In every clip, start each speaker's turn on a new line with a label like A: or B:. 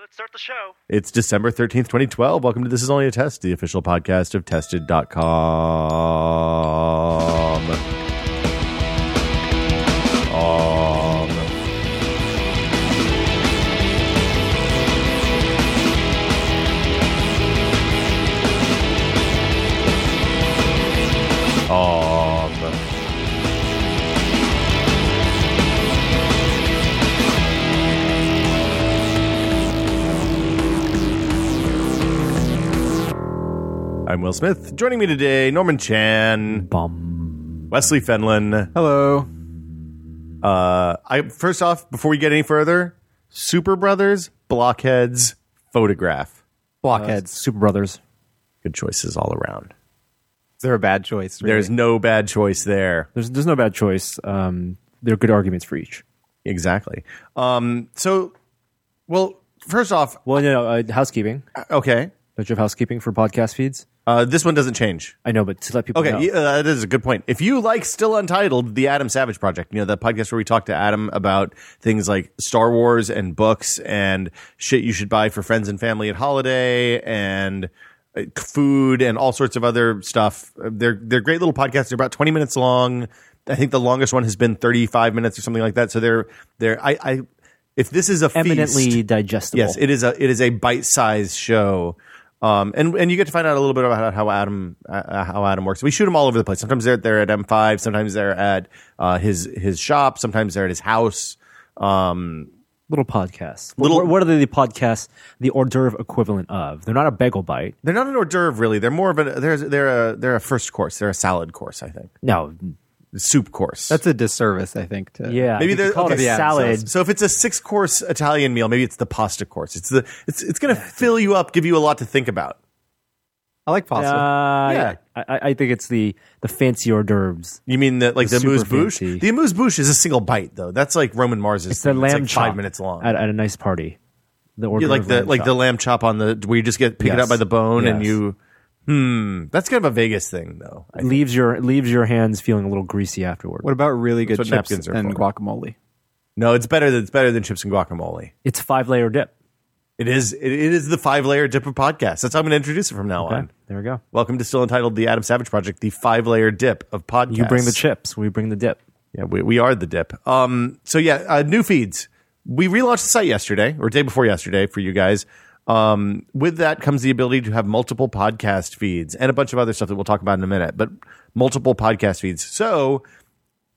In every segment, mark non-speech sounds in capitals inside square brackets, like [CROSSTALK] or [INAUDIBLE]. A: let's start the show.
B: It's December 13th, 2012. Welcome to This Is Only a Test, the official podcast of Tested.com. Um, um, I'm Will Smith. Joining me today, Norman Chan. Wesley Fenlon.
C: Hello.
B: Uh, I first off, before we get any further, Super Brothers, Blockheads, Photograph.
C: Blockheads, Super Brothers.
B: Good choices all around.
C: They're a bad choice. really.
B: There's no bad choice there.
C: there's there's no bad choice. Um, there are good arguments for each.
B: Exactly. Um, so, well, first off,
C: Well, you know, uh, housekeeping.
B: okay,
C: Don't you have housekeeping for podcast feeds?
B: uh, this one doesn't change.
C: I know, but to let people
B: Okay,
C: know.
B: yeah, uh, that is a good point. If you like Still Untitled, the Adam Savage Project, you know, the podcast where we talk to Adam about things like Star Wars and books and shit you should buy for friends and family at holiday and uh, food and all sorts of other stuff. Uh, They're they're great little podcasts. They're about 20 minutes long. I think the longest one has been 35 minutes or something like that. So they're they're I, I if this is a
C: Eminently
B: feast,
C: digestible.
B: Yes, it is a it is a bite sized show, um, and and you get to find out a little bit about how Adam uh, how Adam works. We shoot him all over the place. Sometimes they're they're at M five. Sometimes they're at uh, his his shop. Sometimes they're at his house. Um,
C: Little podcasts.
B: Little-
C: Little, what, what are they, the podcasts, the hors d'oeuvre equivalent of? They're not a bagel bite.
B: they're not an hors d'oeuvre really. They're more of a they're they're a they're a first course. They're a salad course. I think
C: No.
B: soup course.
D: That's a disservice, I think. To,
C: Yeah.
B: Maybe
C: you could
B: they're
C: call it
B: okay,
C: a
B: so-
C: salad.
B: So, if it's a six course Italian meal, maybe it's the pasta course. It's the it's it's going to fill you up, give you a lot to think about.
D: I like pasta.
C: Uh,
B: Yeah.
C: yeah. I, I- I think it's the, the fancy hors d'oeuvres.
B: You mean the like the,
C: The super
B: amuse bouche?
C: fancy.
B: The amuse bouche is a single bite though. That's like Roman Mars's.
C: It's the
B: thing.
C: lamb
B: like
C: chop
B: five minutes long.
C: At, at a nice party. The hors
B: You like
C: d'oeuvre
B: the
C: lamb
B: like
C: chop.
B: the lamb chop on the where you just get pick it up
C: Yes.
B: by the bone and
C: Yes.
B: you. Hmm, that's kind of a Vegas thing though. I think.
C: leaves your leaves your hands feeling a little greasy afterward.
D: what about really good
B: what
D: chips
B: napkins are
D: and
B: for.
D: guacamole?
B: No, it's better than it's better than chips and guacamole.
C: It's five layer dip.
B: It is it, it is the five layer dip of podcasts. That's how I'm going to introduce it from now
C: Okay,
B: on.
C: there we go.
B: Welcome to still entitled the Adam Savage Project, the five layer dip of podcasts.
C: You bring the chips, we bring the dip.
B: Yeah, we, we are the dip. Um, so yeah, uh, new feeds. We relaunched the site yesterday or day before yesterday for you guys. Um, with that comes the ability to have multiple podcast feeds and a bunch of other stuff that we'll talk about in a minute, but multiple podcast feeds. So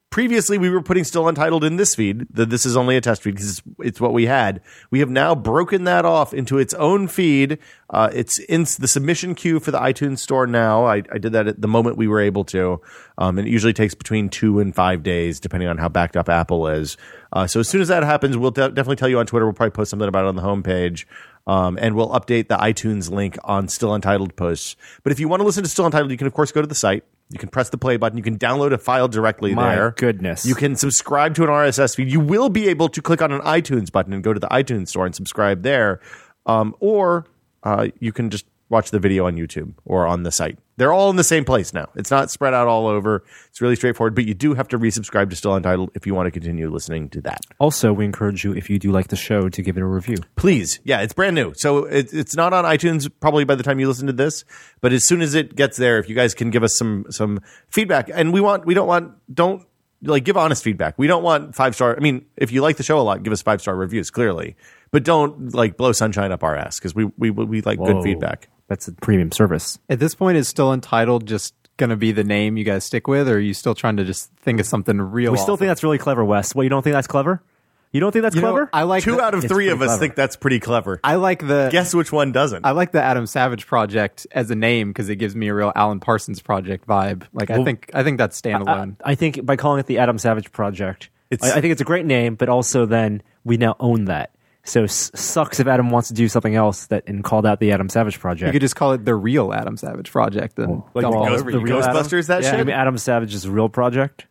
B: previously we were putting still untitled in this feed that this is only a test feed because it's, it's what we had we have now broken that off into its own feed uh, it's in the submission queue for the itunes store now I, I did that at the moment we were able to um, and it usually takes between two and five days depending on how backed up apple is uh, so as soon as that happens we'll de- definitely tell you on twitter we'll probably post something about it on the homepage um, and we'll update the iTunes link on Still Untitled posts. But if you want to listen to Still Untitled, you can of course go to the site. You can press the play button. You can download a file directly
C: My
B: there.
C: goodness.
B: You can subscribe to an RSS feed. You will be able to click on an iTunes button and go to the iTunes store and subscribe there. Um, or uh, you can just watch the video on YouTube or on the site. They're all in the same place now. It's not spread out all over. It's really straightforward, but you do have to resubscribe to Still Untitled if you want to continue listening to that.
C: Also, we encourage you if you do like the show to give it a review.
B: Please. Yeah, it's brand new. So it, it's not on iTunes probably by the time you listen to this, but as soon as it gets there, if you guys can give us some some feedback and we want we don't want don't like give honest feedback. We don't want five star. I mean, if you like the show a lot, give us five star reviews clearly, but don't like blow sunshine up our ass because we, we we like good
C: Whoa.
B: feedback.
C: That's a premium service.
D: At this point, is still entitled just going to be the name you guys stick with, or are you still trying to just think of something real?
C: We still think that's really clever, Wes. What you don't think that's clever? You don't think that's
D: You know,
C: clever?
D: I like
B: Two
D: the,
B: out of
C: It's
B: three
C: pretty
B: of us
C: clever.
B: think that's pretty clever.
D: I like the
B: Guess which one doesn't.
D: I like the Adam Savage project as a name because it gives me a real Alan Parsons project vibe. Like I think I think that's standalone.
C: I think by calling it the Adam Savage Project,
B: It's-
C: I, I think it's a great name, but also then we now own that. So s- sucks if Adam wants to do something else that and called out the Adam Savage
D: you
C: Project.
D: could just call it the real Adam Savage project and
B: like
D: dump
B: the,
D: all
B: Ghost-
D: over
B: the
D: you.
C: real Adam?
B: Ghostbusters that
D: Yeah.
B: shit.
C: I mean, Adam Savage's real project.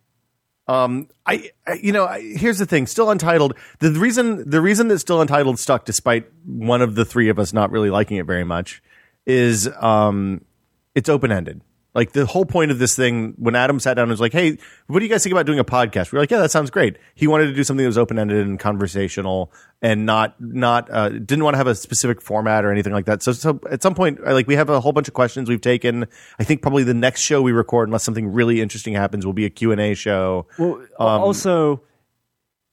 B: Um, I, I you know I, here's the thing still untitled the reason the reason that still untitled stuck despite one of the three of us not really liking it very much is um it's open ended Like the whole point of this thing, when Adam sat down and was like, "Hey, what do you guys think about doing a podcast?" We were like, "Yeah, that sounds great." He wanted to do something that was open ended and conversational, and not not uh, didn't want to have a specific format or anything like that. So, so at some point, I- like we have a whole bunch of questions we've taken. I think probably the next show we record, unless something really interesting happens, will be a Q and A show.
C: Well,
B: Um,
C: also,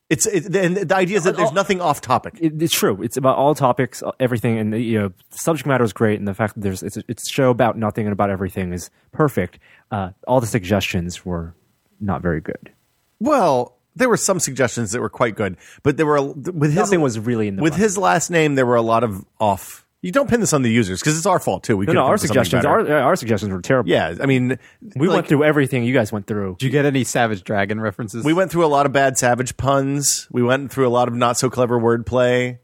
B: It's it, and the idea is that there's nothing off topic.
C: it, it's true. It's about all topics, uh, everything, and you know, the subject matter is great, and the fact that there's it's a, it's a show about nothing and about everything is perfect. Uh, all the suggestions were not very good.
B: Well, there were some suggestions that were quite good, but there were with his
C: Nothing was really in the
B: with
C: money.
B: his last name. There were a lot of off. You don't pin this on the users because it's our fault too. We
C: No,
B: could've
C: no,
B: come
C: our
B: up with
C: suggestions,
B: something better.
C: our, our suggestions were terrible.
B: yeah. I mean,
C: we went through everything you guys went through.
D: Did you get any Savage Dragon references?
B: we went through a lot of bad savage puns. We went through a lot of not so clever wordplay.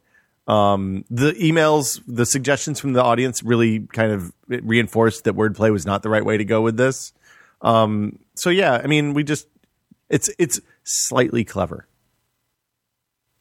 B: Um, the emails, the suggestions from the audience really kind of reinforced that wordplay was not the right way to go with this. Um, so yeah, I mean, we just it's it's slightly clever,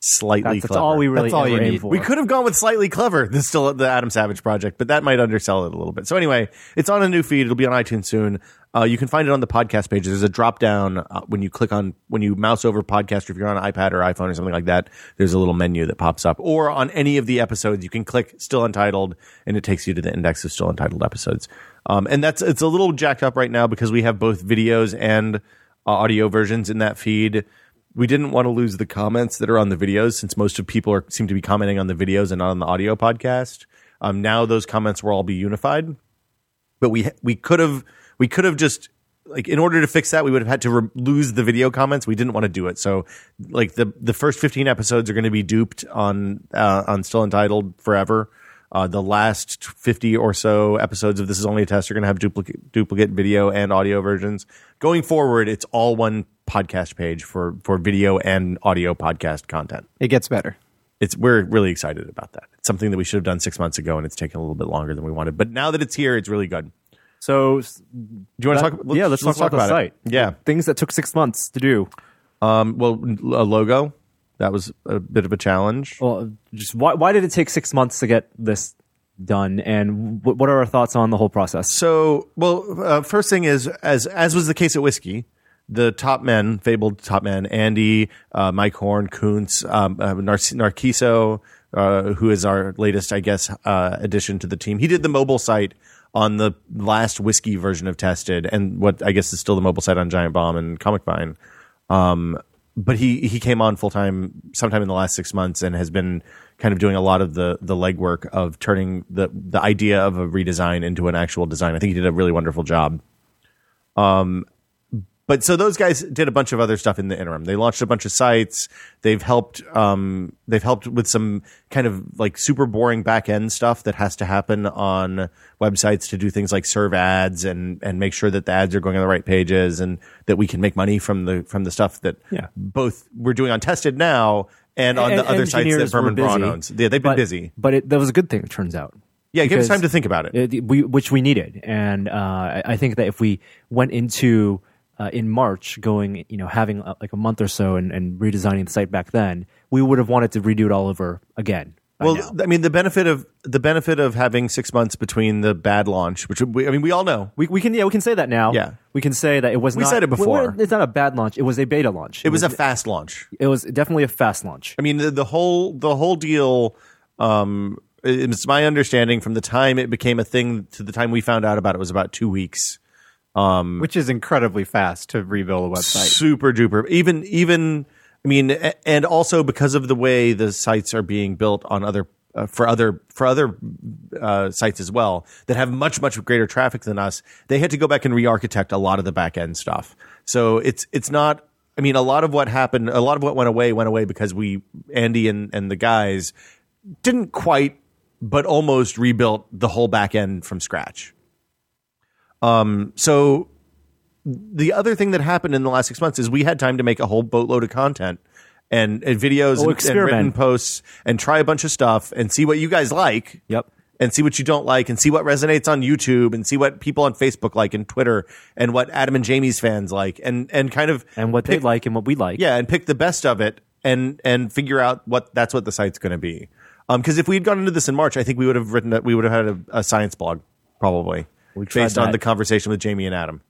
B: slightly
C: That's, that's
B: clever.
C: all we really
D: That's all you
C: ever aimed
D: need.
C: for.
B: We could have gone with slightly clever. This is still the Adam Savage project, but that might undersell it a little bit. So anyway, it's on a new feed. It'll be on iTunes soon. Uh, you can find it on the podcast page. There's a drop down uh, when you click on when you mouse over podcast. If you're on an iPad or iPhone or something like that, there's a little menu that pops up. Or on any of the episodes, you can click "Still Untitled" and it takes you to the index of Still Untitled episodes. Um, and that's it's a little jacked up right now because we have both videos and uh, audio versions in that feed we didn't want to lose the comments that are on the videos since most of people are seem to be commenting on the videos and not on the audio podcast. Um, now those comments will all be unified, but we we could have we could have just like in order to fix that we would have had to re- lose the video comments. We didn't want to do it, so like the the first fifteen episodes are going to be duped on uh, on still entitled forever. Uh, the last 50 or so episodes of This Is Only a Test are going to have duplicate, duplicate video and audio versions. Going forward, it's all one podcast page for, for video and audio podcast content.
D: it gets better.
B: It's, we're really excited about that. It's something that we should have done six months ago, and it's taken a little bit longer than we wanted. But now that it's here, it's really good.
C: so,
B: Do you want to talk?
C: yeah, let's, talk, about, the
B: it.
C: site.
B: Yeah.
C: things that took six months to do.
B: Um, well, a logo that was a bit of a challenge.
C: Well, just why, why did it take six months to get this done, and wh- what are our thoughts on the whole process?
B: So, well, uh, first thing is, as as was the case at Whiskey, the top men, fabled top men, Andy, uh, Mike Horn, Kuntz, um, uh, Nar- Narciso, uh, who is our latest, I guess, uh, addition to the team. He did the mobile site on the last Whiskey version of Tested, and what I guess is still the mobile site on Giant Bomb and Comic Vine. Um, but he he came on full time sometime in the last six months and has been kind of doing a lot of the the legwork of turning the the idea of a redesign into an actual design. I think he did a really wonderful job. Um, but so those guys did a bunch of other stuff in the interim. They launched a bunch of sites. They've helped um they've helped with some kind of like super boring back end stuff that has to happen on websites to do things like serve ads and and make sure that the ads are going on the right pages and that we can make money from the from the stuff that
C: Yeah.
B: both we're doing on tested now and on
C: And-
B: the other sites that
C: engineers were
B: Berman Braun
C: busy,
B: owns. Yeah, they've been
C: but-
B: busy.
C: but it, that was a good thing. It turns out.
B: Yeah, give us
C: because-
B: time to think about it.
C: it, we, which we needed. And uh, I- I think that if we went into uh, in March, going you know having uh, like a month or so and, and redesigning the site back then, we would have wanted to redo it all over again. by
B: well,
C: now.
B: I mean the benefit of the benefit of having six months between the bad launch, which we, I mean we all know
C: we, we can yeah we can say that now.
B: Yeah.
C: we can say that it was.
B: We
C: not,
B: said it before.
C: well, It's not a bad launch. It was a beta launch.
B: it was a fast launch.
C: it was definitely a fast launch.
B: I mean the, the whole the whole deal. Um, it- it's my understanding from the time it became a thing to the time we found out about it was about two weeks. Mm.
D: which is incredibly fast to rebuild a website.
B: super duper even even i mean a- and also because of the way the sites are being built on other uh, for other for other uh, sites as well that have much much greater traffic than us they had to go back and re-architect a lot of the back end stuff so it's it's not i mean a lot of what happened a lot of what went away went away because we andy and and the guys didn't quite but almost rebuilt the whole back end from scratch um so the other thing that happened in the last six months is we had time to make a whole boatload of content and, and videos and- and,
C: Oh, experiment.
B: written posts and try a bunch of stuff and see what you guys like.
C: Yep.
B: And see what you don't like and see what resonates on YouTube and see what people on Facebook like and Twitter and what Adam and Jamie's fans like and, and kind of
C: And what they
B: pick-
C: like and what we like.
B: yeah, and pick the best of it and and figure out what that's what the site's Um, going to be. Because if we had gone into this in March, I think we would have written that we would have had a, a science blog probably.
C: We tried
B: based on
C: that.
B: the conversation with Jamie and Adam.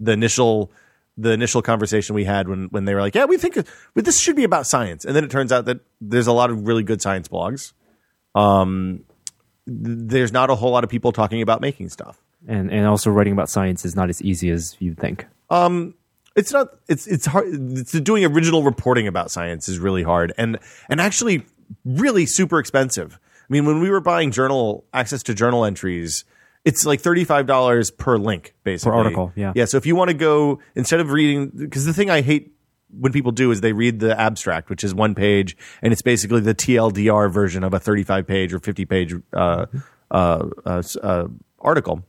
B: The initial the initial conversation we had when when they were like, "Yeah, we think well, this should be about science," and then it turns out that there's a lot of really good science blogs. Um, th- there's not a whole lot of people talking about making stuff.
C: and and also writing about science is not as easy as you'd think.
B: it's not it's it's hard it's doing original reporting about science is really hard and and actually really super expensive i mean when we were buying journal access to journal entries it's like $35 per link basically
C: article, yeah.
B: yeah so if you want to go instead of reading because the thing i hate when people do is they read the abstract which is one page and it's basically the tldr version of a 35 page or 50 page uh, uh, uh, s- uh, article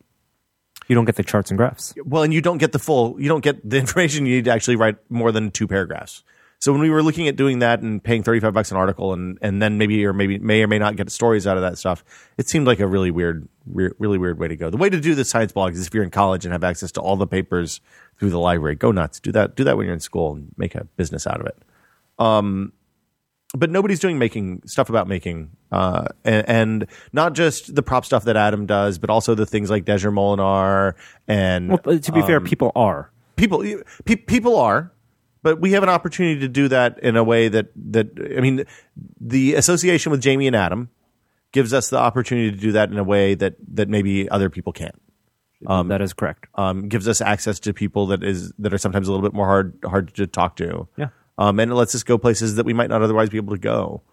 C: You don't get the charts and graphs.
B: well, and you don't get the full, you don't get the [LAUGHS] information you need to actually write more than two paragraphs. So when we were looking at doing that and paying 35 bucks an article and, and then maybe or maybe may or may not get stories out of that stuff, it seemed like a really weird, weird really weird way to go. The way to do the science blogs is if you're in college and have access to all the papers through the library, go nuts. Do that. Do that when you're in school and make a business out of it Um, but nobody's doing making stuff about making uh, and, and not just the prop stuff that Adam does, but also the things like Desir Molinar and
C: Well, but to be fair, people are.
B: people pe- people are but we have an opportunity to do that in a way that that i mean the association with jamie and adam gives us the opportunity to do that in a way that that maybe other people can't
C: that is correct.
B: um, gives us access to people that is that are sometimes a little bit more hard hard to talk to
C: Yeah.
B: um, and it lets us go places that we might not otherwise be able to go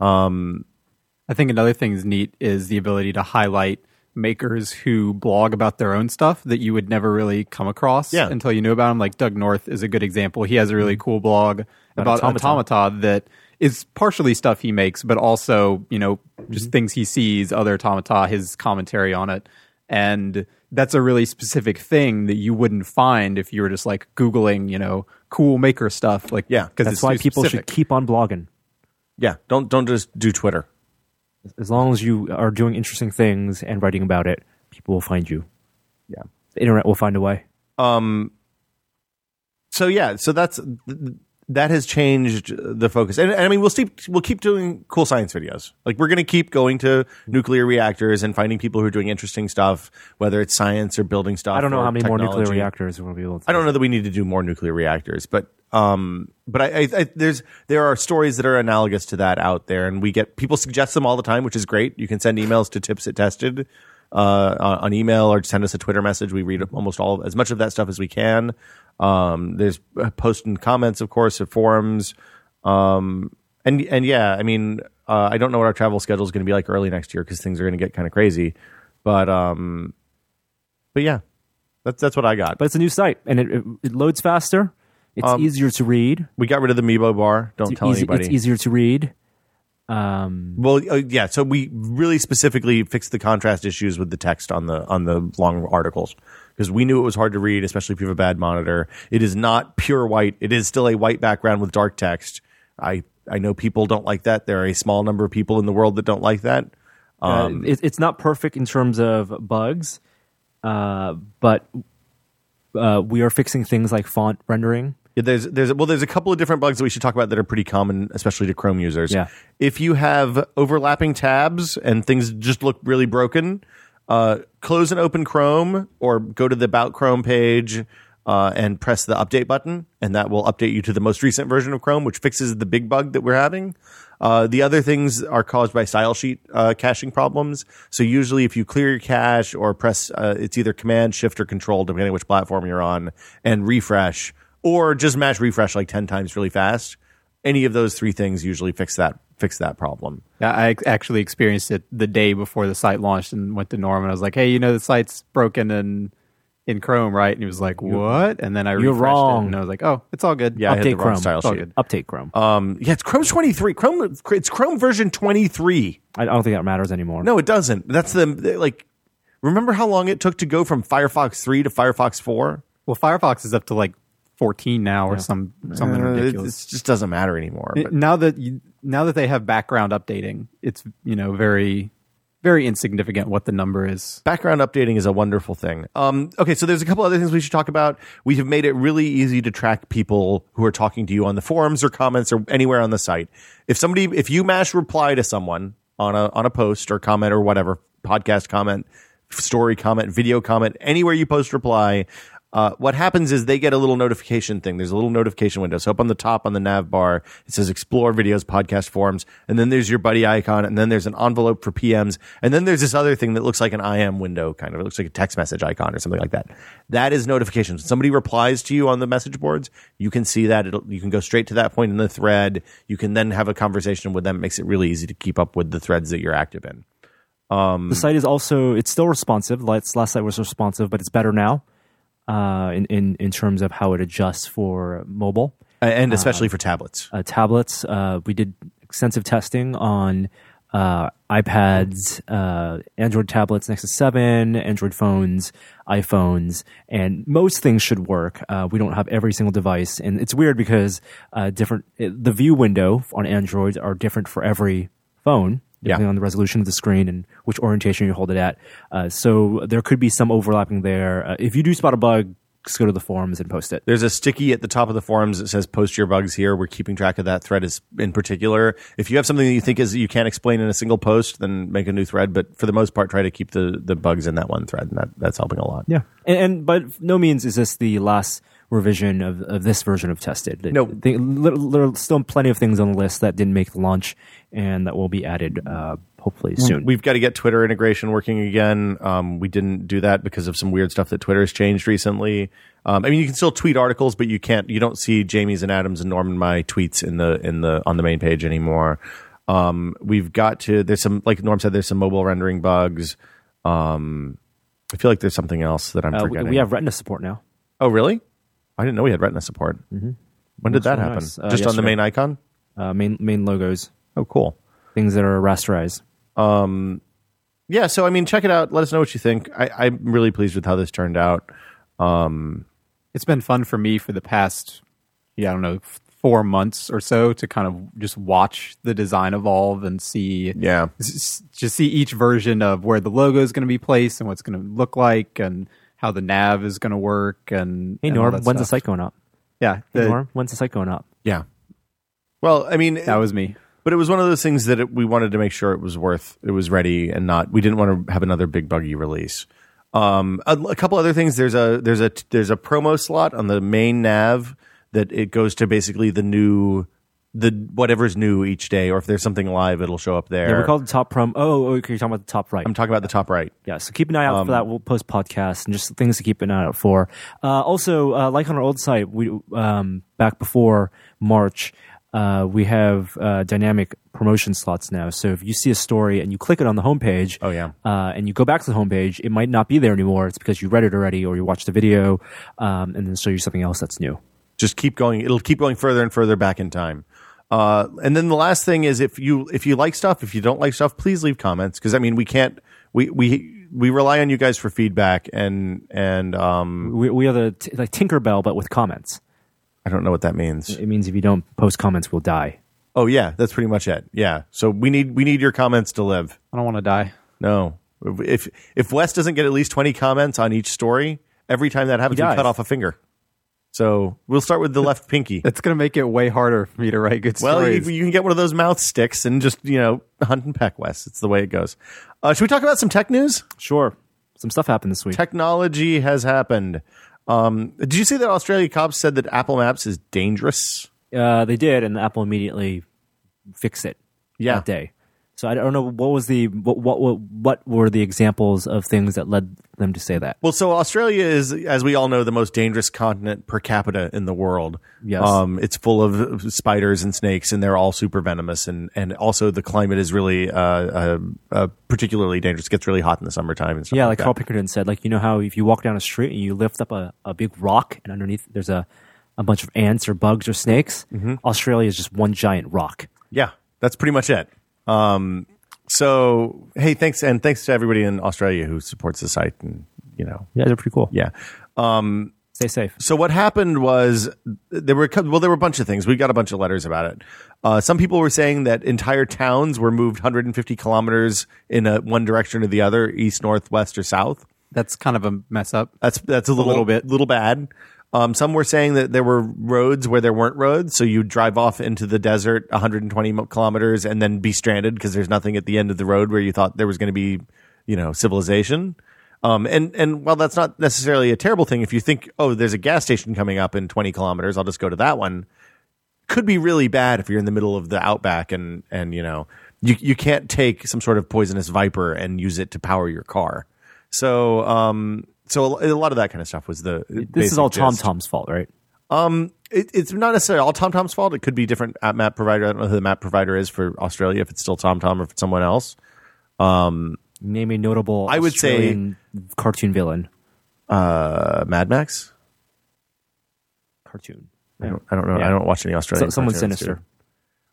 D: I think another thing is neat is the ability to highlight makers who blog about their own stuff that you would never really come across
B: Yeah.
D: until you knew about them. Like Doug North is a good example. He has a really cool blog about
C: automata.
D: automata. that is partially stuff he makes, but also, you know, just things he sees, other automata, his commentary on it. And that's a really specific thing that you wouldn't find if you were just like Googling, you know, cool maker stuff. Like,
B: Yeah.
D: because
C: That's why people should keep on blogging.
B: yeah don't don't just do twitter
C: As long as you are doing interesting things and writing about it, people will find you.
B: yeah
C: The internet will find a way.
B: so yeah, so that's that has changed the focus, and, and I mean we'll keep we'll keep doing cool science videos. Like we're going to keep going to nuclear reactors and finding people who are doing interesting stuff, whether it's science or building stuff.
C: I don't know
B: or
C: how many more nuclear
B: technology.
C: reactors we're going to be able to.
B: I don't know that we need to do more nuclear reactors, but um, but I, I, I there's there are stories that are analogous to that out there, and we get people suggest them all the time, which is great. You can send emails to tips at tested uh, on on email or send us a Twitter message. We read almost all as much of that stuff as we can. Um, there's uh, posts and comments, of course, at forums. Um, and and yeah, I mean, uh, I don't know what our travel schedule is going to be like early next year because things are going to get kind of crazy, but um, but yeah, that's that's what I got.
C: but it's a new site and it, it, it loads faster. It's easier to read.
B: We got rid of the Meebo bar. Don't
C: It's
B: tell
C: easy-
B: anybody.
C: It's easier to read. Um,
B: Well, uh, yeah. So we really specifically fixed the contrast issues with the text on the on the long articles because we knew it was hard to read, especially if you have a bad monitor. It is not pure white. It is still a white background with dark text. I I know people don't like that. There are a small number of people in the world that don't like that.
C: Uh, it, it's not perfect in terms of bugs, uh, but uh, we are fixing things like font rendering.
B: Yeah, there's there's well there's a couple of different bugs that we should talk about that are pretty common, especially to Chrome users.
C: Yeah.
B: If you have overlapping tabs and things just look really broken, uh, close and open Chrome or go to the About Chrome page uh, and press the update button, and that will update you to the most recent version of Chrome, which fixes the big bug that we're having. Uh, the other things are caused by style sheet uh, caching problems. So usually, if you clear your cache or press, uh, it's either Command Shift or Control, depending on which platform you're on, and refresh, or just mash refresh like ten times really fast. Any of those three things usually fix that fix that problem.
D: Yeah, I ex- actually experienced it the day before the site launched and went to Norm and I was like, "Hey, you know the site's broken in in Chrome, right?" And he was like, "What?" And then I refreshed
C: wrong.
D: it and I was like, "Oh, it's all good."
B: Yeah, I hit
C: Update
B: the wrong
C: Chrome.
B: style
D: It's all
B: sheet.
D: good.
C: Update Chrome.
B: Um, yeah, it's Chrome twenty three. Chrome it's Chrome version twenty three.
C: I don't think that matters anymore.
B: No, it doesn't. That's the like. Remember how long it took to go from Firefox three to Firefox four?
D: Well, Firefox is up to like 14 now or some something
B: It,
D: ridiculous.
B: it just doesn't matter anymore.
D: It-
B: but-
D: now that you, now that they have background updating, it's, you know, very very insignificant what the number is.
B: background updating is a wonderful thing. Um, okay, so there's a couple other things we should talk about. We have made it really easy to track people who are talking to you on the forums or comments or anywhere on the site. If somebody, if you mash reply to someone on a on a post or comment or whatever podcast comment, story comment, video comment, anywhere you post reply. Uh, what happens is they get a little notification thing. There's a little notification window. So up on the top on the nav bar, it says explore videos, podcast forums, and then there's your buddy icon, and then there's an envelope for PMs, and then there's this other thing that looks like an IM window, kind of. It looks like a text message icon or something like that. That is notifications. When somebody replies to you on the message boards, you can see that. It'll, you can go straight to that point in the thread. You can then have a conversation with them. It makes it really easy to keep up with the threads that you're active in.
C: the site is also it's still responsive. Last last site was responsive, but it's better now uh, in, in in terms of how it adjusts for mobile
B: A- And especially for tablets.
C: uh, tablets. Uh, we did extensive testing on uh, iPads, uh, Android tablets, Nexus Seven, Android phones, iPhones, and most things should work. Uh, we don't have every single device, and it's weird because uh, different it, the view window on Android are different for every phone depending
B: Yeah.
C: on the resolution of the screen and which orientation you hold it at. Uh, so there could be some overlapping there. Uh, if you do spot a bug, just go to the forums and post it.
B: There's a sticky at the top of the forums that says post your bugs here. We're keeping track of that thread is in particular. If you have something that you think is you can't explain in a single post, then make a new thread. But for the most part, try to keep the, the bugs in that one thread, and that, that's helping a lot.
C: Yeah, and, and by no means is this the last revision of, of this version of tested.
B: No.
C: Th- there there are still plenty of things on the list that didn't make the launch and that will be added uh, hopefully soon.
B: We've got to get Twitter integration working again. Um, we didn't do that because of some weird stuff that Twitter has changed recently. Um, I mean, you can still tweet articles, but you can't. You don't see Jamie's and Adams and Norman my tweets in the in the on the main page anymore. Um, we've got to. There's some like Norm said. There's some mobile rendering bugs. Um, I feel like there's something else that I'm
C: Uh, we,
B: forgetting.
C: we have Retina support now.
B: Oh, really? I didn't know we had Retina support. When did
C: Looks
B: that
C: really
B: happen?
C: Mm-hmm. nice. Uh,
B: Just on the
C: yesterday.
B: main icon.
C: Uh, main main logos,
B: Oh, cool.
C: things that are rasterized.
B: yeah, so I mean, check it out. Let us know what you think. I, I'm really pleased with how this turned out.
D: it's been fun for me for the past yeah i don't know f- four months or so to kind of just watch the design evolve and see
B: Yeah.
D: s- s- just see each version of where the logo is going to be placed and what's going to look like and how the nav is going to work and
C: Hey
D: and all
C: Norm,
D: that
C: when's the
D: stuff.
C: site going up?
D: yeah
C: Hey
D: the-
C: Norm, when's the site going up?
B: Yeah. Well, I mean,
D: that was me
B: but it was one of those things that it, we wanted to make sure it was worth, it was ready, and not. We didn't want to have another big buggy release. Um, a, a couple other things. There's a there's a there's a promo slot on the main nav that it goes to basically the new the whatever's new each day, or if there's something live, it'll show up there.
C: Yeah, we call it the top prom. Oh, oh, okay, you're talking about the top right.
B: I'm talking about the top right.
C: yeah, so keep an eye out
B: Um,
C: for that. We'll post podcasts and just things to keep an eye out for. Uh, also, uh, like on our old site, we um, back before March, uh, we have uh, dynamic promotion slots now. So if you see a story and you click it on the homepage,
B: Oh, yeah.
C: uh, and you go back to the homepage, it might not be there anymore. It's because you read it already or you watched the video, um, and then show you something else that's new.
B: just keep going it'll keep going further and further back in time uh, and then the last thing is if you if you like stuff if you don't like stuff please leave comments because i mean we can't we we we rely on you guys for feedback and and um
C: We, we are the t- like Tinkerbell, but with comments.
B: i don't know what that means
C: It means if you don't post comments, we'll die.
B: oh yeah that's pretty much it yeah so we need we need your comments to live
D: i don't want to die
B: no if if wes doesn't get at least 20 comments on each story every time that happens we
C: dies.
B: cut off a finger so we'll start with the left pinky
D: that's going to make it way harder for me to write good
B: Well, you,
D: stories
B: you can get one of those mouth sticks and just you know hunt and peck west. It's the way it goes. Uh, should we talk about some tech news?
C: Sure, some stuff happened this week.
B: Technology has happened. Um, did you see that Australia cops said that Apple Maps is dangerous?
C: Uh, they did, and Apple immediately fixed it
B: Yeah.
C: that day. So I don't know what was the what what what, what were the examples of things that led them to say that.
B: Well, so Australia is, as we all know, the most dangerous continent per capita in the world.
C: Yes.
B: Um, it's full of spiders and snakes, and they're all super venomous. And, and also, the climate is really uh, uh, uh, particularly dangerous. It gets really hot in the summertime and stuff
C: Yeah,
B: like
C: like
B: that.
C: Carl Pinkerton said, like you know how if you walk down a street and you lift up a, a big rock and underneath there's a a bunch of ants or bugs or snakes. Australia is just one giant rock.
B: Yeah, that's pretty much it. Um, so hey, thanks and thanks to everybody in Australia who supports the site and you know,
C: Yeah, they're pretty cool.
B: yeah.
C: Stay safe.
B: So what happened was there were a cou- well there were a bunch of things. We got a bunch of letters about it. Uh, some people were saying that entire towns were moved 150 kilometers in a, one direction or the other, east, north, west, or south.
D: that's kind of a mess up
B: That's that's a little,
D: little bit.
B: little bad. Um, some were saying that there were roads where there weren't roads, so you drive off into the desert 120 mo- kilometers and then be stranded because there's nothing at the end of the road where you thought there was going to be, you know, civilization. Um, and and while that's not necessarily a terrible thing, if you think, oh, there's a gas station coming up in 20 kilometers, I'll just go to that one. Could be really bad if you're in the middle of the outback and and you know you you can't take some sort of poisonous viper and use it to power your car. So um, so a lot of that kind of stuff was the.
C: This is all
B: Tom.
C: Tom Tom's fault, right?
B: It, it's not necessarily all TomTom's fault. It could be different app map provider. I don't know who the map provider is for Australia. If it's still TomTom or if it's someone else.
C: Name a notable
B: I would say-
C: Australian cartoon villain.
B: Uh, Mad Max.
C: Cartoon.
B: I don't, I don't know. I don't watch any Australian.
C: So, someone
B: cartoons,
C: sinister.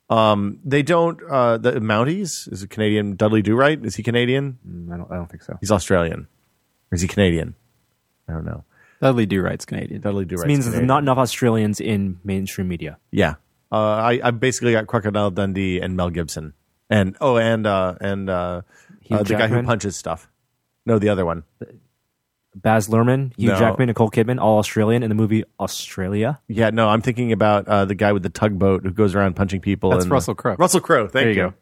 B: dude. They don't. Uh, the Mounties is a Canadian. Dudley Do Right is he Canadian?
C: Mm, I don't. I don't think so.
B: He's Australian. Or is he Canadian? I don't know.
D: Dudley Do Right's Canadian.
B: Dudley Do
C: This
B: Right
C: means there's not enough Australians in mainstream media.
B: Yeah. Uh, I, I basically got Crocodile Dundee and Mel Gibson. And oh, and uh, and uh,
C: Hugh
B: uh, the guy who
C: Jackman?
B: punches stuff. No, the other one.
C: Baz Luhrmann, Hugh
B: No.
C: Jackman, Nicole Kidman, all Australian in the movie Australia.
B: Yeah, no, I'm thinking about uh, the guy with the tugboat who goes around punching people.
D: That's
B: and the-
D: Russell Crowe.
B: Russell Crowe. Thank
D: There you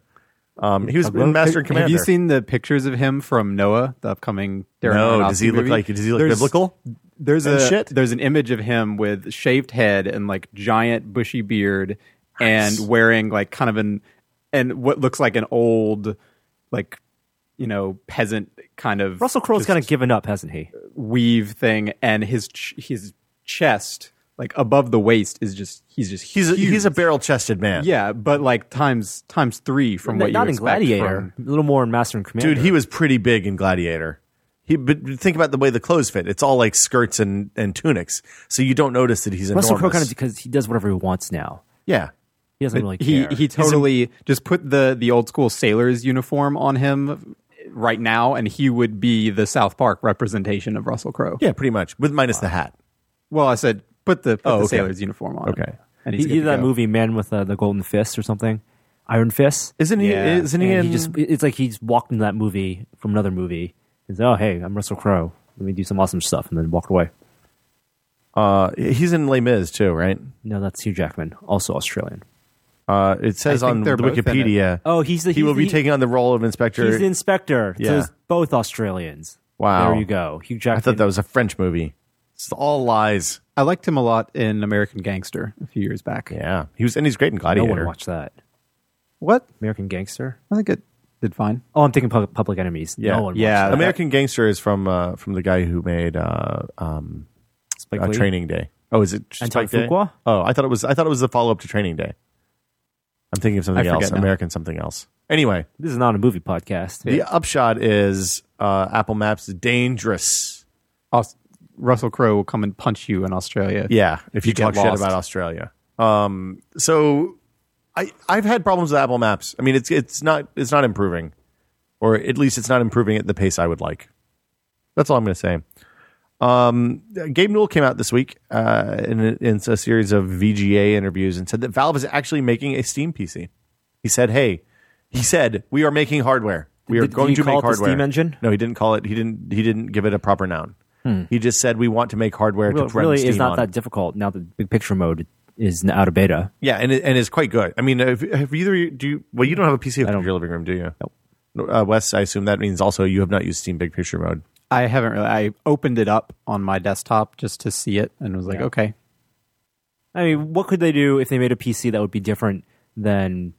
B: you. Um, he was in Master and Commander.
D: Have you seen the pictures of him from Noah, the upcoming Darren
B: No, does
D: Aronofsky
B: he look
D: movie?
B: like- does he look
D: There's-
B: biblical
D: There's
B: and
D: a
B: shit?
D: there's an image of him with shaved head and like giant bushy beard and wearing like kind of an and what looks like an old like you know peasant kind of
C: Russell Crowe's
D: just
C: kind of given up, hasn't he?
D: weave thing and his ch- his chest like above the waist is just he's just
B: He's a,
D: huge.
B: he's a barrel chested man.
D: yeah but like times times three from what
C: Not
D: you
C: in
D: expect
C: Gladiator.
D: from-
C: A little more in Master and Commander.
B: dude, he was pretty big in Gladiator. He, but think about the way the clothes fit. It's all like skirts and, and tunics, so you don't notice that he's
C: Russell Crowe
B: enormous.
C: kind of because he does whatever he wants now.
B: yeah,
C: He doesn't really
D: he
C: care.
D: he totally just put the the old school sailor's uniform on him right now and he would be the South Park representation of Russell Crowe.
B: yeah, pretty much. With minus the hat.
D: Well, I said put the put
B: Oh,
D: the
B: okay.
D: sailor's uniform on. him,
B: Okay.
D: And
C: he,
D: he's
C: he
D: good
C: did
D: to
C: that
D: go.
C: movie Man with uh, the Golden Fist or something, Iron Fist.
B: Isn't he?
D: Yeah.
B: Isn't he?
C: And
B: In,
C: he just it's like he's walked into that movie from another movie and said, Oh hey, I'm Russell Crowe. Let me do some awesome stuff and then walked away.
B: uh, he's in Les Mis too, right?
C: No, that's Hugh Jackman, also Australian.
B: Uh, it says
D: I think
B: on the
D: they're both in it.
B: Wikipedia.
C: Oh, he's the
B: he will be taking on the role of inspector.
C: He's the inspector.
B: Yeah.
C: So it's both Australians.
B: Wow.
C: There you go. Hugh
B: I thought
C: Jackman.
B: that was a French movie. It's all lies.
D: I liked him a lot in American Gangster a few years back.
B: Yeah, he was, and he's great in
C: no
B: Gladiator.
C: one watched that.
D: What?
C: American Gangster?
D: I think it did fine.
C: Oh, I'm thinking public, public enemies.
B: Yeah.
C: No one
D: Yeah.
C: watched that.
B: American Gangster is from uh, from the guy who made uh, um,
C: Spike
B: uh,
C: Lee?
B: Training Day. Oh, is it
C: Anton
B: Spike Day?
C: Fuqua?
B: Oh, I thought it was. I thought it was the follow up to Training Day. I'm thinking of something
D: I forget
B: else.
D: now.
B: American something else. Anyway,
C: This is not a movie podcast.
B: the upshot is uh, Apple Maps is dangerous.
D: Aus- Russell Crowe will come and punch you in Australia.
B: Yeah, if you,
D: you
B: talk
D: get
B: shit
D: lost.
B: about Australia. Um, so I I've had problems with Apple Maps. I mean, it's it's not it's not improving, or at least it's not improving at the pace I would like. That's all I'm going to say. Um, Gabe Newell came out this week uh, in, a, in a series of VGA interviews and said that Valve is actually making a Steam PC. He said, "Hey, he said we are making hardware. We are
C: Did- did
B: going
C: he
B: to
C: call
B: make
C: it the
B: hardware."
C: Steam Engine? Hmm.
B: No, he didn't call it. He didn't. He didn't give it a proper noun. He just said we want to make hardware
C: Well,
B: to
C: it
B: run
C: really
B: Steam
C: is not
B: on.
C: that difficult now that big picture mode is n- out of beta.
B: Yeah, and it, and it's quite good. I mean, if, if either you do you, well, you don't have a PC up in your living room, do you? No. Uh, Wes, I assume that means also you have not used Steam Big Picture mode.
D: I haven't really. I opened it up on my desktop just to see it and was like, okay,
C: I mean, what could they do if they made a PC that would be different than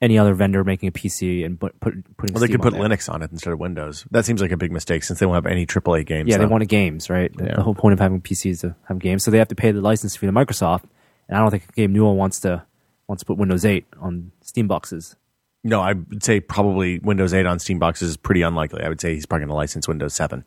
C: any other vendor making a PC and put, put putting?
B: Well, they
C: Steam
B: could put
C: on there?
B: Linux on it instead of Windows. That seems like a big mistake since they won't have any AAA games.
C: Yeah, they
B: though.
C: wanted games, right? The, the whole point of having a PC is to have games, so they have to pay the license fee to Microsoft. And I don't think Game Newell wants to wants to put Windows 8 on Steam boxes.
B: No, I would say probably Windows 8 on Steam boxes is pretty unlikely. I would say he's probably going to license Windows 7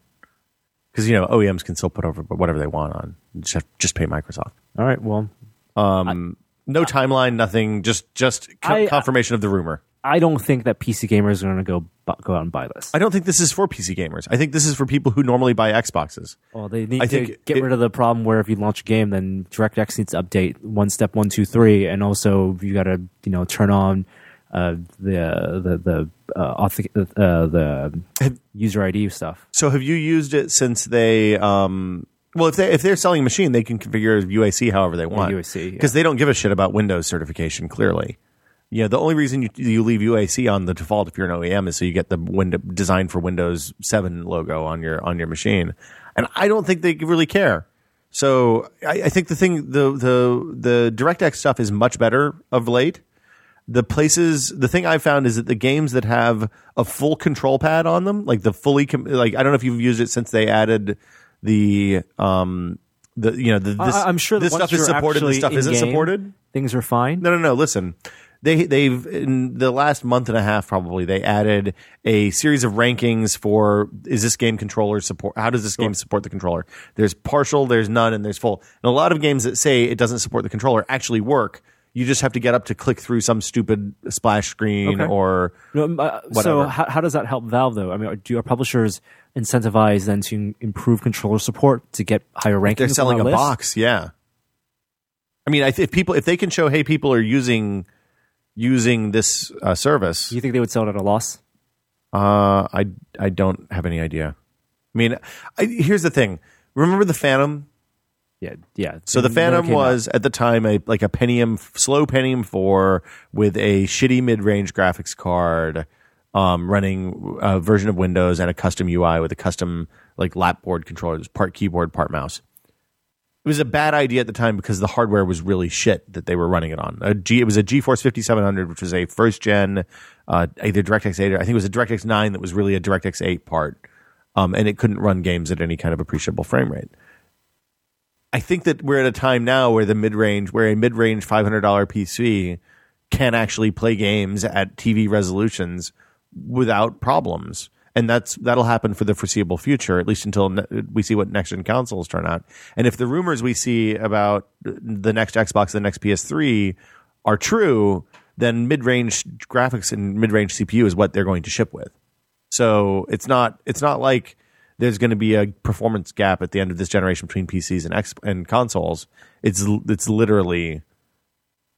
B: because you know OEMs can still put over whatever they want on. Just have, just pay Microsoft.
C: All right, well,
B: No timeline, nothing. Just just co-
C: I- uh,
B: confirmation of the rumor.
C: I don't think that PC gamers are going to go bu- go out and buy this.
B: I don't think this is for PC gamers. I think this is for people who normally buy Xboxes.
C: Well, they need
B: I
C: to
B: think
C: get
B: it-
C: rid of the problem where if you launch a game, then DirectX needs to update one step one two three, and also you got to you know turn on uh, the the the uh, auth- uh, the user ID stuff.
B: So have you used it since they? Um, well, if they if they're selling a machine, they can configure UAC however they want.
C: UAC, yeah.
B: because they don't give a shit about Windows certification. Clearly, Yeah, the only reason you, you leave UAC on the default if you're an OEM is so you get the window design for Windows 7 logo on your on your machine, and I don't think they really care. So I, I think the thing the the the DirectX stuff is much better of late. The places the thing I've found is that the games that have a full control pad on them, like the fully com- like I don't know if you've used it since they added the um the you know the, this
C: I, am sure that
B: this
C: once
B: stuff is
C: you're
B: supported this
C: actually
B: stuff isn't
C: in-game,
B: supported.
C: Things are fine.
B: No, no, no. Listen, they they've in the last month and a half probably they added a series of rankings for is this game controller support? How does this game support the controller? There's partial, there's none, and there's full. And a lot of games that say it doesn't support the controller actually work. You just have to get up to click through some stupid splash screen
C: Okay.
B: or
C: No, um, uh, so
B: Whatever.
C: how, how does that help Valve though? I mean, are, do our publishers incentivize then to improve controller support to get higher rankings?
B: they're
C: on
B: selling a
C: that list?
B: box. Yeah. I mean, I th- if people if they can show, hey, people are using using this uh, service,
C: Do you think they would sell it at a loss?
B: Uh, I I don't have any idea. I mean, I, here's the thing. Remember the Phantom?
C: Yeah, yeah.
B: So the
C: It never
B: Phantom
C: came out.
B: was at the time a like a Pentium, slow Pentium four with a shitty mid range graphics card, um, running a version of Windows and a custom UI with a custom like lapboard controller, It was part keyboard, part mouse. It was a bad idea at the time because the hardware was really shit that they were running it on. A G, it was a GeForce 5700, which was a first gen, uh, either DirectX 8 or I think it was a DirectX 9 that was really a DirectX 8 part. Um, and it couldn't run games at any kind of appreciable frame rate. I think that we're at a time now where the mid range, where a mid range five hundred dollar PC can actually play games at TV resolutions without problems, and that's that'll happen for the foreseeable future, at least until ne- we see what next gen consoles turn out. And if the rumors we see about the next Xbox, the next PS3 are true, then mid range graphics and mid range CPU is what they're going to ship with. So it's not it's not like there's going to be a performance gap at the end of this generation between PCs and X and consoles. It's it's literally,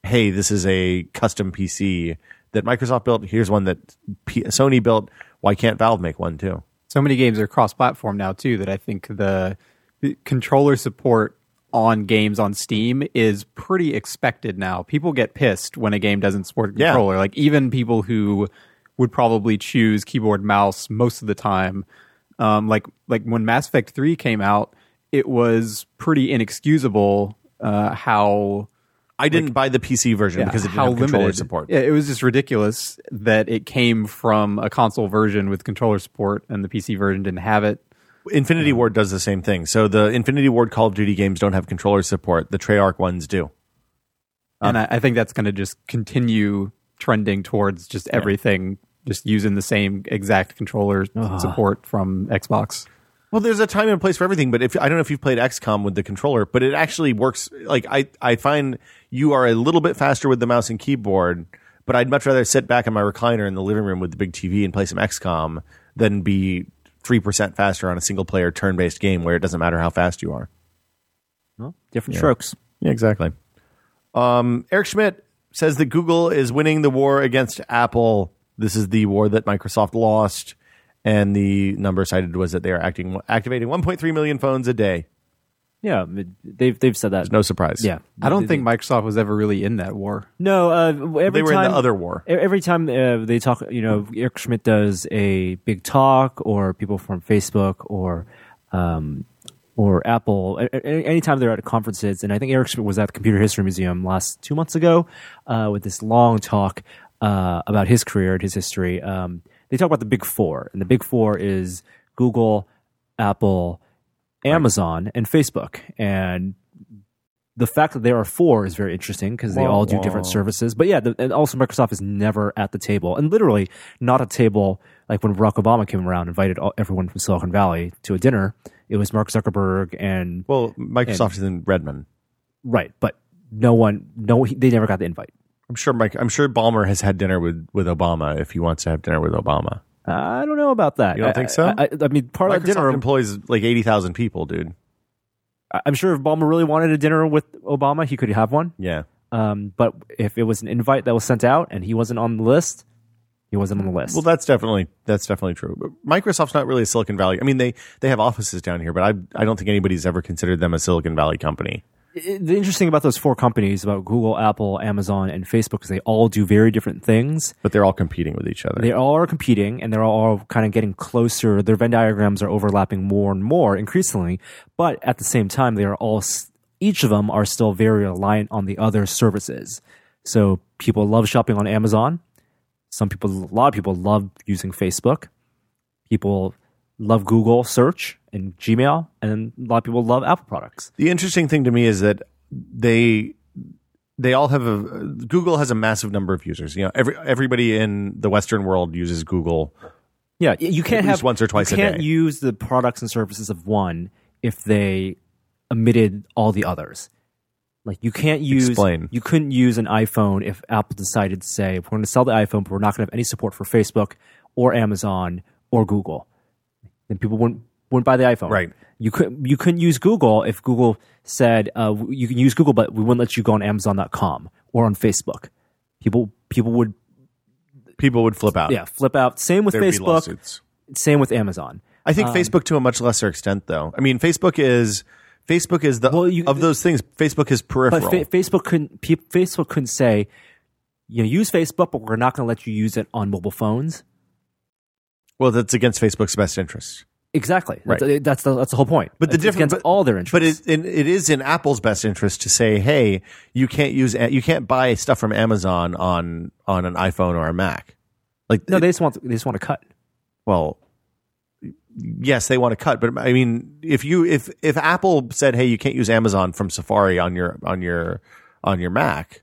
B: hey, this is a custom PC that Microsoft built. Here's one that P- Sony built. Why can't Valve make one too?
D: so many games are cross-platform now too that I think the, the controller support on games on Steam is pretty expected now. People get pissed when a game doesn't support a
B: Yeah.
D: controller. Like even people who would probably choose keyboard mouse most of the time. Um, like like when Mass Effect Three came out, it was pretty inexcusable uh, how
B: I didn't buy the PC version
D: yeah,
B: because it didn't have controller support.
D: Yeah, it was just ridiculous that it came from a console version with controller support and the PC version didn't have it.
B: Infinity Ward does the same thing. So the Infinity Ward Call of Duty games don't have controller support. The Treyarch ones do.
D: and I, I think that's going to just continue trending towards just everything just using the same exact controller support from Xbox.
B: Well, there's a time and place for everything, but if I don't know if you've played XCOM with the controller, but it actually works. Like I, I find you are a little bit faster with the mouse and keyboard, but I'd much rather sit back in my recliner in the living room with the big TV and play some XCOM than be three percent faster on a single player turn based game where it doesn't matter how fast you are.
C: No? different strokes.
B: Yeah, exactly. Um, Eric Schmidt says that Google is winning the war against Apple. This is the war that Microsoft lost, and the number cited was that they are acting activating 1.3 million phones a day.
C: Yeah, it- they've they've said that.
B: No surprise.
C: yeah,
D: I don't think Microsoft was ever really in that war.
C: No, uh, every
B: They were in
C: time
B: the other war.
C: e- Every time uh, they talk, you know, Eric Schmidt does a big talk, or people from Facebook, or um, or Apple. a- a- Anytime they're at conferences, and I think Eric Schmidt was at the Computer History Museum last two months ago uh, with this long talk uh, about his career and his history. Um, they talk about the Big Four, and the Big Four is Google, Apple, Amazon, and Facebook, and the fact that there are four is very interesting because they
B: Wah,
C: all do
B: wah.
C: different services. But yeah, the, and also Microsoft is never at the table and literally not a table. Like when Barack Obama came around, invited all, everyone from Silicon Valley to a dinner. It was Mark Zuckerberg and
B: Well, Microsoft is in Redmond.
C: right, but no one, no, he, they never got the invite.
B: I'm sure. Mike, I'm sure Balmer has had dinner with, with Obama if he wants to have dinner with Obama.
C: I don't know about that.
B: You don't
C: I-
B: think so?
C: I, I, I mean, part of
B: Microsoft
C: that dinner,
B: employs like eighty thousand people, dude.
C: I- I'm sure if Obama really wanted a dinner with Obama, he could have one.
B: Yeah.
C: Um, but if it was an invite that was sent out and he wasn't on the list, he wasn't on the list.
B: Well, that's definitely that's definitely true. But Microsoft's not really a Silicon Valley. I mean, they they have offices down here, but I I don't think anybody's ever considered them a Silicon Valley company.
C: it- the interesting about those four companies about Google, Apple, Amazon, and Facebook is they all do very different things.
B: but they're all competing with each other.
C: They all are competing and they're all kind of getting closer. Their Venn diagrams are overlapping more and more increasingly, but at the same time, they are all, s- each of them are still very reliant on the other services. So people love shopping on Amazon. Some people, a lot of people love using Facebook. People love Google search and Gmail, and a lot of people love Apple products.
B: The interesting thing to me is that they they all have a Google has a massive number of users. You know, every everybody in the Western world uses Google.
C: Yeah, y- you can't
B: least
C: have
B: once or twice a
C: You can't
B: day.
C: use the products and services of one if they omitted all the others. Like you can't use
B: Explain.
C: you couldn't use an iPhone if Apple decided to say we're going to sell the iPhone, but we're not going to have any support for Facebook or Amazon or Google. Then people wouldn't wouldn't buy the iPhone.
B: Right.
C: You couldn't you couldn't use Google if Google said uh, w- you can use Google, but we wouldn't let you go on Amazon.com or on Facebook. People people would
B: People would flip out.
C: yeah flip out. Same with
B: Uh, There'd be
C: Facebook. Um,
B: lawsuits.
C: Same with Amazon.
B: I think Facebook to a much lesser extent, though. I mean, Facebook is Facebook is the
C: Well, you-
B: of those things. Facebook is peripheral.
C: But fa- Facebook couldn't. Pe- Facebook couldn't say, you know, use Facebook, but we're not going to let you use it on mobile phones.
B: well, that's against Facebook's best interest.
C: Exactly.
B: Right.
C: That's, that's the that's the whole point.
B: But the
C: It's
B: difference,
C: against all their interests.
B: But it, it, it is in Apple's best interest to say, hey, you can't use you can't buy stuff from Amazon on on an iPhone or a Mac. Like
C: no, they just want they just want to cut.
B: well yes they want to cut but i mean if you if if apple said hey you can't use amazon from safari on your on your on your mac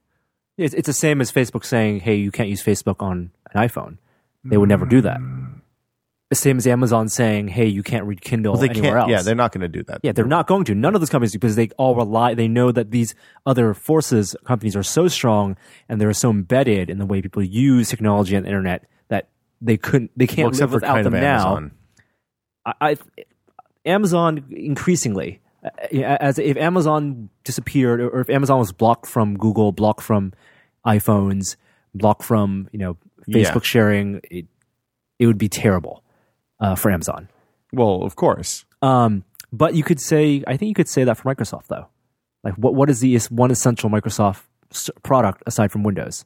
C: It's, it's the same as Facebook saying, hey, you can't use Facebook on an iPhone. They would never do that.
B: Mm.
C: The same as Amazon saying, hey, you can't read Kindle
B: they
C: anywhere
B: can't
C: else.
B: yeah they're not going to do that
C: Yeah, they're not going to. None of those companies because they all rely. They know that these other forces companies are so strong and they're so embedded in the way people use technology and the internet that they couldn't. They can't
B: Well, except
C: live
B: for
C: without
B: kind of
C: them now.
B: amazon
C: I, I, Amazon increasingly, uh, as if Amazon disappeared or if Amazon was blocked from Google, blocked from iPhones, blocked from you know
B: Yeah.
C: Facebook sharing, it it would be terrible uh, for Amazon.
B: well of course
C: Um, but you could say, I think you could say that for Microsoft though. Like, what what is the es- one essential Microsoft s- product aside from Windows?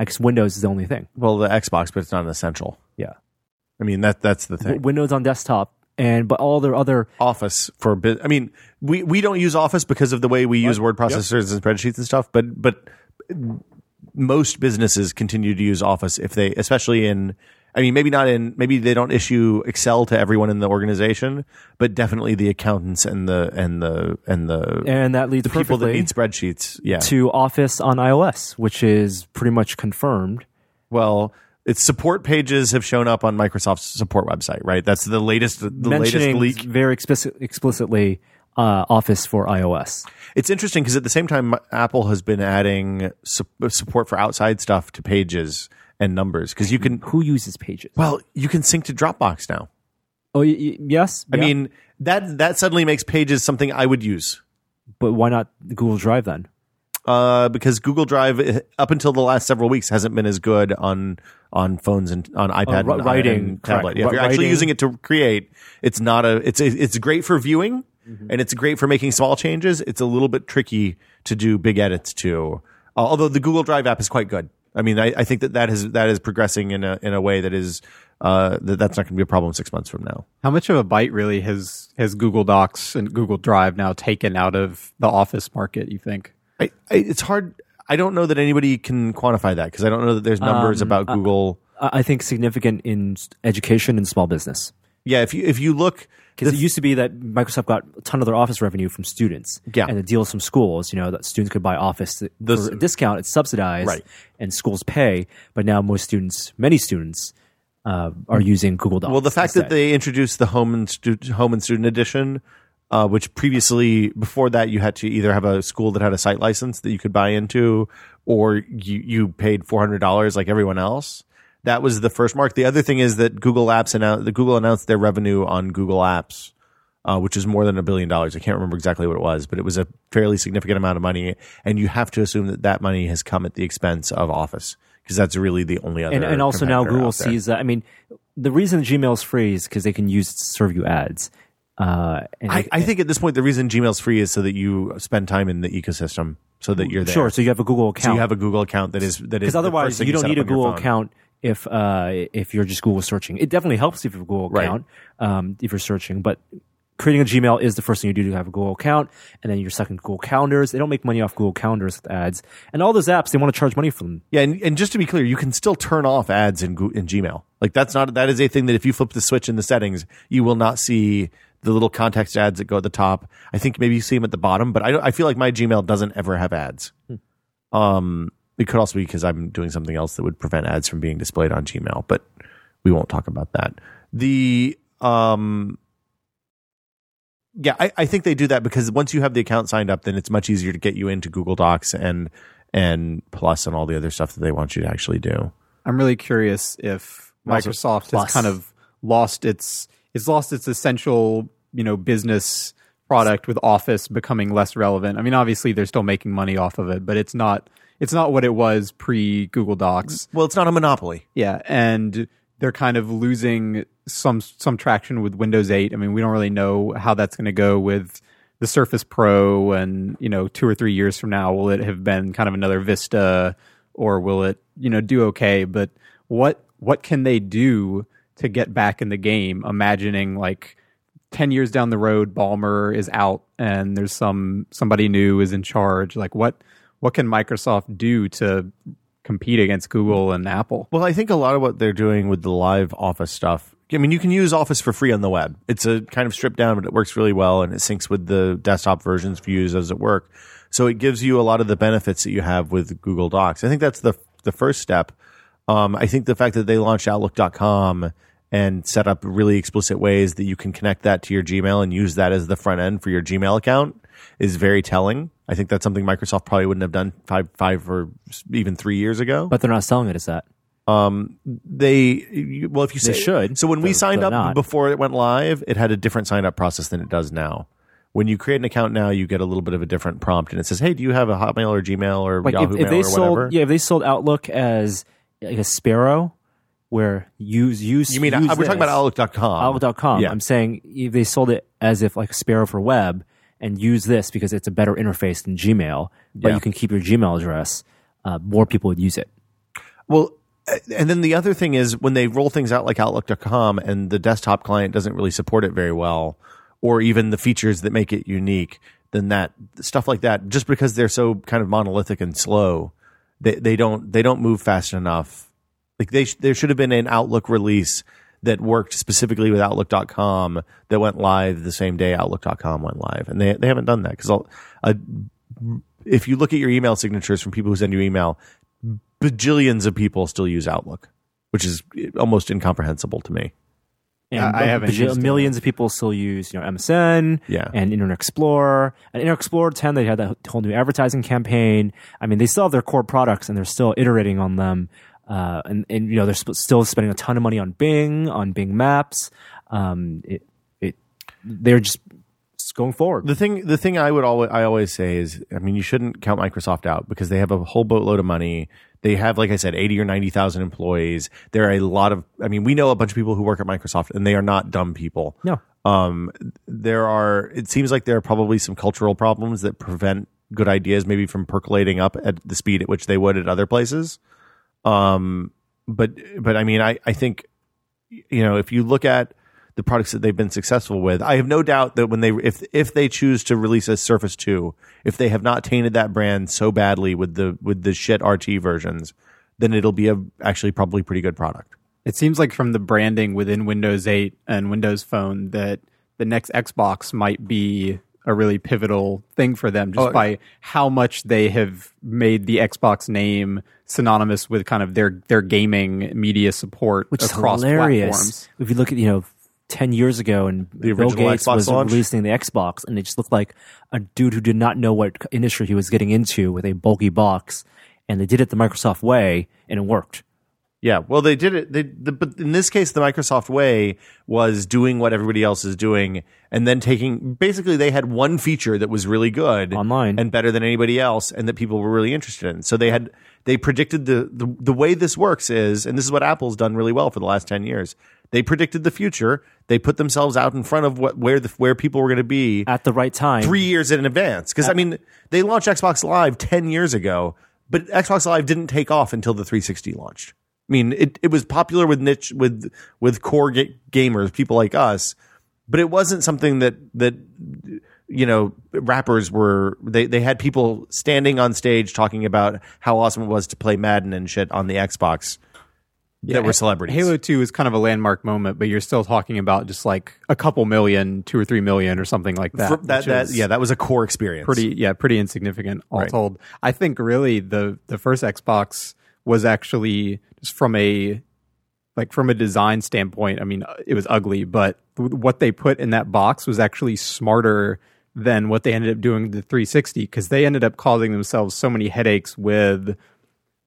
C: I guess Windows is the only thing.
B: well the xbox but it's not an essential
C: Yeah,
B: i mean that that's the thing
C: Windows on desktop, and but all their other
B: office for a bit i mean we we don't use office because of the way we use word processors and spreadsheets and stuff but but most businesses continue to use office if they especially in i mean maybe not in maybe they don't issue excel to everyone in the organization but definitely the accountants and the and the and the
C: and that leads
B: the people that
C: perfectly
B: need spreadsheets yeah
C: to Office on iOS, which is pretty much confirmed.
B: well it's support pages have shown up on microsoft's support website right that's the latest the latest
C: mentioning
B: leak
C: very explicit, explicitly uh, Office for iOS.
B: It's interesting because at the same time, Apple has been adding su- support for outside stuff to pages and numbers because you can.
C: Who uses Pages?
B: Well, you can sync to Dropbox now.
C: Oh, y- y- yes.
B: I
C: yeah.
B: mean that that suddenly makes pages something I would use
C: but why not Google Drive then?
B: uh, because Google Drive eh, up until the last several weeks hasn't been as good on on phones and on iPad
C: wri-
B: and,
C: writing,
B: and tablet.
C: correct.
B: Yeah, if you're actually
C: Writing.
B: using it to create, it's not a it's it's great for viewing
C: Mm-hmm.
B: and it's great for making small changes. It's a little bit tricky to do big edits to. Uh, although the Google Drive app is quite good. I mean, I, I think that that is that is progressing in a in a way that is uh, that that's not going to be a problem six months from now.
D: How much of a bite really has has Google Docs and Google Drive now taken out of the office market? You think?
B: I, I, it's hard. I don't know that anybody can quantify that because I don't know that there's numbers
C: Um,
B: about
C: uh,
B: Google.
C: I I think significant in s- education and small business
B: yeah, if you if you look,
C: because it used to be that Microsoft got a ton of their office revenue from students,
B: Yeah.
C: and the deals from schools. You know that students could buy office th-
B: Those-
C: for a discount; it's subsidized,
B: Right.
C: and schools pay. But now most students, many students, uh, are using Google Docs.
B: Well, the fact that
C: instead.
B: they introduced the home and stu- home and student edition, uh, which previously before that you had to either have a school that had a site license that you could buy into, or you you paid four hundred dollars like everyone else. That was the first mark. The other thing is that Google Apps announced the Google announced their revenue on Google Apps. Uh, which is more than a billion dollars. I can't remember exactly what it was, but it was a fairly significant amount of money. And you have to assume that that money has come at the expense of Office because that's really the only other.
C: and, and also now
B: competitor
C: Google
B: out there.
C: sees that. I mean, the reason Gmail's free is because they can use it to serve you ads. Uh, and
B: I, I think at this point the reason Gmail's free is so that you spend time in the ecosystem, so that you're there.
C: sure. So you have a Google account.
B: So you have a Google account that is that is
C: because
B: the
C: otherwise
B: first thing
C: you don't
B: set
C: need a
B: up on your
C: Google
B: phone.
C: account if uh, if you're just Google searching. It definitely helps if you have a Google
B: Right.
C: account um, if you're searching, but creating a Gmail is the first thing you do to have a Google account, and then you're stuck in Google Calendars. They don't make money off Google Calendars with ads, and all those apps they want to charge money for them.
B: Yeah, and, and just to be clear, you can still turn off ads in Goo- in Gmail. Like that's not that is a thing that if you flip the switch in the settings, you will not see the little context ads that go at the top. I think maybe you see them at the bottom, but I don't, I feel like my Gmail doesn't ever have ads.
C: Hmm.
B: Um, it could also be because I'm doing something else that would prevent ads from being displayed on Gmail, but we won't talk about that. The um. Yeah, I, I think they do that because once you have the account signed up, then it's much easier to get you into Google Docs and and Plus and all the other stuff that they want you to actually do.
D: I'm really curious if
B: Also,
D: Microsoft
C: plus.
D: has kind of lost its it's lost its essential, you know, business product with Office becoming less relevant. I mean, obviously they're still making money off of it, but it's not it's not what it was pre Google Docs.
B: Well, it's not a monopoly.
D: Yeah, and they're kind of losing some some traction with Windows 8. I mean, we don't really know how that's going to go with the Surface Pro, and you know, two or three years from now, will it have been kind of another Vista, or will it you know do okay? But what what can they do to get back in the game? Imagining like 10 years down the road Balmer is out and there's some somebody new is in charge like what what can Microsoft do to compete against Google and Apple
B: Well, I think a lot of what they're doing with the live Office stuff. I mean, you can use Office for free on the web. It's a kind of stripped down, but it works really well and it syncs with the desktop versions for you as it work. So it gives you a lot of the benefits that you have with Google Docs. I think that's the the first step. Um, I think the fact that they launched Outlook.com and set up really explicit ways that you can connect that to your Gmail and use that as the front end for your Gmail account is very telling. I think that's something Microsoft probably wouldn't have done five, five or even three years ago
C: But they're not selling it as that.
B: they you- well if you say,
C: should,
B: so when we
C: but
B: signed
C: they're
B: up
C: not.
B: before it went live it had a different sign up process than it does now when you create an account now you get a little bit of a different prompt and it says hey do you have a hotmail or gmail or
C: Like if,
B: yahoo
C: if
B: mail
C: they
B: or whatever
C: sold, yeah, if they sold Outlook as like a sparrow, where use use
B: you mean uh,
C: use
B: we're talking about
C: this.
B: outlook.com
C: Outlook.com.
B: Um, yeah
C: I'm saying if they sold it as if like Sparrow for web and use this because it's a better interface than Gmail, but
B: Yeah.
C: you can keep your Gmail address. Uh, more people would use it.
B: Well, uh, and then the other thing is when they roll things out like Outlook.com and the desktop client doesn't really support it very well, or even the features that make it unique, then that stuff like that, just because they're so kind of monolithic and slow, they, they don't they don't move fast enough. Like they sh- there should have been an Outlook release that worked specifically with Outlook.com that went live the same day Outlook.com went live, and they they haven't done that because a if you look at your email signatures from people who send you email, bajillions of people still use Outlook, which is almost incomprehensible to me.
D: Yeah,
C: And
D: I have an
C: bajil-
D: interest in
C: millions of people still use you know MSN
B: Yeah.
C: and Internet Explorer. And Internet Explorer 10, they had that whole new advertising campaign. I mean, they still have their core products and they're still iterating on them. Uh, and, and you know they're sp- still spending a ton of money on Bing, on Bing Maps. Um, it, it, they're just going forward.
B: The thing, the thing I would always, I always say is, I mean, you shouldn't count Microsoft out because they have a whole boatload of money. They have, like I said, eighty or ninety thousand employees. There are a lot of, I mean, we know a bunch of people who work at Microsoft, and they are not dumb people.
C: No.
B: Um, there are. It seems like there are probably some cultural problems that prevent good ideas maybe from percolating up at the speed at which they would at other places. Um, but but I mean, I I think you know, if you look at the products that they've been successful with, I have no doubt that when they if if they choose to release a Surface 2, if they have not tainted that brand so badly with the with the shit RT versions, then it'll be a actually probably pretty good product.
D: It seems like from the branding within Windows 8 and Windows Phone that the next Xbox might be a really pivotal thing for them just by how much they have made the Xbox name synonymous with kind of their their gaming media support
C: which is
D: across
C: hilarious.
D: platforms.
C: If you look at you know. 10 years ago and Bill
B: original
C: Gates
B: Xbox
C: was
B: launch?
C: releasing the Xbox and it just looked like a dude who did not know what industry he was getting into with a bulky box and they did it the Microsoft way and it worked.
B: Yeah, well, they did it. They, the, but in this case, the Microsoft way was doing what everybody else is doing, and then taking basically they had one feature that was really good
C: Online.
B: and better than anybody else, and that people were really interested in. So they had they predicted the the, the way this works is, and this is what Apple's done really well for the last ten years. They predicted the future. They put themselves out in front of what where the where people were going to be
C: at the right time.
B: three years in advance. Because I mean, they launched Xbox Live ten years ago, but Xbox Live didn't take off until the 360 launched. I mean, it, it was popular with niche with with core ga- gamers, people like us, but it wasn't something that that you know rappers were. They they had people standing on stage talking about how awesome it was to play Madden and shit on the Xbox. that were celebrities.
D: Halo 2 is kind of a landmark moment, but you're still talking about just like a couple million, two or three million or something like that.
B: For- that,
D: which
B: that-
D: is
B: yeah, that was a core experience.
D: Pretty yeah, pretty insignificant all
B: Right.
D: told. I think really the the first Xbox was actually just from a like from a design standpoint, I mean, uh, it was ugly, but th- what they put in that box was actually smarter than what they ended up doing with the 360 because they ended up causing themselves so many headaches with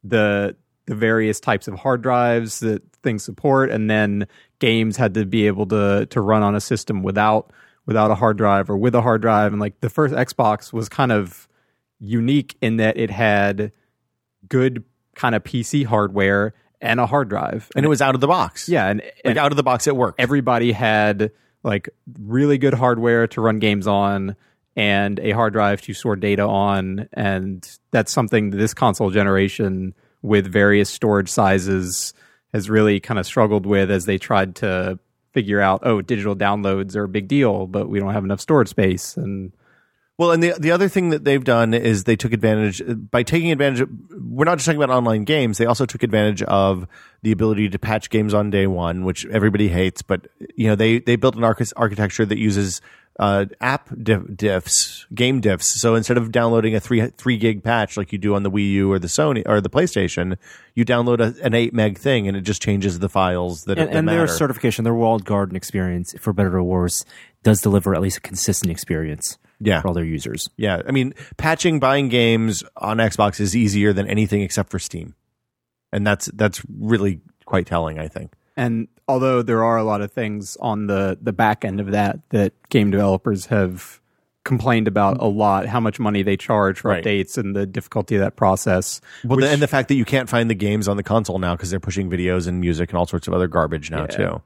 D: the the various types of hard drives that things support, and then games had to be able to to run on a system without without a hard drive or with a hard drive. And like the first Xbox was kind of unique in that it had good kind of PC hardware and a hard drive.
B: and it was out of the box.
D: yeah, and,
B: like
D: and
B: out of the box at work.
D: everybody had like really good hardware to run games on and a hard drive to store data on and that's something that this console generation with various storage sizes has really kind of struggled with as they tried to figure out oh digital downloads are a big deal but we don't have enough storage space and
B: Well, and the the other thing that they've done is they took advantage by taking advantage. Of, we're not just talking about online games; they also took advantage of the ability to patch games on day one, which everybody hates. But you know, they they built an arch- architecture that uses uh, app diff- diffs, game diffs. So instead of downloading a three three gig patch like you do on the Wii U or the Sony or the PlayStation, you download a, an eight meg thing, and it just changes the files that,
C: and,
B: that
C: and their
B: matter.
C: certification, their walled garden experience, for better or worse, does deliver at least a consistent experience
B: Yeah.
C: for all their users.
B: yeah, I mean, patching buying games on Xbox is easier than anything except for Steam, and that's that's really quite telling. I think.
D: and although there are a lot of things on the the back end of that that game developers have complained about a lot how much money they charge for
B: Right.
D: updates and the difficulty of that process
B: Well, the, and the fact that you can't find the games on the console now because they're pushing videos and music and all sorts of other garbage now too.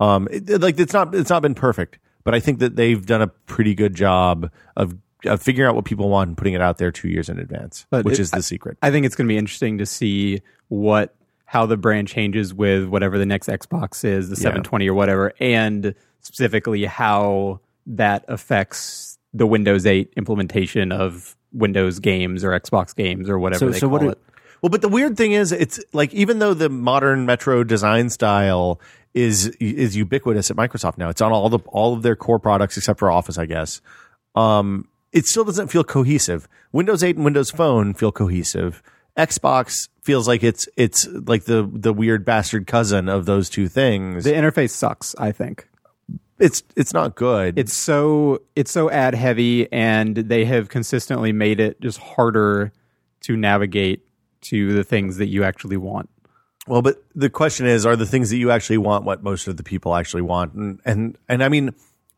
B: Um, it- it- like it's not it's not been perfect, but I think that they've done a pretty good job of of figuring out what people want and putting it out there two years in advance,
D: But
B: which
D: it-
B: is the secret.
D: I think it's going to be interesting to see what how the brand changes with whatever the next Xbox is, the 720 or whatever, and specifically how that affects the Windows 8 implementation of Windows games or Xbox games or whatever
C: So-
D: they
C: so
D: call
C: what do-
D: it.
B: Well, but the weird thing is, it's like even though the modern retro design style is is ubiquitous at Microsoft now, it's on all the all of their core products except for Office, I guess. Um, it still doesn't feel cohesive. Windows 8 and Windows Phone feel cohesive. Xbox feels like it's it's like the the weird bastard cousin of those two things.
D: The interface sucks, I think.
B: it's it's not good.
D: it's so it's so ad heavy and they have consistently made it just harder to navigate to the things that you actually want
B: Well, but the question is, are the things that you actually want what most of the people actually want? And and, and I mean,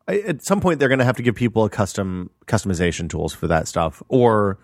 B: I- at some point they're going to have to give people a custom customization tools for that stuff, or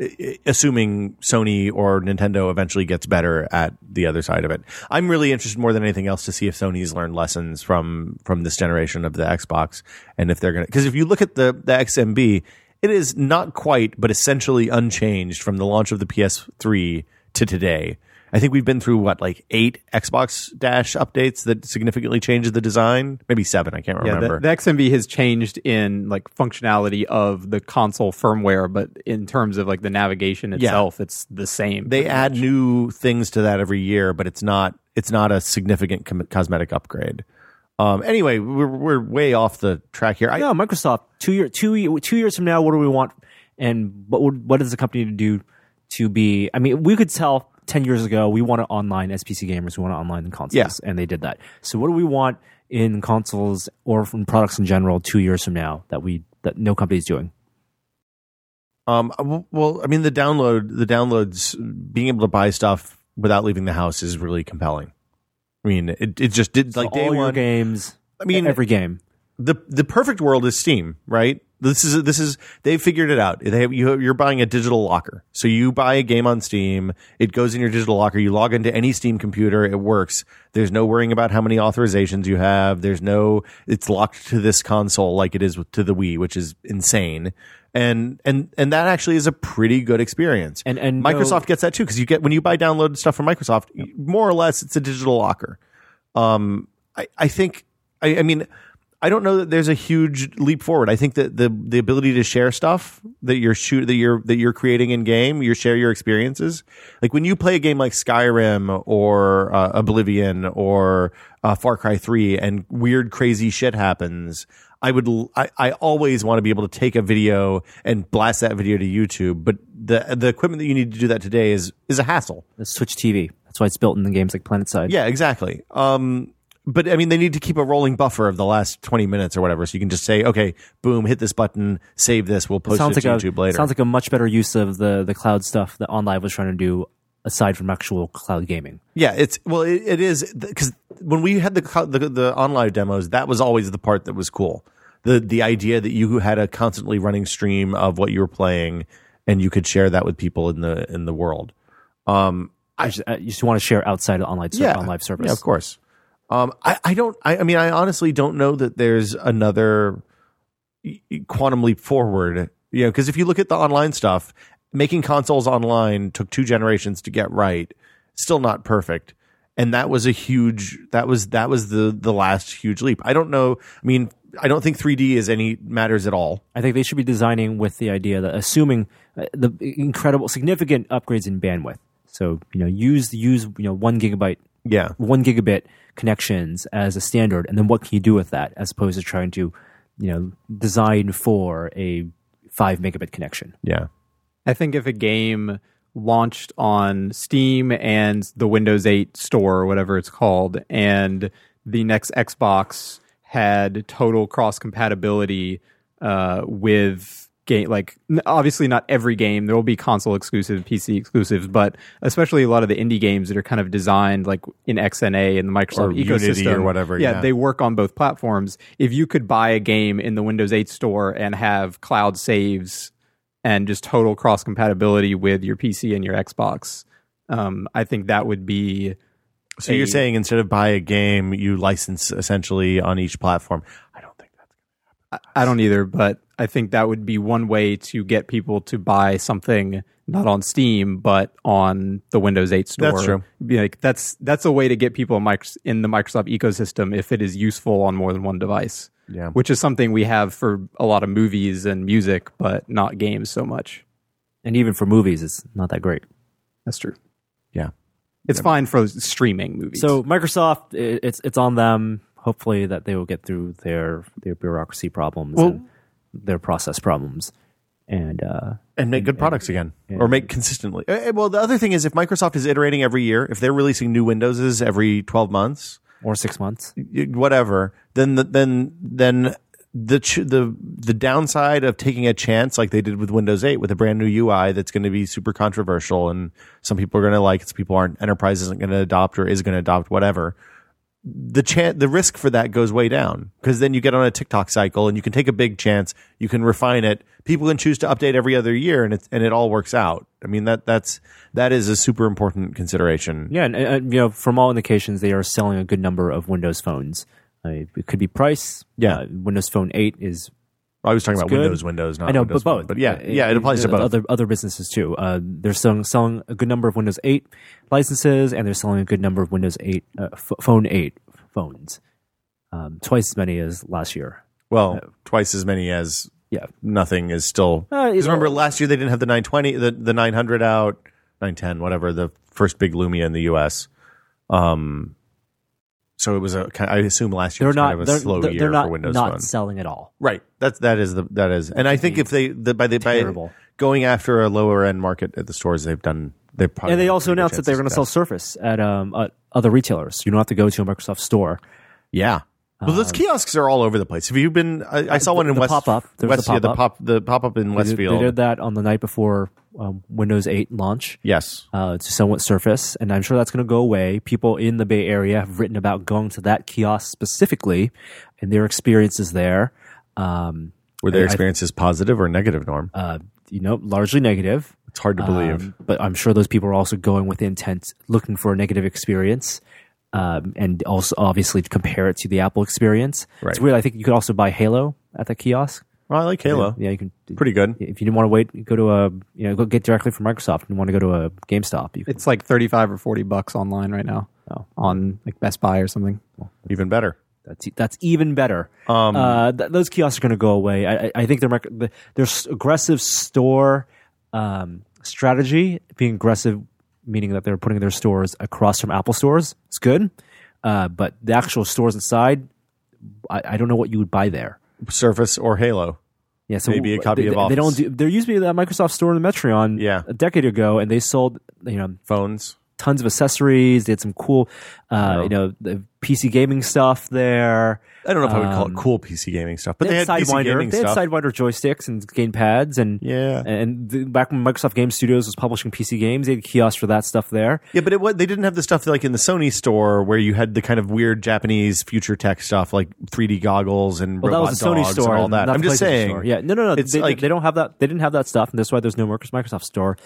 B: i- i- assuming Sony or Nintendo eventually gets better at the other side of it. I'm really interested more than anything else to see if Sony's learned lessons from from this generation of the Xbox, and if they're going to because if you look at the the XMB, it is not quite, but essentially unchanged from the launch of the PS3 to today. I think we've been through what like eight Xbox Dash updates that significantly changed the design. Maybe seven. I can't
D: Yeah,
B: remember.
D: the, the XMV has changed in like functionality of the console firmware, but in terms of like the navigation itself, it's the same.
B: they add new things to that every year, but it's not it's not a significant com- cosmetic upgrade. Um, anyway, we're we're way off the track here. I,
C: Yeah, Microsoft. Two year, two ye- two years from now, what do we want? And what would, what does the company to do to be? I mean, we could tell ten years ago we want to online as PC gamers, we want to online in consoles, and they did that. So what do we want in consoles or from products in general? Two years from now, that we that no company is doing.
B: Um, w- well, I mean the download the downloads being able to buy stuff without leaving the house is really compelling. I mean, it, it just did like
C: All
B: day
C: your
B: one.
C: games.
B: I mean,
C: every game.
B: the the perfect world is Steam, right? This is this is they figured it out. They have, you, you're buying a digital locker, so you buy a game on Steam. It goes in your digital locker. You log into any Steam computer. It works. There's no worrying about how many authorizations you have. There's no it's locked to this console like it is with- to the Wii, which is insane. And and and that actually is a pretty good experience.
C: And- and no-
B: Microsoft gets that too because you get when you buy downloaded stuff from Microsoft, more or less it's a digital locker. I, I think I, I mean I don't know that there's a huge leap forward. I think that the the ability to share stuff that you're shoot that you're that you're creating in game, you share your experiences. Like when you play a game like Skyrim or uh, Oblivion or uh, Far Cry Three, and weird crazy shit happens. I would l- I, I always want to be able to take a video and blast that video to YouTube, but the the equipment that you need to do that today is is a hassle.
C: The Switch TV. That's why it's built in the games like PlanetSide.
B: Yeah, exactly. Um, but I mean, they need to keep a rolling buffer of the last twenty minutes or whatever, so you can just say, okay, boom, hit this button, save this, we'll post
C: sounds
B: it
C: like
B: to
C: a
B: YouTube later.
C: sounds like a much better use of the the cloud stuff that OnLive was trying to do aside from actual cloud gaming.
B: yeah, it's well, it, it is because when we had the, co- the the online demos, that was always the part that was cool. The the idea that you had a constantly running stream of what you were playing, and you could share that with people in the in the world. Um,
C: I just, I uh, just want to share outside of OnLive ser- OnLive service.
B: Yeah, of course. Um, I, I don't. I, I mean, I honestly don't know that there's another y- y- quantum leap forward. You know, because if you look at the online stuff, making consoles online took two generations to get right. Still not perfect, and that was a huge. That was that was the the last huge leap. I don't know. I mean, I don't think 3D is any matters at all.
C: I think they should be designing with the idea that assuming uh, the incredible significant upgrades in bandwidth. So you know, use use you know one gigabyte,
B: Yeah.
C: one gigabit connections as a standard, and then what can you do with that as opposed to trying to you know design for a five megabit connection.
B: Yeah.
D: I think if a game launched on Steam and the Windows 8 store or whatever it's called, and the next Xbox had total cross compatibility uh, with game, like n- obviously not every game. There will be console exclusive, PC exclusives, but especially a lot of the indie games that are kind of designed like in XNA and the Microsoft
B: Or
D: ecosystem
B: Unity or whatever, yeah.
D: yeah, they work on both platforms. If you could buy a game in the Windows 8 store and have cloud saves and just total cross compatibility with your PC and your Xbox, um, I think that would be
B: So you're
D: a-
B: saying instead of buy a game, you license essentially on each platform. I don't think that's
D: I don't either, but I think that would be one way to get people to buy something not on Steam but on the Windows 8 store.
B: That's true.
D: Be Like that's that's a way to get people in, micro in the Microsoft ecosystem if it is useful on more than one device.
B: Yeah.
D: which is something we have for a lot of movies and music, but not games so much.
C: And even for movies, it's not that great.
D: That's true.
B: yeah.
D: It's fine for streaming movies.
C: So Microsoft, i- it's it's on them. Hopefully that they will get through their their bureaucracy problems, and their process problems, and uh,
B: and make good products again or make consistently. Eh, eh, Well, the other thing is if Microsoft is iterating every year, if they're releasing new Windowses every 12 months,
C: or six months.
B: y- whatever, then the, then then the ch- the the downside of taking a chance like they did with Windows 8 with a brand new UI that's going to be super controversial and some people are going to like it, some people aren't enterprise isn't going to adopt or is going to adopt whatever the chan the risk for that goes way down because then you get on a TikTok cycle and you can take a big chance. You can refine it. People can choose to update every other year, and it and it all works out. I mean that that's that is a super important consideration.
C: Yeah, and, and you know, from all indications, they are selling a good number of Windows phones. Uh, it could be price.
B: Yeah.
C: Uh, Windows Phone Eight is uh,
B: I was talking about
C: good.
B: Windows, Windows, not
C: I know,
B: Windows
C: but
B: Phone,
C: both.
B: But yeah, yeah, it applies to both.
C: Other other businesses too. Uh, they're selling selling a good number of Windows 8 licenses, and they're selling a good number of Windows 8 uh, ph Phone 8 phones, um, twice as many as last year.
B: well, twice as many as
C: Yeah.
B: nothing is still. Because
C: Uh, it's-
B: remember last year they didn't have the 920, the the 900 out, 910, whatever the first big Lumia in the U.S. Um, so it was a. I assume last year
C: They're
B: was
C: not.
B: kind of a
C: they're,
B: slow
C: they're,
B: year
C: they're not
B: for Windows
C: not
B: Phone.
C: selling at all.
B: Right. That's that is the that is, and I think if they the, by the by
C: Terrible.
B: going after a lower end market at the stores, they've done they probably
C: And they
B: have
C: also
B: pretty good
C: announced that they're going to
B: chances
C: sell
B: of
C: Surface at um at other retailers. You don't have to go to a Microsoft store.
B: that. Yeah. Well, those kiosks are all over the place. Have you been? I, I saw one in
C: Uh, the
B: West
C: pop-up. There was
B: West,
C: the
B: yeah, the pop
C: pop-up.
B: the pop up in
C: They did-
B: Westfield.
C: They did that on the night before um, Windows 8 launch.
B: Yes.
C: uh, to somewhat surface, and I'm sure that's going to go away. People in the Bay Area have written about going to that kiosk specifically and their experiences there. Um,
B: Were their
C: I- I-
B: experiences positive or negative, Norm?
C: uh, you know, largely negative.
B: It's hard to believe.
C: Um, but I'm sure those people are also going with intent, looking for a negative experience, um, and also obviously to compare it to the Apple experience.
B: Right.
C: It's weird. I think you could also buy Halo at the kiosk.
B: well, I like Halo.
C: Yeah, you can.
B: Pretty good.
C: If you didn't want to wait, go to a you know go get directly from Microsoft. and want to go to a GameStop, you can,
D: It's like 35 or 40 bucks online right now
C: Oh.
D: on like Best Buy or something.
B: Even better.
C: that's that's even better.
B: Um,
C: uh, th- those kiosks are going to go away. I, I, I think their mic- the, their s- aggressive store um, strategy, being aggressive, meaning that they're putting their stores across from Apple stores, it's good. Uh, but the actual stores inside, I, I don't know what you would buy there.
B: Surface or Halo.
C: Yeah, so
B: Maybe a
C: w-
B: copy
C: they,
B: of
C: they
B: Office.
C: don't do. There used to be that Microsoft store in the Metreon,
B: Yeah.
C: a decade ago, and they sold you know
B: Phones.
C: tons of accessories. They had some cool, uh,
B: Oh.
C: you know, the PC gaming stuff there.
B: I don't know if I would call it
C: Um,
B: cool PC gaming stuff, but they had, PC
C: Sidewinder.
B: gaming
C: They had
B: stuff.
C: Sidewinder joysticks and game pads, and
B: Yeah.
C: and the, back when Microsoft Game Studios was publishing PC games, they had kiosks for that stuff there.
B: yeah, but it, wa- they didn't have the stuff like in the Sony store where you had the kind of weird Japanese future tech stuff like 3D goggles and
C: Well, that
B: robot
C: was the Sony
B: dogs
C: store.
B: and all that.
C: not
B: I'm
C: the
B: just
C: PlayStation
B: saying.
C: store. Yeah, no, no, no.
B: It's
C: they,
B: like-
C: they don't have that. They didn't have that stuff, and that's why there's no Microsoft Microsoft store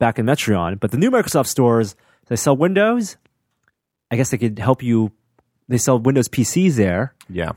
C: back in Metreon. But the new Microsoft stores, they sell Windows. I guess they could help you. They sell Windows PCs there,
B: Yeah.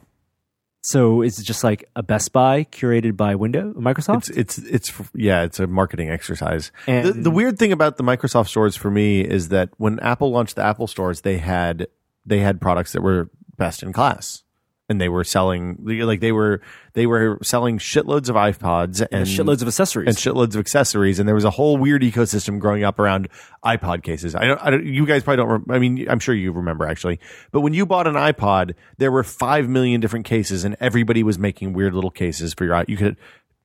C: so it's just like a Best Buy curated by Windows Microsoft.
B: It's it's it's yeah, it's a marketing exercise. the,
C: And-
B: the weird thing about the Microsoft stores for me is that when Apple launched the Apple stores, they had they had products that were best in class, and they were selling like they were they were selling shitloads of iPods and,
C: and shitloads of accessories.
B: and shitloads of accessories, and there was a whole weird ecosystem growing up around iPod cases. I don't, I don't you guys probably don't. Rem- I mean, I'm sure you remember actually, but when you bought an iPod, there were five million different cases, and everybody was making weird little cases for your. i- You could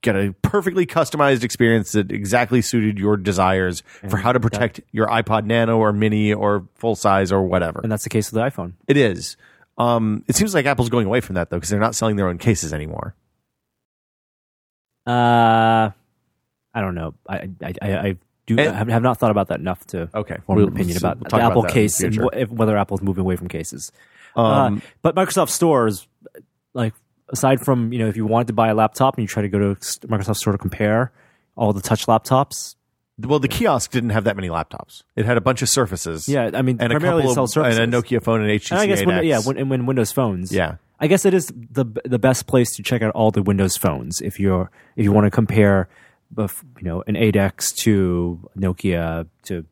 B: get a perfectly customized experience that exactly suited your desires for how to protect your iPod Nano or Mini or full size or whatever.
C: and that's the case with the iPhone.
B: It is. Um, it seems like Apple's going away from that though, because they're not selling their own cases anymore.
C: Uh, I don't know. I I I, I do
B: And-
C: I have have not thought about that enough to
B: Okay.
C: form
B: We'll-
C: an opinion
B: so
C: about
B: we'll
C: the
B: talk about
C: Apple
B: that in the
C: case and
B: future.
C: wh- if, whether Apple's moving away from cases.
B: Um,
C: uh, but Microsoft stores, like aside from you know, if you wanted to buy a laptop and you try to go to s- Microsoft Store to compare all the touch laptops,
B: Well, the kiosk didn't have that many laptops. It had a bunch of Surfaces.
C: yeah, I mean,
B: and a
C: primarily
B: couple
C: sell
B: of,
C: Surfaces.
B: and a Nokia phone and HTC
C: And I guess, when,
B: 8X.
C: yeah, when, and when Windows phones,
B: Yeah.
C: I guess it is the the best place to check out all the Windows phones if you're if you want to compare, bef- you know, an 8x to Nokia to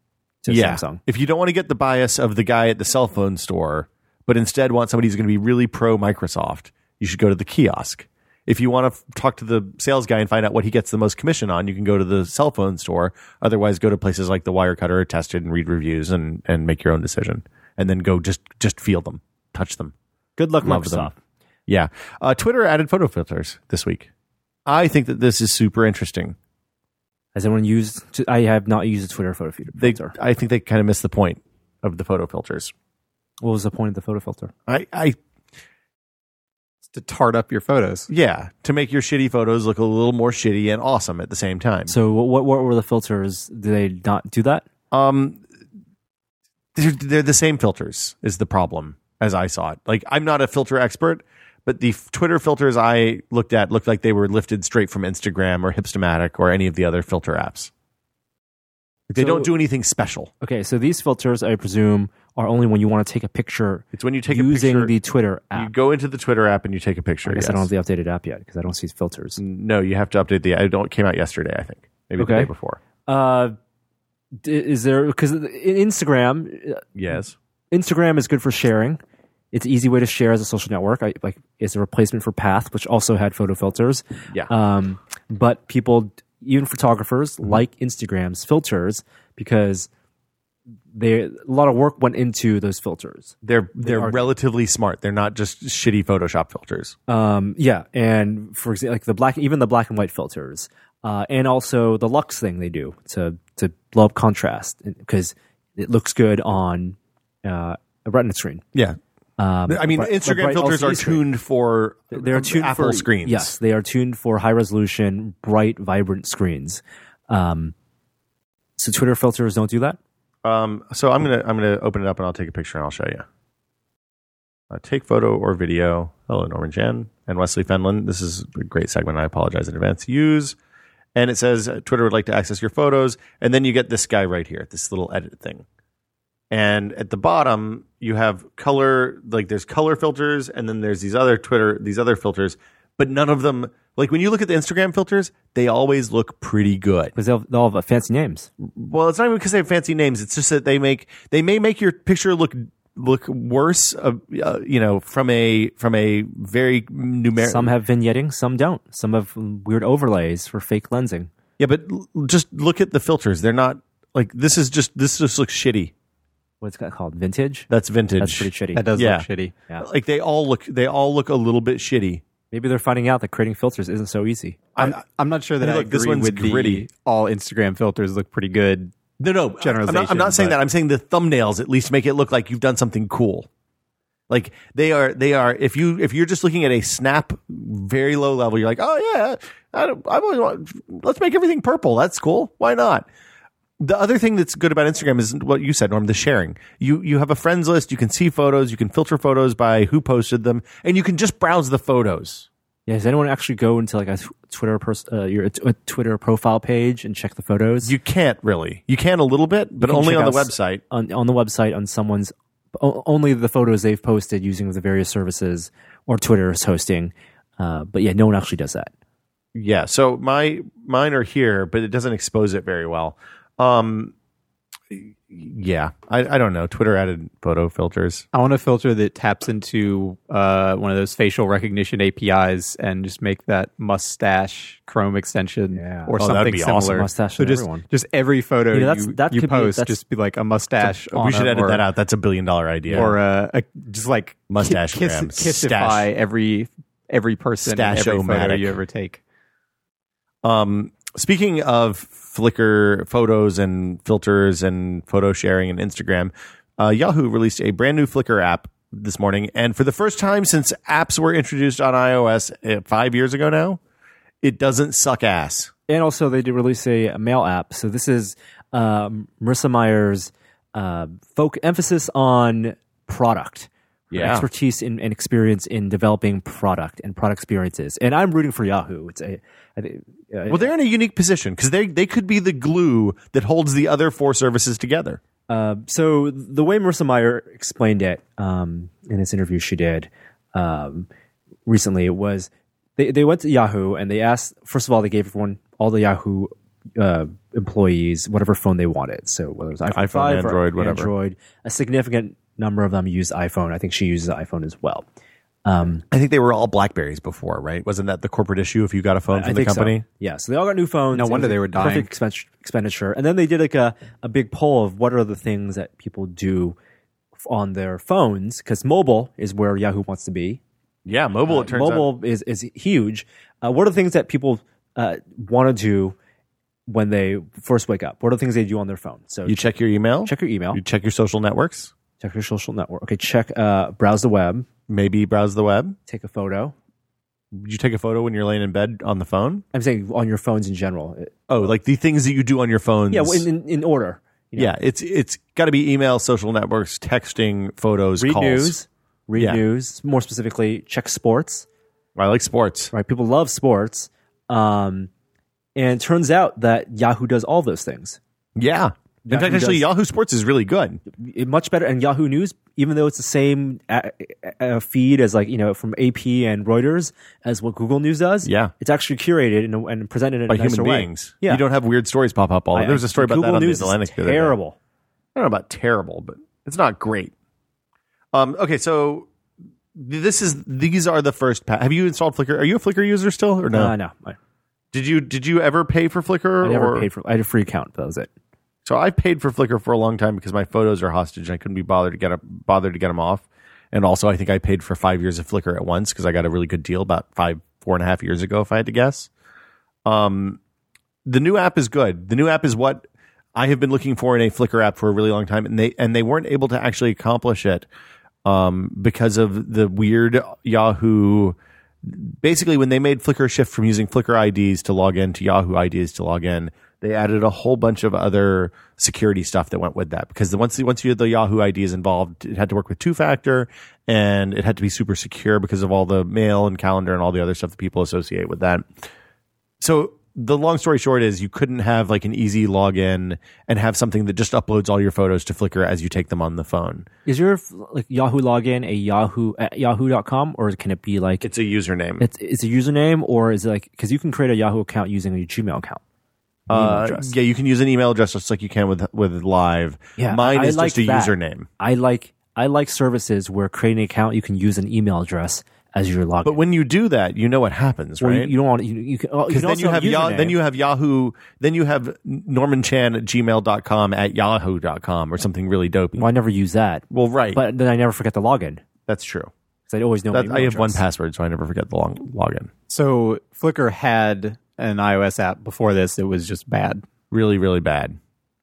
C: to
B: yeah.
C: Samsung.
B: If you don't want to get the bias of the guy at the cell phone store, but instead want somebody who's going to be really pro Microsoft, you should go to the kiosk. If you want to f- talk to the sales guy and find out what he gets the most commission on, you can go to the cell phone store. Otherwise, go to places like the Wirecutter or Tested and read reviews and, and make your own decision. And then go just just feel them, touch them.
C: Good luck,
B: Love
C: Microsoft.
B: them. Yeah. Uh, Twitter added photo filters this week. I think that this is super interesting.
C: Has anyone used? To, I have not used a Twitter photo filter.
B: They, I think they kind of missed the point of the photo filters.
C: what was the point of the photo filter?
B: I, I,
D: It's to tart up your photos.
B: yeah, to make your shitty photos look a little more shitty and awesome at the same time.
C: So what what, what were the filters? Did they not do that?
B: Um, they're, they're the same filters is the problem as I saw it. Like I'm not a filter expert, but the f- Twitter filters I looked at looked like they were lifted straight from Instagram or Hipstamatic or any of the other filter apps. They
C: So-
B: don't do anything special.
C: Okay, so these filters, I presume, are only when you want to take a picture
B: It's when you take
C: using
B: a picture,
C: the Twitter
B: you
C: app.
B: go into the Twitter app and you take a picture.
C: I guess
B: yes. Mm.
C: I don't have the updated app yet because I don't see filters.
B: No, you have to update the. I don't it came out yesterday. I think maybe the
C: Okay.
B: day before.
C: Uh, d- is there because Instagram
B: Yes.
C: Instagram is good for sharing. It's an easy way to share as a social network. I, like it's a replacement for Path, which also had photo filters.
B: Yeah.
C: Um, but people, even photographers, like Instagram's filters because they a lot of work went into those filters.
B: They're they're
C: are-
B: relatively smart. They're not just shitty Photoshop filters.
C: Um, yeah, and for example, like the black, even the black and white filters, uh, and also the Lux thing they do to to blow up contrast because it looks good on uh, a Retina screen.
B: Yeah.
C: Um,
B: I mean,
C: but- but
B: Instagram
C: bright
B: filters
C: LCD
B: are
C: screen.
B: tuned for
C: They are tuned
B: Apple
C: for
B: screens.
C: Yes, they are tuned for high resolution, bright, vibrant screens. Um, so Twitter filters don't do that.
B: Um. So I'm gonna I'm gonna open it up and I'll take a picture and I'll show you. uh, take photo or video. Hello, Norman Jen and Wesley Fenlon. This is a great segment. I apologize in advance. Use. And it says uh, Twitter would like to access your photos. And then you get this guy right here, this little edit thing. And at the bottom, you have color, like there's color filters, and then there's these other Twitter, these other filters, but none of them, like when you look at the Instagram filters, they always look pretty good.
C: because they all, they all have fancy names.
B: Well, it's not even because they have fancy names. It's just that they make they may make your picture look look worse, uh, uh, you know, from a from a very numeric.
C: Some have vignetting, some don't. Some have weird overlays for fake lensing.
B: yeah, but l- just look at the filters. They're not like this is just this just looks shitty.
C: What's that called? Vintage.
B: That's vintage.
C: That's pretty shitty.
D: That does
B: Yeah.
D: look shitty.
C: Yeah.
B: Like they all look they all look a little bit shitty.
C: Maybe they're finding out that creating filters isn't so easy.
D: I'm, I'm not sure that
B: Hey,
D: I
B: look,
D: agree
B: this one's
D: with
B: gritty.
D: the all Instagram filters look pretty good.
B: No, no, I'm not, I'm
D: Generalization,
B: not saying
D: but-
B: that. I'm saying the thumbnails at least make it look like you've done something cool. Like they are, they are. If you if you're just looking at a snap, very low level, you're like, oh yeah, I, don't- I really want. Let's make everything purple. That's cool. Why not? The other thing that's good about Instagram is what you said, Norm. The sharing. You you have a friends list. You can see photos. You can filter photos by who posted them, and you can just browse the photos.
C: Yeah, does anyone actually go into like a tw- Twitter pers- uh, your t- a Twitter profile page and check the photos?
B: You can't really. You can a little bit, but
C: can
B: only
C: check
B: on the
C: out s-
B: website.
C: on, on the website on someone's o- only the photos they've posted using the various services or Twitter is hosting. Uh, but yeah, no one actually does that.
B: yeah so my mine are here but it doesn't expose it very well um yeah i, I don't know twitter added photo filters
D: I want a filter that taps into uh, one of those facial recognition APIs and just make that mustache Chrome extension
C: Yeah.
D: or
B: Oh, that'd
D: something
B: be
D: similar.
B: awesome.
C: Mustache
D: so
C: in
D: just
C: everyone.
D: just every photo
C: You know, that's-
D: you,
C: that
D: you
C: could be-
D: post
C: that's-
D: just be like a mustache. on
B: we should
D: it
B: edit
D: or,
B: that out that's a billion dollar idea
D: or uh, a, a just like
B: Mustache
D: ki-
B: grams.
D: kissify
B: Stash.
D: every every person and every photo
B: Stash-o-matic.
D: you ever take.
B: Um, speaking of Flickr photos and filters and photo sharing and Instagram, uh, Yahoo released a brand new Flickr app this morning, and for the first time since apps were introduced on iOS uh, five years ago now, it doesn't suck ass.
C: And also, they did release a, a mail app. So this is um, Marissa Meyer's uh, folk emphasis on product, her
B: Yeah.
C: expertise in, and experience in developing product and product experiences. And I'm rooting for Yahoo. It's a, I think- uh,
B: Well, they're in a unique position because they they could be the glue that holds the other four services together.
C: Uh, so the way Marissa Meyer explained it um, in this interview she did um, recently was they, they went to Yahoo and they asked first of all they gave everyone all the Yahoo uh, employees whatever phone they wanted so whether it was iPhone,
B: iPhone,
C: 5 or
B: Android, whatever.
C: Android a significant number of them use iPhone I think she uses iPhone as well
B: I think they were all Blackberries before, right? Wasn't that the corporate issue if you got a phone
C: I
B: from the
C: think so.
B: company?
C: Yeah, so they all got new phones. No
D: wonder they were dying.
C: Perfect expen- expenditure, and then they did like a, a big poll of what are the things that people do f- on their phones because mobile is where Yahoo wants to be.
B: Yeah, Uh, mobile. it turns out.
C: mobile is is huge. Uh, what are the things that people uh, want to do when they first wake up? What are the things they do on their phone? So
B: You check your email.
C: check your email,
B: You check your social networks.
C: check your social network. Okay, check uh, browse the web,
B: Maybe browse the web.
C: take a photo.
B: You take a photo when you're laying in bed on the phone.
C: I'm saying on your phones in general.
B: Oh, like the things that you do on your phones.
C: Yeah, well, in, in, in order. you know.
B: yeah. It's it's got to be email, social networks, texting, photos,
C: read
B: calls.
C: news, read
B: Yeah.
C: news. More specifically, check sports.
B: I like sports.
C: Right, people love sports, um, and it turns out that Yahoo does all those things
B: Yeah. In fact,
C: Yahoo
B: actually,
C: does-
B: Yahoo Sports is really good.
C: It- much better. And Yahoo News, even though it's the same uh, uh, feed as like you know from AP and Reuters as what Google News does,
B: Yeah.
C: it's actually curated and, and presented in
B: By
C: a nicer
B: human
C: way.
B: beings.
C: Yeah,
B: You don't have weird stories pop up all
C: I-
B: There was a story about
C: Google
B: that on
C: News
B: the Atlantic.
C: Is
B: the other day.
C: terrible.
B: I don't know about terrible, but it's not great. Um, okay, so th- this is these are the first. Pa- Have you installed Flickr? Are you a Flickr user still or no?
C: Uh, no, I,
B: Did you did you ever pay for Flickr?
C: I never
B: or-
C: paid for. I had a free account, but that was it.
B: So I've paid for Flickr for a long time because my photos are hostage and I couldn't be bothered to get up, bothered to get them off. And also, I think I paid for five years of Flickr at once because I got a really good deal about five, four and a half years ago, if I had to guess. Um, the new app is good. The new app is what I have been looking for in a Flickr app for a really long time, and they and they weren't able to actually accomplish it um, because of the weird Yahoo. Basically, when they made Flickr shift from using Flickr IDs to log in to Yahoo IDs to log in, they added a whole bunch of other security stuff that went with that because the, once the, once you had the Yahoo IDs involved, it had to work with two factor and it had to be super secure because of all the mail and calendar and all the other stuff that people associate with that. So the long story short is you couldn't have like an easy login and have something that just uploads all your photos to Flickr as you take them on the phone.
C: Is your like Yahoo login a Yahoo at Yahoo.com or can it be like
B: It's a username.
C: it's it's a username or is it like because you can create a Yahoo account using your Gmail account.
B: Uh, yeah, you can use an email address just like you can with with Live.
C: Yeah,
B: mine
C: I- I
B: is
C: like
B: just a
C: that.
B: username.
C: I like I like services where creating an account you can use an email address as your login.
B: But when you do that, you know what happens,
C: Or you-
B: right?
C: you, don't want you, you can oh, you
B: Because
C: can
B: then
C: also
B: you have Yah
C: username.
B: then you have Yahoo, then you have Norman Chan at gmail.com at yahoo.com or something really dopey.
C: Well, I never use that,
B: Well, right.
C: but then I never forget to log in
B: That's true.
C: because I always know. my
B: That,
C: email
B: I have one
C: address.
B: password, so I never forget the long login.
D: So Flickr had an iOS app before this. It was just bad.
B: Really, really bad.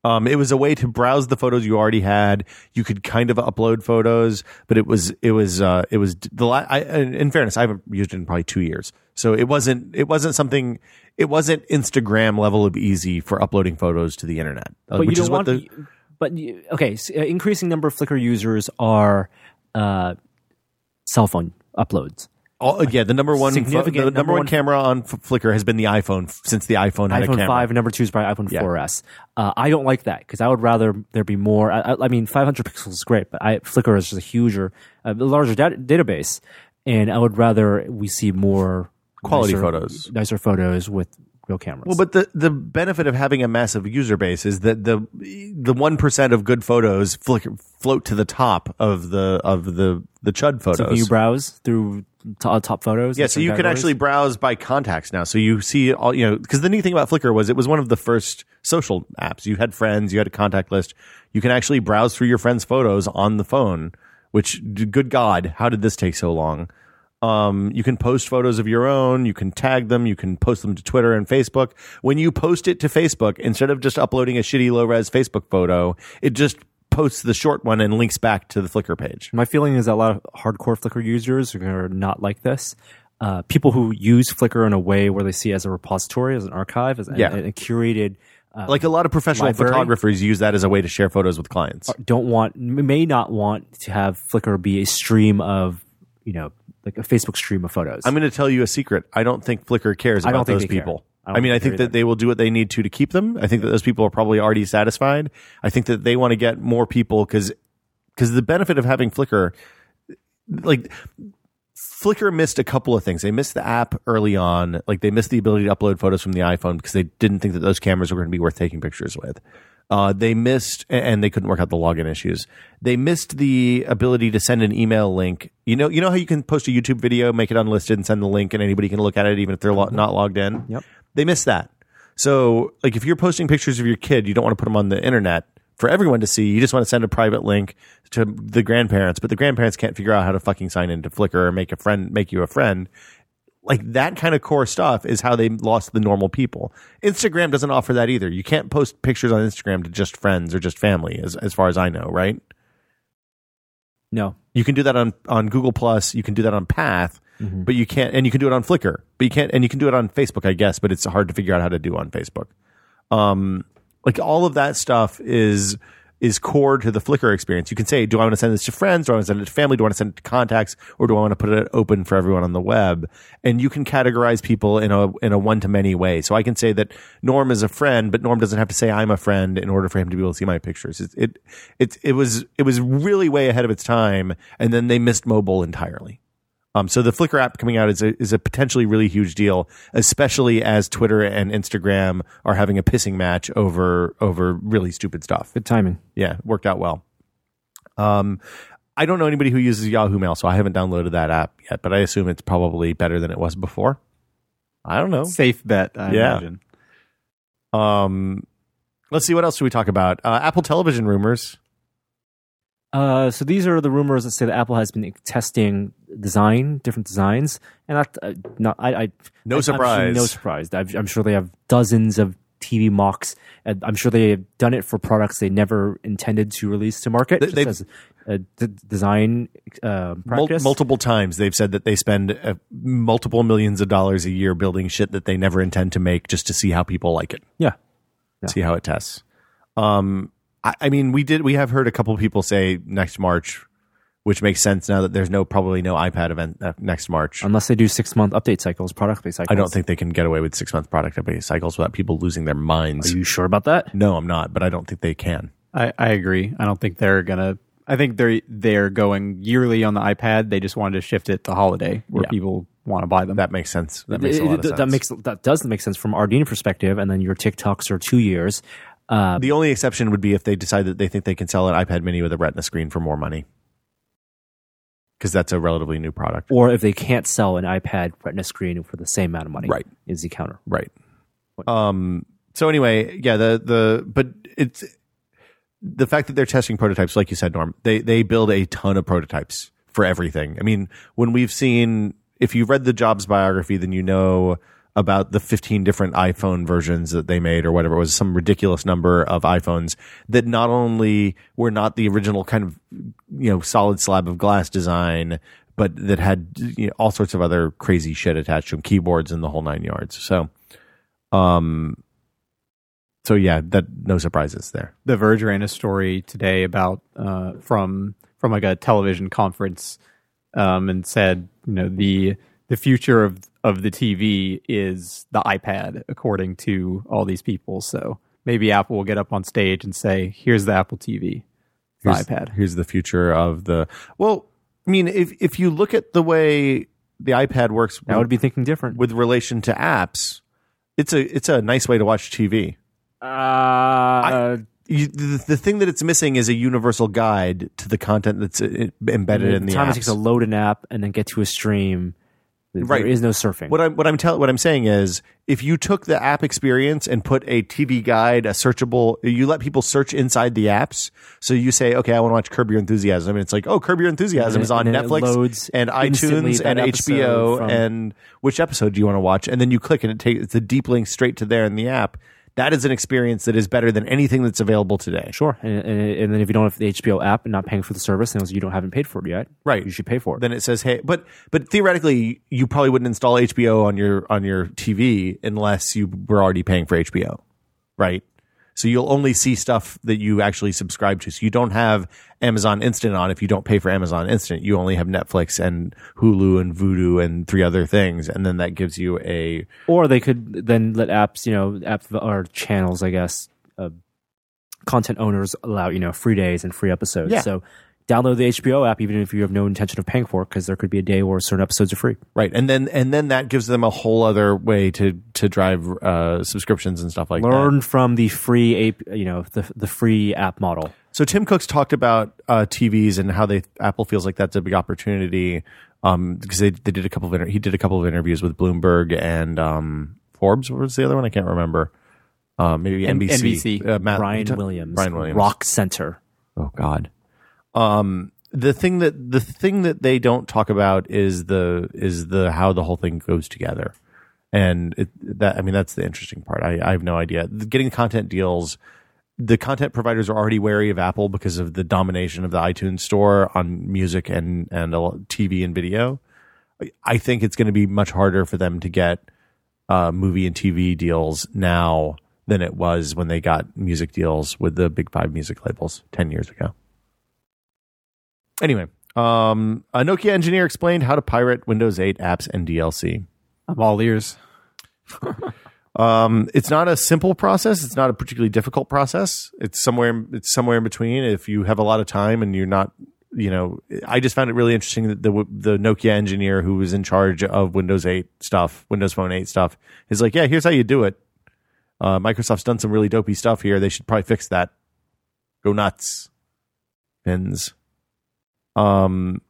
B: Um, it was a way to browse the photos you already had. You could kind of upload photos, but it was it was uh, it was the la- I, in in fairness, I haven't used it in probably two years, so it wasn't it wasn't something. It wasn't Instagram level of easy for uploading photos to the internet, uh,
C: but
B: which
C: you don't
B: is
C: want.
B: what the
C: but you, okay, s- uh, increasing number of Flickr users are uh, cell phone uploads.
B: All, yeah, the number one, pho- the
C: significant
B: number,
C: number
B: one,
C: one-
B: camera on F- Flickr has been the iPhone f- since the iPhone had a
C: iPhone
B: camera.
C: five, number two is probably iPhone 4S. Uh, I don't like that because I would rather there be more. I, I- I mean, 500 pixels is great, but I, Flickr is just a huger, a larger dat- database, and I would rather we see more
B: Quality
C: nicer-
B: photos.
C: nicer photos with real cameras.
B: Well, but the, the benefit of having a massive user base is that the the one percent of good photos Flickr float to the top of the of the the chud
C: Can you
B: photos.
C: browse through to- uh, top photos?
B: yeah, so you can actually browse by contacts now. So you see all you know because the neat thing about Flickr was it was one of the first social apps. You had friends, you had a contact list. You can actually browse through your friends' photos on the phone. Which, d- good God, how did this take so long? Um, you can post photos of your own. You can tag them. You can post them to Twitter and Facebook. When you post it to Facebook, instead of just uploading a shitty low res Facebook photo, it just posts the short one and links back to the Flickr page.
C: My feeling is that a lot of hardcore Flickr users are gonna not like this. Uh, people who use Flickr in a way where they see it as a repository, as an archive, as
B: Yeah.
C: and, and curated. Uh,
B: Like a lot of professional
C: Library?
B: photographers use that as a way to share photos with clients.
C: don't want may not want to have Flickr be a stream of you know like a Facebook stream of photos.
B: I'm going to tell you a secret. I don't think Flickr cares about
C: I don't think
B: those
C: they care.
B: people.
C: I
B: I,
C: don't
B: mean, I
C: think
B: think
C: they
B: that they will do what they need to to keep them. I think that those people are probably already satisfied. I think that they want to get more people because the benefit of having Flickr, like Flickr missed a couple of things. They missed the app early on. Like they missed the ability to upload photos from the iPhone because they didn't think that those cameras were going to be worth taking pictures with. Uh, they missed, a- and they couldn't work out the login issues. They missed the ability to send an email link. You know, you know how you can post a YouTube video, make it unlisted, and send the link, and anybody can look at it, even if they're lo- not logged in. Yep. They missed that. So, like, if you're posting pictures of your kid, you don't want to put them on the internet for everyone to see. You just want to send a private link to the grandparents, but the grandparents can't figure out how to fucking sign into Flickr or make a friend, make you a friend. Like that kind of core stuff is how they lost the normal people. Instagram doesn't offer that either. You can't post pictures on Instagram to just friends or just family, as as far as I know, right?
C: no,
B: You can do that on on Google Plus. You can do that on Path, but you can't, and you can do it on Flickr, but you can't, and you can do it on Facebook, I guess. But it's hard to figure out how to do on Facebook. Um, like all of that stuff is is core to the Flickr experience. You can say, do I want to send this to friends? Do I want to send it to family? Do I want to send it to contacts? Or do I want to put it open for everyone on the web? And you can categorize people in a in a one to many way. So I can say that Norm is a friend, but Norm doesn't have to say I'm a friend in order for him to be able to see my pictures. It it it, it was it was really way ahead of its time, and then they missed mobile entirely. Um, so the Flickr app coming out is a, is a potentially really huge deal, especially as Twitter and Instagram are having a pissing match over over really stupid stuff.
C: good timing.
B: Yeah, it worked out well. Um, I don't know anybody who uses Yahoo Mail, so I haven't downloaded that app yet, but I assume it's probably better than it was before. I don't know.
D: Safe bet, I
B: Oh. Yeah.
D: imagine.
B: Um, let's see what else should we talk about. Uh, Apple Television rumors.
C: Uh, so these are the rumors that say that Apple has been testing design, different designs, and that uh, not I, I
B: No
C: I'm- I'm sure-
B: surprise.
C: no surprise. I've, I'm sure they have dozens of TV mocks. And I'm sure they have done it for products they never intended to release to market.
B: They-
C: just
B: they've-
C: as a d- design uh,
B: Mul-
C: practice.
B: multiple times they've said that they spend uh, multiple millions of dollars a year building shit that they never intend to make just to see how people like it.
C: yeah.
B: see how it tests. Um, I, I mean, we did. We have heard a couple of people say next March, which makes sense now that there's no probably no iPad event uh, next March.
C: Unless they do six month update cycles, product update
B: I
C: cycles.
B: don't think they can get away with six month product update cycles without people losing their minds.
C: Are you sure about that?
B: no, I'm not, but I don't think they can.
D: I, I agree. I don't think they're gonna. I think they're they're going yearly on the iPad. They just wanted to shift it to holiday where
B: Yeah.
D: people want to buy them.
B: That makes sense. That makes a lot of
C: Th-
B: sense.
C: That makes that does make sense from our Dean perspective, and then your TikToks are two years. Uh,
B: the only exception would be if they decide that they think they can sell an iPad Mini with a Retina screen for more money, because that's a relatively new product.
C: or if they can't sell an iPad Retina screen for the same amount of money,
B: Right.
C: Is the counter?
B: Right. Um. So anyway, yeah. The the but it's the fact that they're testing prototypes, like you said, Norm. They they build a ton of prototypes for everything. I mean, when we've seen, if you read the Jobs biography, then you know about the 15 different iPhone versions that they made or whatever it was some ridiculous number of iPhones that not only were not the original kind of you know solid slab of glass design but that had you know, all sorts of other crazy shit attached to them keyboards and the whole 9 yards so um. So yeah, that no surprises there.
D: The Verge ran a story today about uh, from from like a television conference, um, and said you know the the future of of the TV is the iPad, according to all these people. So maybe Apple will get up on stage and say, "Here's the Apple TV, the
B: Here's-
D: iPad."
B: Here's the future of the. Well, I mean, if if you look at the way the iPad works
C: I would be thinking different.
B: with relation to apps, it's a it's a nice way to watch TV.
C: Uh, I,
B: You, the, the thing that it's missing is a universal guide to the content that's uh, embedded in the
C: time
B: apps.
C: it takes to load an app and then get to a stream. th-
B: Right.
C: There is no surfing.
B: What I'm what I'm telling what I'm saying is if you took the app experience and put a TV guide, a searchable, you let people search inside the apps. So you say, okay, I want to watch Curb Your Enthusiasm, and it's like, oh, Curb Your Enthusiasm
C: And it-
B: is on
C: and then it
B: Netflix
C: loads
B: and
C: instantly
B: iTunes
C: that
B: and
C: episode
B: HBO,
C: from-
B: and which episode do you want to watch? And then you click, and it takes it's a deep link straight to there in the app. That is an experience that is better than anything that's available today.
C: Sure, and, and, and then if you don't have the HBO app and not paying for the service, then you don't haven't paid for it yet.
B: Right.
C: you should pay for it.
B: Then it says, "Hey," but but theoretically, you probably wouldn't install HBO on your on your TV unless you were already paying for HBO, right? So you'll only see stuff that you actually subscribe to. So you don't have Amazon Instant on if you don't pay for Amazon Instant. You only have Netflix and Hulu and Vudu and three other things, and then that gives you a
C: or they could then let apps, you know, apps or channels, I guess, uh, content owners allow, you know, free days and free episodes.
B: Yeah.
C: So download the HBO app, even if you have no intention of paying for it, because there could be a day where certain episodes are free.
B: right, and then and then that gives them a whole other way to to drive uh, subscriptions and stuff like that.
C: Learn from the free app, you know, the the free app model.
B: So Tim Cook's talked about uh, TVs and how they Apple feels like that's a big opportunity um, because they, they did a couple of inter- he did a couple of interviews with Bloomberg and um, Forbes. What was the other one? I can't remember. Uh, maybe
D: N-
B: NBC.
D: NBC.
B: Uh, Matt- you
C: Brian
B: ta-
C: Williams,
B: Brian Williams.
C: Rock Center.
B: Oh God. Um, the thing that the thing that they don't talk about is the is the how the whole thing goes together, and it, that I mean that's the interesting part. I, I have no idea. Getting content deals, the content providers are already wary of Apple because of the domination of the iTunes store on music and and a lot- TV and video. I- I think it's going to be much harder for them to get uh, movie and TV deals now than it was when they got music deals with the big five music labels 10 years ago. Anyway, um, a Nokia engineer explained how to pirate Windows 8 apps and DLC.
D: I'm all ears.
B: Um, it's not a simple process. It's not a particularly difficult process. It's somewhere. It's somewhere in between. If you have a lot of time and you're not, you know, I just found it really interesting that the the Nokia engineer who was in charge of Windows 8 stuff, Windows Phone 8 stuff, is like, yeah, here's how you do it. Uh, Microsoft's done some really dopey stuff here. They should probably fix that. Go nuts, pins. Um,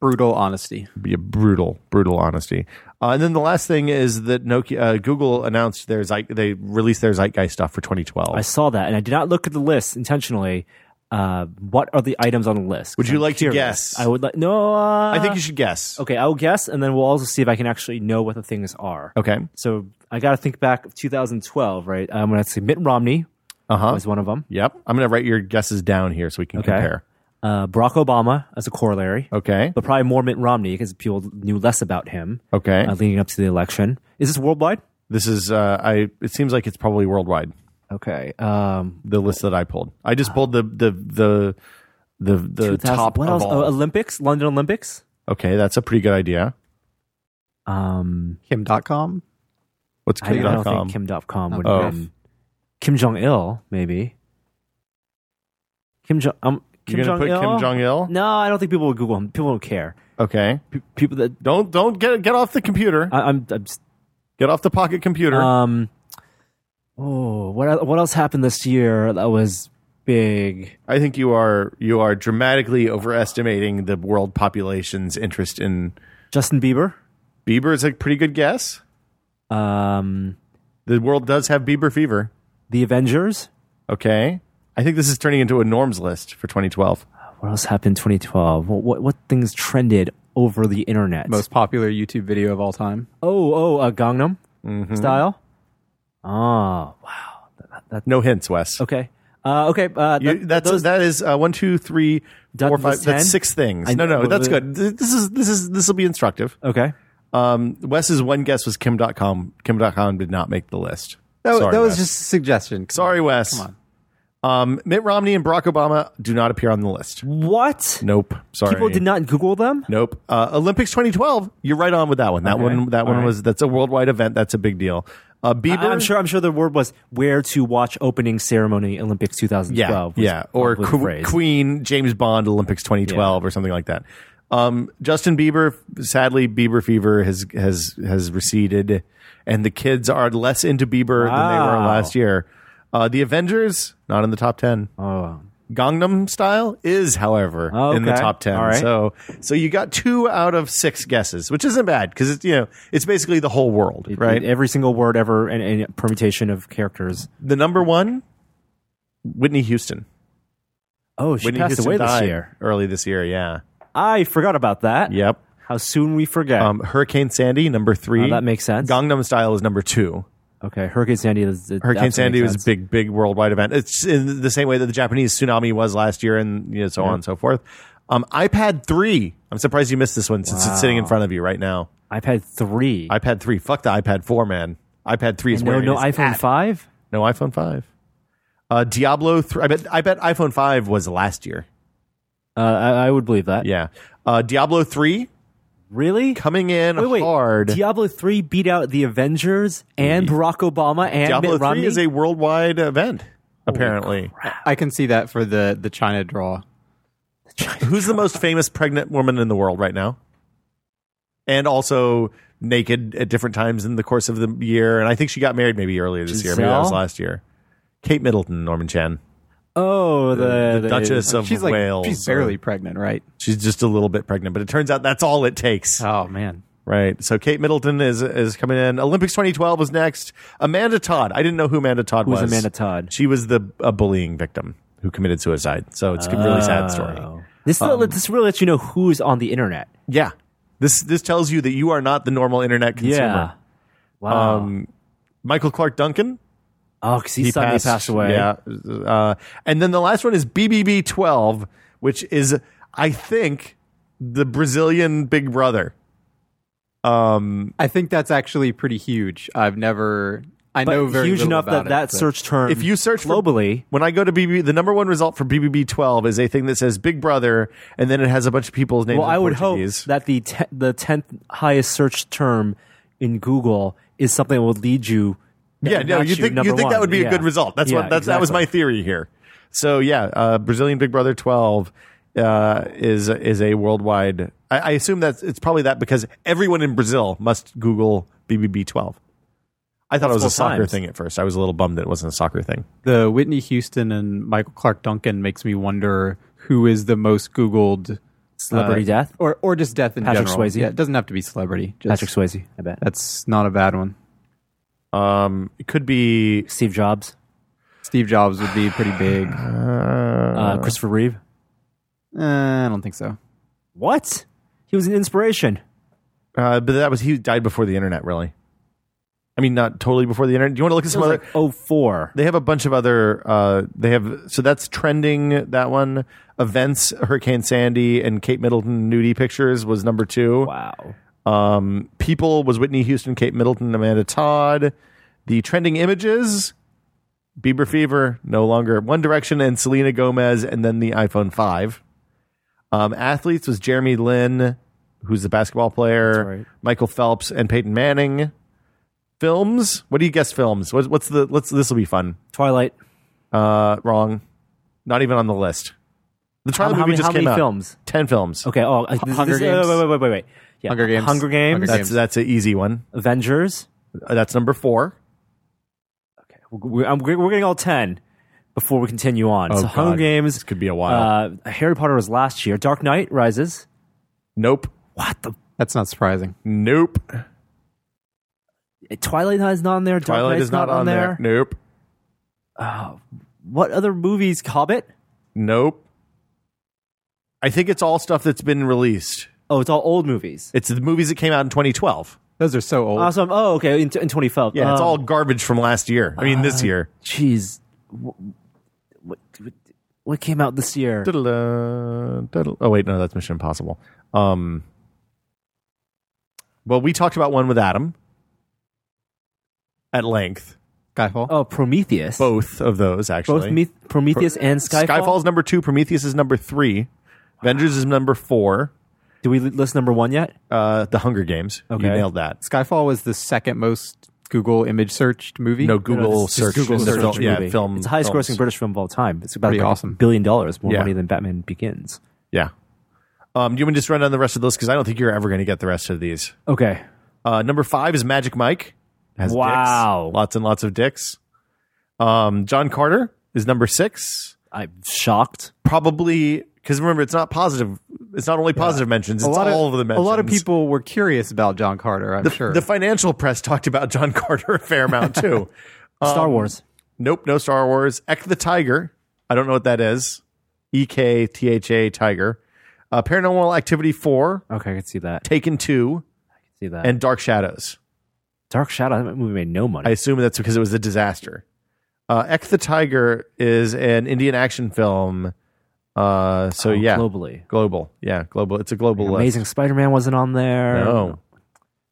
D: Brutal honesty.
B: yeah, brutal, brutal honesty. Uh, and then the last thing is that Nokia, uh, Google announced their Zeit, they released their Zeitgeist stuff for 2012.
C: I saw that, and I did not look at the list intentionally. Uh, what are the items on the list? 'Cause
B: Would you
C: I'm
B: like to
C: curious.
B: guess?
C: I would like. No, uh,
B: I think you should guess.
C: Okay, I'll guess, and then we'll also see if I can actually know what the things are.
B: Okay.
C: So I got to think back 2012, right? I'm going to say Mitt Romney
B: Uh huh.
C: was one of them.
B: Yep. I'm going to write your guesses down here so we can
C: Okay.
B: compare.
C: Uh, Barack Obama as a corollary,
B: Okay.
C: but probably more Mitt Romney because people knew less about him
B: Okay.
C: uh, leading up to the election. Is this worldwide?
B: This is uh, I. It seems like it's probably worldwide.
C: Okay. Um,
B: The list that I pulled. I just pulled the the the the the
C: 2000
B: top
C: What
B: of
C: else?
B: all.
C: Oh, Olympics, London Olympics.
B: okay, that's a pretty good idea.
C: Um,
D: Kim.com.
B: What's
C: I, I don't think
B: Kim.com?
C: Kim.com would
B: Oh.
C: win. Kim Jong Il, maybe. Kim Jong. Um, Kim
B: You're gonna put
C: Jong-il?
B: Kim Jong Il.
C: No, I don't think people would Google him. People don't care.
B: Okay,
C: P- people that
B: don't don't get get off the computer.
C: I, I'm, I'm s-
B: Get off the pocket computer.
C: um. Oh, what el- what else happened this year that was big?
B: I think you are you are dramatically overestimating the world population's interest in
C: Justin Bieber.
B: Bieber. Is a pretty good guess.
C: Um,
B: The world does have Bieber fever.
C: the Avengers.
B: Okay, I think this is turning into a norms list for 2012.
C: What else happened in 2012? What, what what things trended over the internet?
D: Most popular YouTube video of all time.
C: oh oh uh, Gangnam
B: Mm-hmm.
C: Style. Ah wow.
B: No hints, Wes.
C: Okay. Uh, okay. Uh,
B: You,
C: that-
B: that's
C: those-
B: that is uh, one, two, three,
C: That
B: four, five.
C: was 10?
B: That's six things.
C: I-
B: no, no,
C: but-
B: that's
C: but-
B: good. Th- This is this is this will be instructive.
C: okay.
B: Um, Wes's one guess was Kim.com. Kim.com did not make the list.
D: That,
B: Sorry,
D: that was
B: Wes.
D: just a suggestion. Come
B: sorry,
D: on.
B: Wes.
D: Come
B: Um, Mitt Romney and Barack Obama do not appear on the list.
C: What
B: Nope. Sorry.
C: people did not Google them?
B: Nope. Uh, Olympics 2012. You're right on with that one. That
C: Okay.
B: one. That one
C: All right.
B: was. That's a worldwide event. That's a big deal. Uh, Bieber.
C: I- I'm sure. I'm sure the word was where to watch opening ceremony Olympics
B: Yeah,
C: 2012. was
B: yeah, or
C: probably the
B: Que-
C: phrase.
B: Queen James Bond Olympics 2012 or something like that. Um, Justin Bieber, sadly, Bieber fever has has has receded, and the kids are less into Bieber than they were
C: Wow.
B: last year. Uh, the Avengers not in the top ten.
C: Oh,
B: Gangnam Style is, however,
C: Oh,
B: in the
C: okay.
B: top ten.
C: All right.
B: So so you got two out of six guesses, which isn't bad because it's you know it's basically the whole world, right?
C: Every single word ever and, and permutation of characters.
B: the number one, Whitney Houston.
C: Oh, she
B: Whitney
C: passed
B: Houston
C: away this
B: died
C: year.
B: early this year. Yeah.
C: I forgot about that.
B: Yep.
C: How soon we forget.
B: Um, Hurricane Sandy, number three.
C: Oh, that makes sense.
B: Gangnam Style is number two.
C: okay, Hurricane Sandy. Is, it
B: Hurricane
C: absolutely
B: Sandy was
C: makes
B: a
C: sense.
B: big, big worldwide event. It's in the same way that the Japanese tsunami was last year, and you know, so on and so forth. Um, iPad three. I'm surprised you missed this one since it's sitting in front of you right now.
C: I've had three.
B: iPad three. Fuck the iPad four, man. iPad three is
C: no,
B: where it
C: no
B: is
C: iPhone
B: at.
C: five.
B: No iPhone five. Uh, Diablo three. I bet. I bet iPhone five was last year.
C: Uh, I, I would believe that.
B: Yeah. Uh, Diablo three
C: Really?
B: coming in
C: Wait, wait.
B: hard.
C: Diablo three beat out the Avengers and Barack Obama and
B: Diablo
C: Mitt Romney.
B: three is a worldwide event. Apparently,
D: I can see that for the the China draw.
B: Who's the most famous pregnant woman in the world right now? And also naked at different times in the course of the year. And I think she got married maybe earlier this year. Maybe that was
C: Giselle?
B: last year. Kate Middleton, Norman Chan,
C: oh, the,
B: the Duchess of
D: she's like
B: Wales.
D: she's
B: or-
D: barely pregnant, right?
B: she's just a little bit pregnant, but it turns out that's all it takes.
D: Oh man.
B: Right. So Kate Middleton is is coming in. Olympics 2012 was next. Amanda Todd. I didn't know who Amanda Todd
C: Who's
B: was.
C: Amanda Todd?
B: She was the a bullying victim who committed suicide. So it's a really sad story. Um,
C: Oh. This this really lets you know who's on the internet.
B: Yeah. This this tells you that you are not the normal internet consumer.
C: Wow.
B: Um, Michael Clark Duncan.
C: oh, because he, suddenly passed, away.
B: Yeah. Uh, and then the last one is BBB 12, which is, I think, the Brazilian Big Brother.
D: I think that's actually pretty huge. I've never. I
C: But
D: know very
C: huge
D: little
C: enough
D: about
C: that
D: it,
C: that
D: but-
C: search term.
B: If you search for-
C: globally,
B: when I go to BBB, the number one result for BBB 12 is a thing that says Big Brother, and then it has a bunch of people's names.
C: well,
B: in
C: I would
B: Portuguese.
C: hope that the te- the tenth highest search term in Google is something that would lead you. that
B: yeah,
C: would
B: no,
C: notch
B: you think
C: number
B: you think
C: one.
B: that would be
C: Yeah.
B: a good result. That's
C: Yeah,
B: what that's, that was my
C: exactly.
B: theory here. So yeah, uh, Brazilian Big Brother 12 uh, is is a worldwide. I, I assume that's it's probably that because everyone in Brazil must Google BBB 12. I thought it was a
C: Multiple
B: soccer
C: times.
B: thing at first. I was a little bummed that it wasn't a soccer thing.
D: the Whitney Houston and Michael Clark Duncan makes me wonder who is the most Googled uh,
C: Celebrity
B: Uh,
C: death?
D: or or just death in
C: Patrick
D: general.
C: Swayze?
D: Yeah, it doesn't have to be celebrity. Just,
C: Patrick Swayze. I bet
D: That's not a bad one.
B: Um, it could be
C: Steve Jobs,
D: Steve Jobs would be pretty big.
C: uh, Christopher Reeve.
D: Eh, I don't think so.
C: What? He was an inspiration.
B: Uh, but that was he died before the internet, really. I mean, not totally before the internet. Do you want to look at
C: It
B: some
C: was
B: other?
C: like oh four.
B: they have a bunch of other. Uh, they have so that's trending. That one events Hurricane Sandy and Kate Middleton nudie pictures was number two.
C: Wow.
B: Um, people was Whitney Houston, Kate Middleton, Amanda Todd. The trending images Bieber Fever, no longer One Direction and Selena Gomez, and then the iPhone 5. Um, athletes was Jeremy Lin, who's the basketball player,
C: right.
B: Michael Phelps, and Peyton Manning. Films? What do you guess films? What, what's the, let's, this will be fun.
C: Twilight.
B: Uh, wrong. Not even on the list. The Twilight
C: how
B: movie
C: many-
B: just
C: how
B: came
C: many
B: out.
C: films?
B: 10 films.
C: Okay. Oh, uh, this,
D: Hunger
C: this-
D: Games.
C: Wait, wait, wait, wait, wait. Yeah.
D: Hunger Games.
C: Hunger Games.
D: Hunger
C: that's
B: That's, that's an easy one.
C: Avengers.
B: Uh, That's number four.
C: Okay. We're, I'm, we're we're getting all ten before we continue on. so
B: Oh, God. Oh.
C: Hunger Games.
B: This could be a while.
C: Uh, Harry Potter was last year. Dark Knight Rises.
B: Nope.
C: What the?
D: That's not surprising.
B: Nope.
C: Uh, Twilight is not on there. Dark
B: Twilight
C: Knight's
B: is not, on there. Nope.
C: What other movies? Hobbit.
B: Nope. I think it's all stuff that's been released.
C: Oh, it's all old movies.
B: It's the movies that came out in 2012.
D: Those are so old.
C: Awesome. Oh, okay. In, in 2012.
B: Yeah, it's
C: Um,
B: all garbage from last year. I mean,
C: Uh,
B: this year.
C: Jeez. What, what, what came out this year?
B: Diddle-da, diddle- Oh wait, no, that's Mission Impossible. Um, well, we talked about one with Adam at length.
D: Skyfall.
C: Oh, Prometheus.
B: Both of those actually.
C: Both Me- Prometheus and Skyfall.
B: Skyfall's number two. Prometheus is number three. Avengers is number four.
C: Did we list number one yet?
B: Uh, the Hunger Games.
C: Okay.
B: You nailed that.
D: Skyfall was the second most Google image searched movie.
B: No Google
C: it's just
B: search.
D: Google
B: the
D: search
B: film- yeah,
C: movie.
B: film.
C: It's the highest
B: films.
C: grossing British film of all time. It's about
D: Pretty
C: a
D: awesome.
C: billion dollars more
B: Yeah.
C: money than Batman Begins.
B: Yeah. Um, do you want me to just run down the rest of the list because I don't think you're ever going to get the rest of these.
C: Okay.
B: Uh, number five is Magic Mike. Has
C: Wow.
B: dicks. lots and lots of dicks. Um, John Carter is number six.
C: I'm shocked.
B: Probably because remember it's not positive. It's not only positive mentions. It's all of the mentions.
D: a lot of people were curious about John Carter. I'm
B: The,
D: sure.
B: the financial press talked about John [LAUGHS] Carter a fair amount
D: [LAUGHS]
B: too. Um,
C: Star Wars.
B: Nope, no Star Wars. Eck the Tiger. I don't know what that is. E K T H A Tiger. Uh, Paranormal Activity Four,
C: Okay, I can see that.
B: Taken Two,
C: See that.
B: and Dark Shadows.
C: Dark Shadow. That movie made no money.
B: I assume that's because it was a disaster. Uh, Ek the Tiger is an Indian action film. Uh, so
C: Oh,
B: yeah,
C: globally.
B: global, yeah, global. It's a global
C: Amazing Spider-Man wasn't on there.
B: List. No,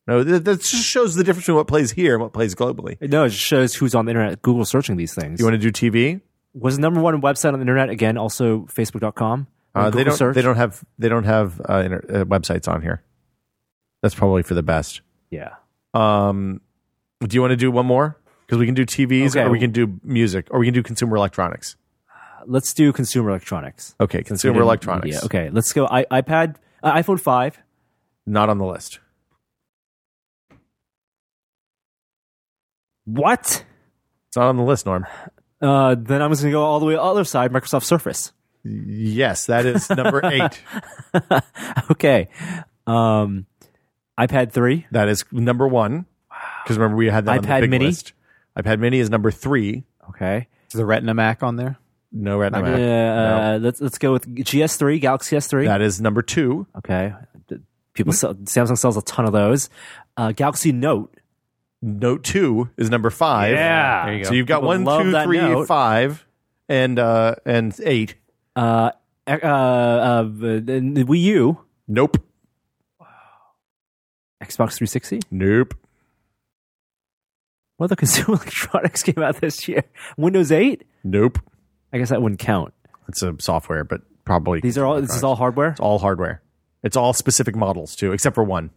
B: no, th- that just shows the difference between what plays here and what plays globally.
C: No, it just shows who's on the internet Google searching these things.
B: You want to do TV?
C: was the number one website on the internet again also facebook.com?
B: Uh, they
C: Google
B: don't.
C: search?
B: They don't have. They don't have uh, inter- uh, websites on here. That's probably for the best.
C: Yeah.
B: Um, do you want to do one more? Because we can do TVs,
C: Okay.
B: or we can do music, or we can do consumer electronics.
C: Let's do consumer electronics.
B: Okay,
C: Since we
B: consumer
C: didn't-
B: electronics.
C: yeah, Okay, let's go. I, iPad, uh, iPhone 5.
B: Not on the list.
C: What?
B: It's not on the list, Norm.
C: Uh, then I'm just going to go all the way other side, Microsoft Surface. [LAUGHS]
B: Yes, that is number eight.
C: okay. Um, iPad 3.
B: That is number one. Because remember, we had that on the
C: iPad
B: big
C: mini?
B: list. iPad Mini is number three.
C: Okay.
D: is the Retina Mac on there?
B: No Retina
C: Uh,
B: Mac. No.
C: uh, let's let's go with GS3, Galaxy S3.
B: That Hmm? is number two.
C: okay. D- People sell, Samsung sells a ton of those. Uh, Galaxy Note.
B: Note two is number five.
C: Yeah.
D: There you go.
B: So you've got
C: People
B: one,
C: love
B: two,
C: that
B: three, five,
C: note.
B: and uh, and eight.
C: Uh, uh, uh, the the Wii U,
B: Nope.
C: Xbox 360.
B: Nope.
C: What other [LAUGHS] consumer electronics came out this year? Windows 8.
B: Nope.
C: I guess that wouldn't count.
B: It's a software, but probably
C: These are all. This is all hardware.
B: It's all hardware. It's all specific models too, except for one.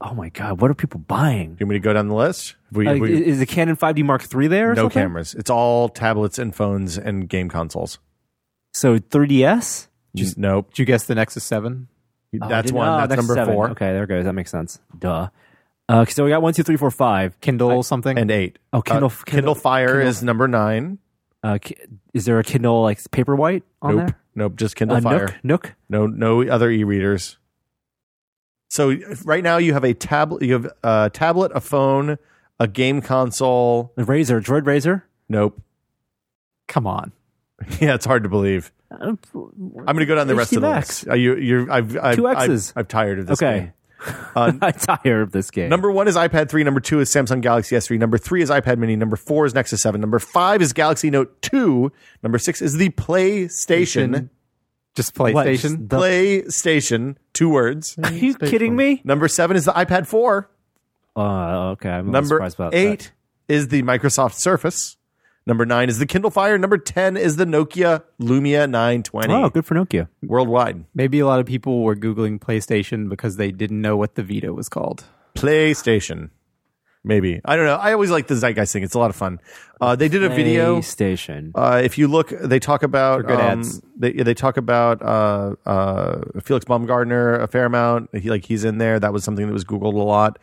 C: Oh my god, what are people buying?
B: You want me to go down the list? Have we, have
C: Like,
B: we-
C: Uh, is the Canon 5D Mark III there? Or
B: no
C: something?
B: cameras. It's all tablets and phones and game consoles.
C: So 3DS.
B: Just nope.
D: Did you guess the Nexus Seven?
C: Oh, I
B: That's
C: didn't-
B: one.
C: oh,
B: That's number
C: seven.
B: four
C: Okay, there goes. That makes sense. Duh. Uh, so we got one, two, three, four, five.
D: Kindle something?
B: and eight. Uh,
C: Oh, Kindle-
B: Kindle, Fire
C: Kindle-
B: is number nine.
C: Uh, Ki- is there a Kindle like Paperwhite on
B: Nope,
C: there?
B: nope. Just Kindle
C: Uh,
B: Fire.
C: Nook. Nook.
B: No, no other e-readers. So right now you have a tablet. You have a tablet, a phone, a game console.
C: Razor. Droid Razor.
B: Nope. [LAUGHS]
D: Come on.
B: Yeah, it's hard to believe.
C: Uh,
B: I'm going to go down the rest
C: HD
B: of the
C: Max.
B: list. Are you, you're, I've, I've,
C: Two
B: I've-
C: Xs.
B: I've, tired of this. game. Uh,
C: okay. [LAUGHS] I'm tired of this game.
B: Number one is iPad 3. Number two is Samsung Galaxy S3. Number three is iPad Mini. Number four is Nexus 7. Number five is Galaxy Note 2. Number six is the PlayStation.
D: Just
C: What,
D: PlayStation.
C: just the-
B: PlayStation, two words.
C: Are you kidding me?
B: Number seven is the iPad 4.
C: Uh, okay. I'm a little
B: Number
C: surprised about that.
B: eight is the Microsoft Surface. Number nine is the Kindle Fire. Number 10 is the Nokia Lumia 920
C: Oh, good for Nokia.
B: worldwide.
D: Maybe a lot of people were Googling PlayStation because they didn't know what the Vita was called.
B: PlayStation. Maybe. I don't know. I always like the Zeitgeist thing. It's a lot of fun. Uh, they did a video.
C: station.
B: Uh, if you look, they talk about
D: good
B: um,
D: ads.
B: they they talk about uh, uh, Felix Baumgartner a fair amount. He like he's in there. That was something that was Googled a lot.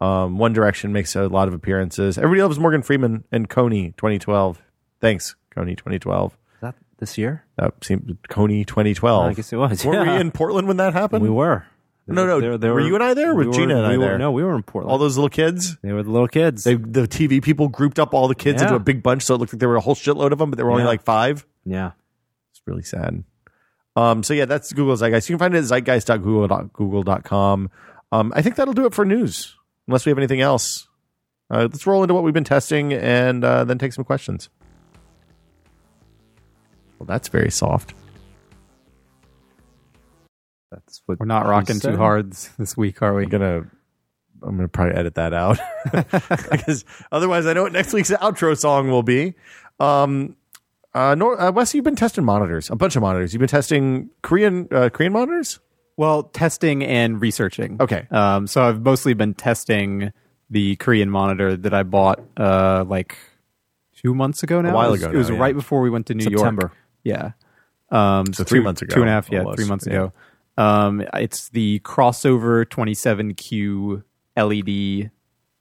B: Um, One Direction makes a lot of appearances. Everybody loves Morgan Freeman and Coney 2012. Thanks, Coney 2012.
C: Is that this year?
B: That seemed Coney 2012.
C: I guess it was,
B: Oh, Were
C: [LAUGHS] yeah.
B: we in Portland when that happened?
C: We were.
B: No, no. Were you and I there, or was Gina and
C: we
B: I
C: were-
B: there?
C: No, we were in Portland.
B: All those little kids.
C: they were the little kids.
B: They, the TV people grouped up all the kids into a
C: Yeah.
B: big bunch, so it looked like there were a whole shitload of them, but there were only
C: Yeah.
B: like five.
C: yeah.
B: It's really sad. Um, so yeah, that's Google Zeitgeist. You can find it at zeitgeist.google.google.com. Um, I think that'll do it for news, unless we have anything else. Uh, let's roll into what we've been testing and uh, then take some questions. Well, that's very soft.
C: That's what
D: We're not rocking too hards this week, are we?
B: I'm gonna, I'm gonna probably edit that out [LAUGHS] because otherwise, I know what next week's outro song will be. Um, uh, Nor- uh, Wes, you've been testing monitors, a bunch of monitors. You've been testing Korean uh, Korean monitors.
D: Well, testing and researching.
B: Okay.
D: Um, so I've mostly been testing the Korean monitor that I bought uh, like two months ago now.
B: while
D: It was-
B: ago
D: It was
B: now, yeah.
D: right before we went to New
C: September.
D: York. Yeah. Um, so
B: three months ago,
D: Two and a half, yeah,
B: almost,
D: three months
B: yeah.
D: ago. Um, it's the crossover 27Q LED E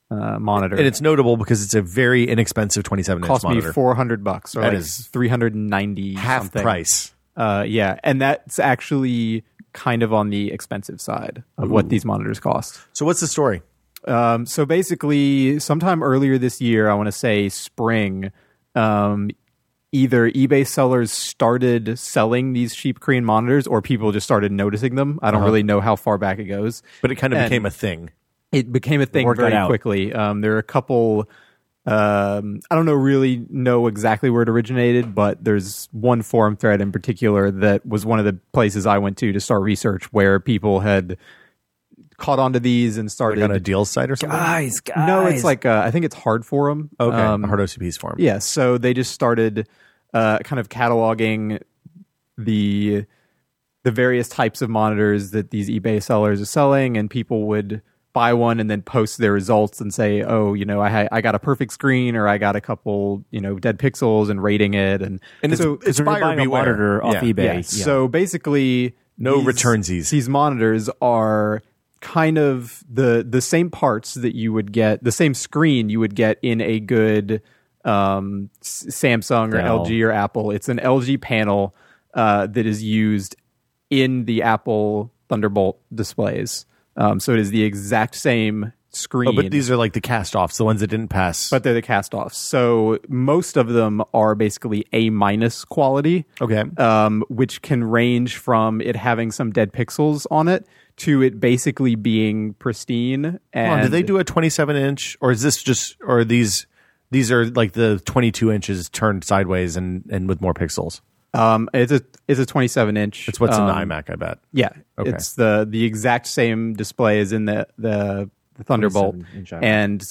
D: uh, monitor.
B: and it's notable because it's a very inexpensive 27 inch
D: cost
B: monitor,
D: me 400 bucks or
B: That
D: like
B: is
D: 390
B: half
D: something.
B: price.
D: Uh, yeah, and that's actually kind of on the expensive side of what these monitors cost.
B: So what's the story?
D: Um, so basically, sometime earlier this year, I want to say spring, um, either eBay sellers started selling these cheap Korean monitors, or people just started noticing them. I don't
C: Uh-huh.
D: really know how far back it goes,
B: But it kind of
D: And-
B: became a thing.
D: it became a thing
C: Work that
D: very
C: out.
D: quickly. Um, there are a couple. Um, I don't know really know exactly where it originated, but there's one forum thread in particular that was one of the places I went to to start research where people had caught onto these and started
B: Like on a deal site or something?
C: Guys, guys.
D: no, it's like uh, I think it's hard for them.
B: okay.
D: Ah, Um,
B: Hard OCP's form.
D: yeah, so they just started uh, kind of cataloging the the various types of monitors that these eBay sellers are selling, and people would buy one and then post their results and say, "Oh, you know, I ha- I got a perfect screen, or I got a couple, you know, dead pixels," and rating it, and
B: And
D: so
B: it's, it's
C: You're
B: buyer
C: buying a
B: beware.
C: monitor off
B: Yeah.
C: eBay.
D: yeah. So basically,
B: No
D: these,
B: returnsies.
D: These monitors are kind of the the same parts that you would get, the same screen you would get in a good um, S- Samsung or
C: Dell.
D: LG or Apple. It's an LG panel uh, that is used in the Apple Thunderbolt displays. Um, so it is the exact same screen.
B: Oh, but these are like the cast offs, the ones that didn't pass.
D: but they're the cast offs. So most of them are basically A minus quality
B: okay.
D: um, which can range from it having some dead pixels on it to it basically being pristine. And
B: Hold on, did they do a 27 inch or is this just or are these these are like the 22 inches turned sideways and and with more pixels
D: Um, it's a it's a 27 inch.
B: it's what's
D: um,
B: in the imac i bet
D: Yeah,
B: Okay.
D: it's the the exact same display as in the the, the Thunderbolt,
C: 27-inch iMac.
D: and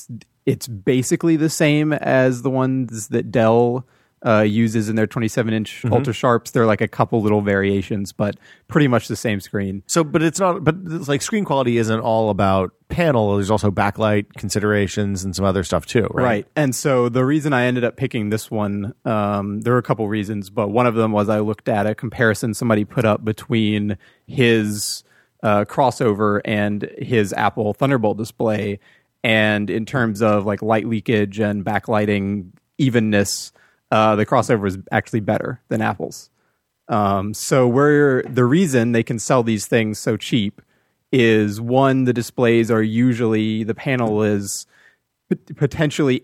D: it's basically the same as the ones that Dell. Uh, uses in their 27 inch
B: Mm-hmm.
D: ultra sharps there are like a couple little variations but pretty much the same screen
B: so but it's not but it's like screen quality isn't all about panel there's also backlight considerations and some other stuff too right,
D: And so the reason I ended up picking this one, um, there were a couple reasons, but one of them was I looked at a comparison somebody put up between his uh, crossover and his Apple Thunderbolt display. And in terms of like light leakage and backlighting evenness, uh, the crossover is actually better than Apple's. Um, so where the reason they can sell these things so cheap is one, the displays are usually the panel is pot- potentially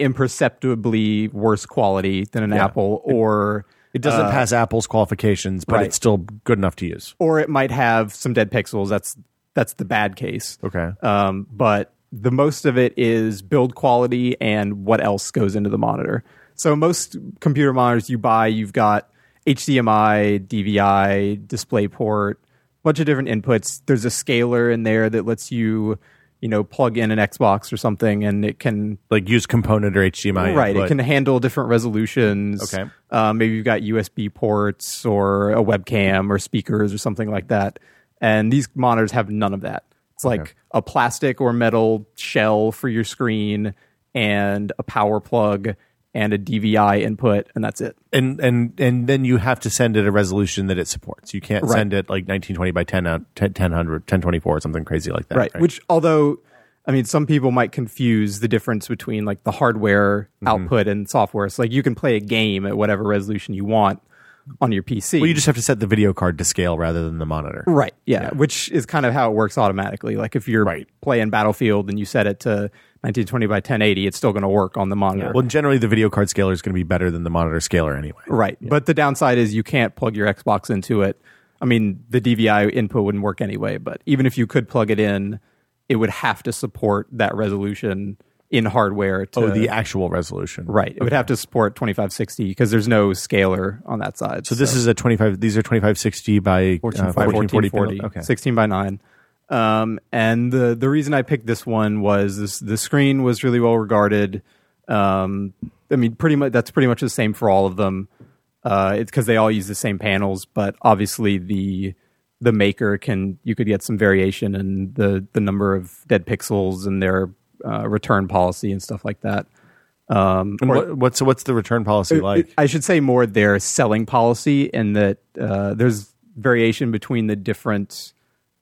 D: imperceptibly worse quality than an Apple, or
B: it doesn't pass apple's qualifications but
D: Uh, right.
B: it's still good enough to use
D: or it might have some dead pixels. That's that's the bad case.
B: okay
D: Um, but the most of it is build quality and what else goes into the monitor. So most computer monitors you buy, you've got HDMI, DVI, DisplayPort, bunch of different inputs. There's a scaler in there that lets you you know plug in an Xbox or something, and it can
B: Like use component or HDMI.
D: right.
B: input.
D: It can handle different resolutions.
B: Oh, Okay.
D: Uh, maybe you've got USB ports or a webcam or speakers or something like that. And these monitors have none of that. It's like a plastic or metal shell for your screen and a power plug and a DVI input, and that's it.
B: and and and then you have to send it a resolution that it supports. You can't
D: Right.
B: send it like 1920 by 10 out 10, 1000 1024 or something crazy like that.
D: right. Which, although, I mean, some people might confuse the difference between like the hardware
B: Mm-hmm.
D: output and software. So, like, you can play a game at whatever resolution you want on your PC.
B: well, you just have to set the video card to scale rather than the monitor.
D: Right. Yeah. Which is kind of how it works automatically. Like if you're
B: Right.
D: playing Battlefield and you set it to 1920 by 1080, it's still going to work on the monitor.
B: Well, generally the video card scaler is going to be better than the monitor scaler anyway.
D: right. But the downside is you can't plug your Xbox into it. I mean, the DVI input wouldn't work anyway, but even if you could plug it in, it would have to support that resolution in hardware to
B: Oh, the actual resolution.
D: Right. It would have to support 2560 because there's no scaler on that side.
B: So this is a 25 these are 2560 by
D: uh,
B: 1440.
D: 1440,
B: Okay.
D: 16 by 9. Um, and the, the reason I picked this one was this, the screen was really well regarded. Um, I mean, pretty much that's pretty much the same for all of them. Uh, it's because they all use the same panels, but obviously the the maker can you could get some variation in the the number of dead pixels and their uh, return policy and stuff like that. Um,
B: And what, what's what's the return policy like?
D: I should say more their selling policy in that uh, there's variation between the different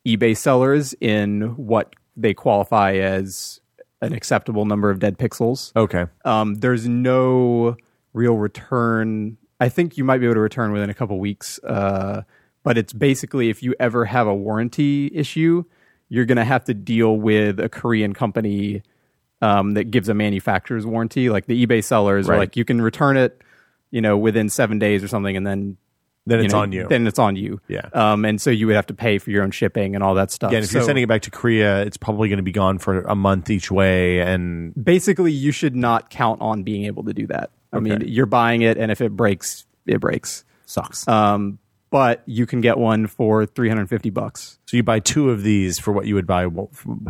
D: eBay sellers in what they qualify as an acceptable number of dead pixels.
B: okay.
D: Um, there's no real return. I think you might be able to return within a couple weeks, uh, but it's basically if you ever have a warranty issue, you're going to have to deal with a Korean company um, that gives a manufacturer's warranty. Like the eBay sellers
B: Right.
D: are like, you can return it, you know, within seven days or something, and then
B: Then it's
D: know,
B: on you.
D: Then it's on you.
B: Yeah.
D: Um, and so you would have to pay for your own shipping and all that stuff.
B: Again, if you're
D: So-
B: sending it back to Korea, it's probably going to be gone for a month each way and
D: basically you should not count on being able to do that. I mean, you're buying it, and if it breaks, it breaks.
C: Sucks.
D: Um, but you can get one for 350 bucks.
B: So you buy two of these for what you would buy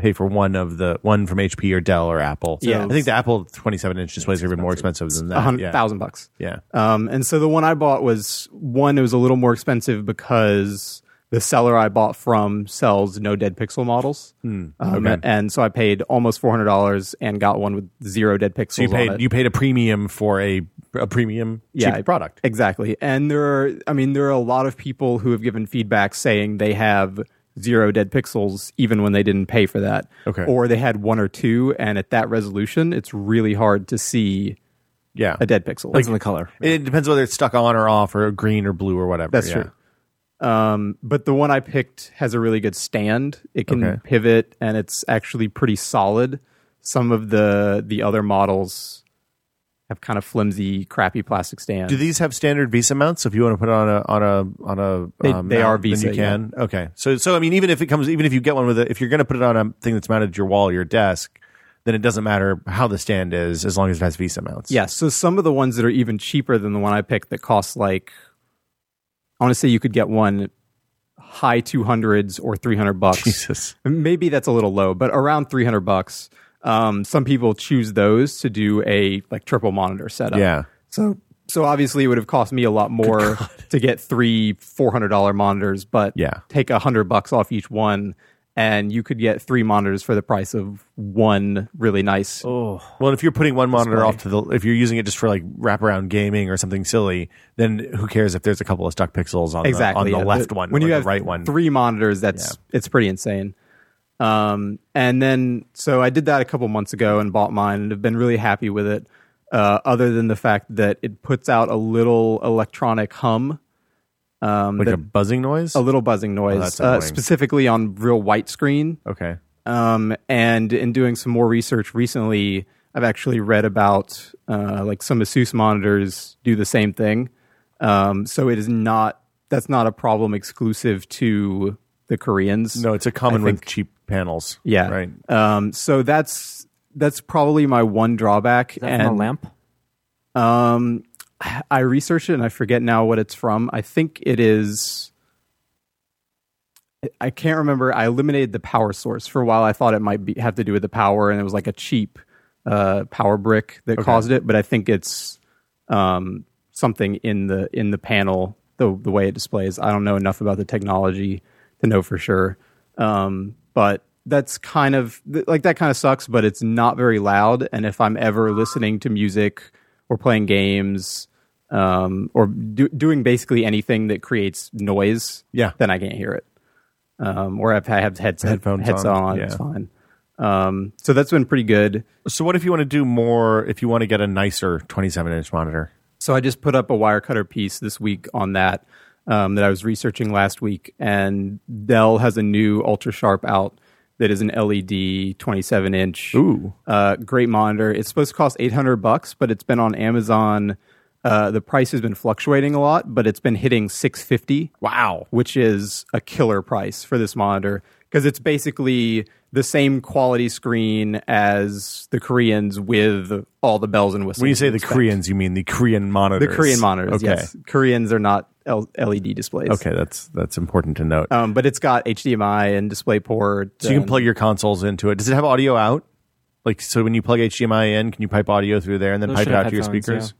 B: pay for one of the one from HP or Dell or Apple.
D: Yeah.
B: I think the Apple 27 inch displays are even more expensive than
D: A
B: that.
D: hundred
B: Yeah.
D: thousand bucks.
B: yeah,
D: Um, and so the one I bought was one. It was a little more expensive because the seller I bought from sells no dead pixel models,
B: Hmm.
D: um, and so I paid almost four hundred dollars and got one with zero dead pixels.
B: So you
D: on it.
B: paid you paid a premium for a a premium cheap product.
D: Exactly. And there are I mean there are a lot of people who have given feedback saying they have zero dead pixels even when they didn't pay for that.
B: Okay.
D: Or they had one or two and at that resolution it's really hard to see
B: Yeah,
D: a dead pixel.
C: Depends on the color.
B: it depends whether it's stuck on or off or green or blue or whatever.
D: That's
B: yeah.
D: true. Um, but the one I picked has a really good stand. It can
B: Okay.
D: pivot, and it's actually pretty solid. Some of the the other models have kind of flimsy, crappy plastic stands.
B: Do these have standard Visa mounts? If you want to put it on a on a on a
D: They-
B: um,
D: they
B: mount,
D: are
B: then
D: Visa,
B: You can okay. So so I mean, even if it comes, even if you get one with it, if you're going to put it on a thing that's mounted to your wall or your desk, then it doesn't matter how the stand is as long as it has Visa mounts.
D: Yeah, so some of the ones that are even cheaper than the one I picked that cost like I want to say you could get one high 200s or 300 bucks.
B: Jesus.
D: Maybe that's a little low, but around 300 bucks. Um, some people choose those to do a like triple monitor setup.
B: Yeah.
D: So so obviously it would have cost me a lot more to get three $400 monitors, but
B: Yeah.
D: take a 100 bucks off each one and you could get three monitors for the price of one really nice
C: Oh,
B: Well, if you're putting one monitor
D: Display.
B: off to the, if you're using it just for like wraparound gaming or something silly, then who cares if there's a couple of stuck pixels on
D: exactly
B: the, on
D: yeah.
B: the left one
D: when
B: or
D: you
B: the
D: have
B: right one?
D: three monitors that's it's pretty insane um and then so i did that a couple months ago and bought mine and have been really happy with it uh other than the fact that it puts out a little electronic hum um
B: like
D: that-
B: a buzzing noise.
D: a little buzzing noise
B: Oh, that's
D: uh,
B: annoying.
D: specifically on real white screen
B: okay,
D: um, and in doing some more research recently, I've actually read about uh, like some Asus monitors do the same thing. Um, so it is not that's not a problem exclusive to the Koreans.
B: no, it's a common with cheap panels.
D: yeah,
B: right.
D: Um, so that's that's probably my one drawback.
C: is that from a lamp?
D: Um, I researched it and I forget now what it's from. I think it is. I can't remember. I eliminated the power source for a while. I thought it might be, have to do with the power, and it was like a cheap uh, power brick that caused it. But I think it's um, something in the in the panel, the the way it displays. I don't know enough about the technology to know for sure. Um, but that's kind of th- like that kind of sucks. But it's not very loud, and if I'm ever listening to music or playing games um, or do, doing basically anything that creates noise,
B: Yeah.
D: then I can't hear it um, or if I have headset,
B: Headphones
D: heads
B: on,
D: on, it's
B: yeah.
D: fine. Um, so that's been pretty good.
B: So what if you want to do more? If you want to get a nicer 27 inch monitor,
D: So I just put up a wire cutter piece this week on that um, that I was researching last week, and Dell has a new Ultra Sharp out that is an LED 27 inch.
B: Ooh.
D: uh, great monitor. It's supposed to cost 800 bucks, but it's been on Amazon. Uh, the price has been fluctuating a lot, but it's been hitting 650.
B: Wow.
D: which is a killer price for this monitor because it's basically the same quality screen as the Koreans with all the bells and whistles.
B: When you say
D: and
B: the
D: specs.
B: Koreans, you mean the Korean monitors.
D: the Korean monitors,
B: Okay.
D: yes, Koreans are not L- LED displays.
B: Okay, that's that's important to note.
D: um, but it's got HDMI and DisplayPort.
B: so you can
D: and-
B: plug your consoles into it. Does it have audio out? Like so, when you plug HDMI in, can you pipe audio through there and then
C: Those
B: pipe it
C: should have
B: out to your
C: headphones,
B: speakers?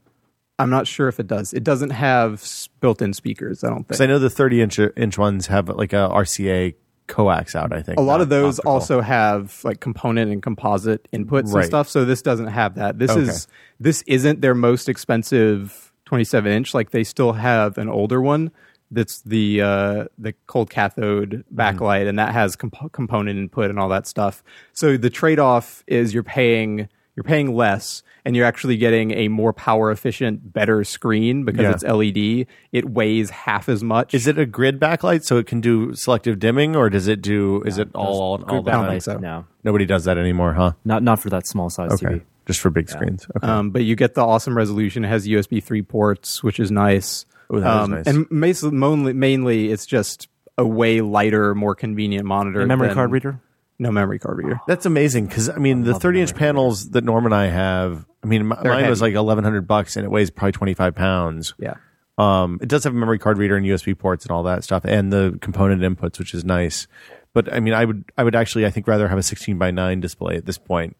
D: I'm not sure if it does. It doesn't have s- built-in speakers. I don't think.
B: Because I know the 30 inch inch ones have like a RCA coax out. I think
D: a lot of those
B: optical.
D: also have like component and composite inputs
B: Right.
D: and stuff so this doesn't have that this
B: Okay.
D: is this isn't their most expensive 27 inch like they still have an older one that's the uh the cold cathode backlight
B: Mm.
D: and that has comp- component input and all that stuff so the trade-off is you're paying you're paying less and you're actually getting a more power efficient better screen because
B: Yeah.
D: it's led it weighs half as much
B: Is it a grid backlight so it can do selective dimming, or does it do? Is it all all, all the
C: I
B: time?
C: don't
D: think so.
C: No,
B: Nobody does that anymore, huh?
C: not not for that small size
B: Okay,
C: TV.
B: just for big screens. Okay.
D: Um, but you get the awesome resolution. It has USB 3 ports, which is nice.
B: Ooh, Oh, that is
D: um,
B: nice.
D: And mas- mainly, mainly, it's just a way lighter, more convenient monitor.
C: Memory
D: than-
C: card reader.
D: No memory card reader.
B: That's amazing because I mean the 30 inch panels that Norm and I have. I mean, m- mine was like 1,100 bucks and it weighs probably 25 pounds.
D: Yeah.
B: Um, it does have a memory card reader and USB ports and all that stuff, and the component inputs, which is nice. But I mean, I would I would actually I think rather have a 16 by 9 display at this point,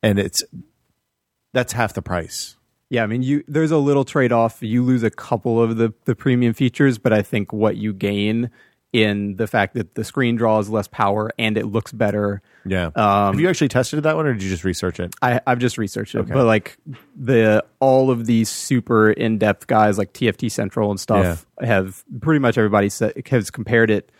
B: and it's that's half the price.
D: Yeah, I mean, you there's a little trade off. You lose a couple of the, the premium features, but I think what you gain in the fact that the screen draws less power and it looks better.
B: Yeah.
D: Um,
B: have you actually tested that one, or did you just research it?
D: I, I've just researched it, but like the all of these super in depth guys like TFT Central and stuff have pretty much everybody sa has compared it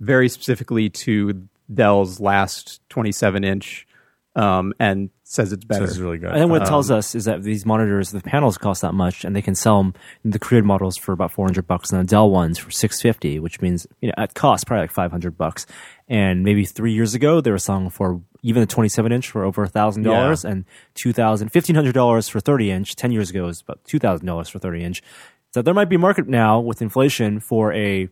D: very specifically to Dell's last 27 inch um, and says it's better.
B: This is really good.
C: And then what it tells us is that these monitors, the panels cost that much, and they can sell them the Korean models for about four hundred bucks, and the Dell ones for six fifty, which means you know at cost probably like five hundred bucks. And maybe three years ago, they were selling for even the twenty-seven inch for over thousand dollars, and two thousand fifteen hundred dollars for thirty inch. Ten years ago, it was about two thousand dollars for thirty inch. So there might be a market now with inflation for a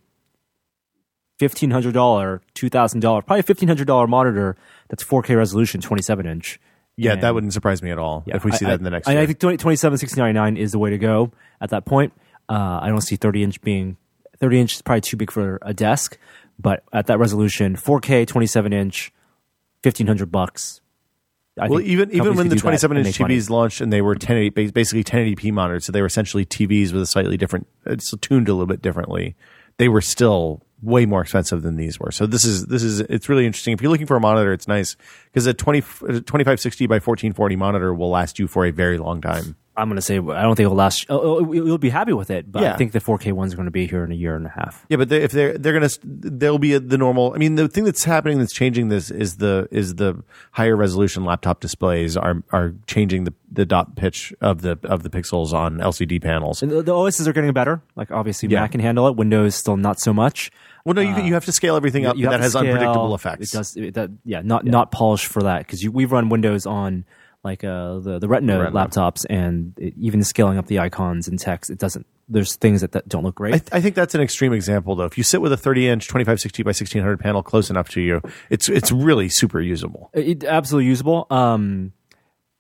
C: fifteen hundred dollar, two thousand dollar, probably fifteen hundred dollar monitor that's four K resolution, twenty-seven inch.
B: Yeah, that
C: And-
B: wouldn't surprise me at all if we see
C: I-
B: that in the next.
C: I,
B: year.
C: I think 20, 27, 69 is the way to go at that point. Uh, I don't see 30 inch being, 30 inch is probably too big for a desk, but at that resolution, 4K, 27 inch, 1500 bucks. I
B: well,
C: think
B: even even
C: companies
B: when
C: could
B: the
C: do that and
B: 27 inch
C: make money.
B: TVs launched and they were 1080 ba- basically 1080p monitors, so they were essentially TVs with a slightly different, it's tuned a little bit differently. They were still way more expensive than these were. So this is this is it's really interesting. If you're looking for a monitor, it's nice because a 20 a 2560 by 1440 monitor will last you for a very long time.
C: I'm going to say, I don't think it'll last, oh, oh, you'll be happy with it, but
B: Yeah.
C: I think the 4K ones are going to be here in a year and a half.
B: Yeah, but they, if they're they're gonna there'll be a, the normal. I mean, the thing that's happening that's changing this is the is the higher resolution laptop displays are are changing the the dot pitch of the of the pixels on LCD panels.
C: And the, the OSs are getting better. Like obviously
B: Yeah.
C: Mac can handle it. Windows still not so much.
B: Well, no, you, you have to scale everything up.
C: Uh, you
B: but
C: have
B: that
C: to
B: has
C: scale.
B: unpredictable effects.
C: It does. It, that, yeah, not not polished for that because we've run Windows on like uh, the the Retina, laptops, and it, even scaling up the icons and text, it doesn't. There's things that, that don't look great.
B: I, th- I think that's an extreme example, though. If you sit with a 30 inch 2560 by 1600 panel close enough to you, it's it's really super usable
C: it, absolutely usable. Um,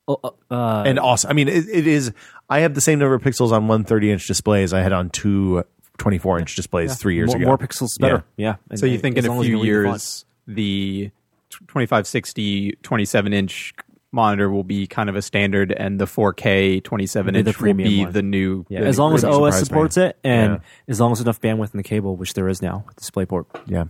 C: Uh,
B: and awesome. I mean, it, it is. I have the same number of pixels on one 30 inch display as I had on two 24 inch displays three years
C: more,
B: ago.
C: more pixels better. Yeah. And-
D: So you
C: and
D: think
C: as
D: in
C: long
D: a
C: as you
D: few
C: can read the font.
D: years the 2560 27 inch monitor will be kind of a standard, and the 4K 27
C: Be the
D: inch will
C: premium
D: be
C: one.
D: the new.
C: Yeah,
D: the
C: as
D: new
C: long as
D: premium.
B: surprise
C: OS
B: me.
C: supports it, and
B: Yeah.
C: as long as enough bandwidth in the cable, which there is now with DisplayPort.
B: Yeah.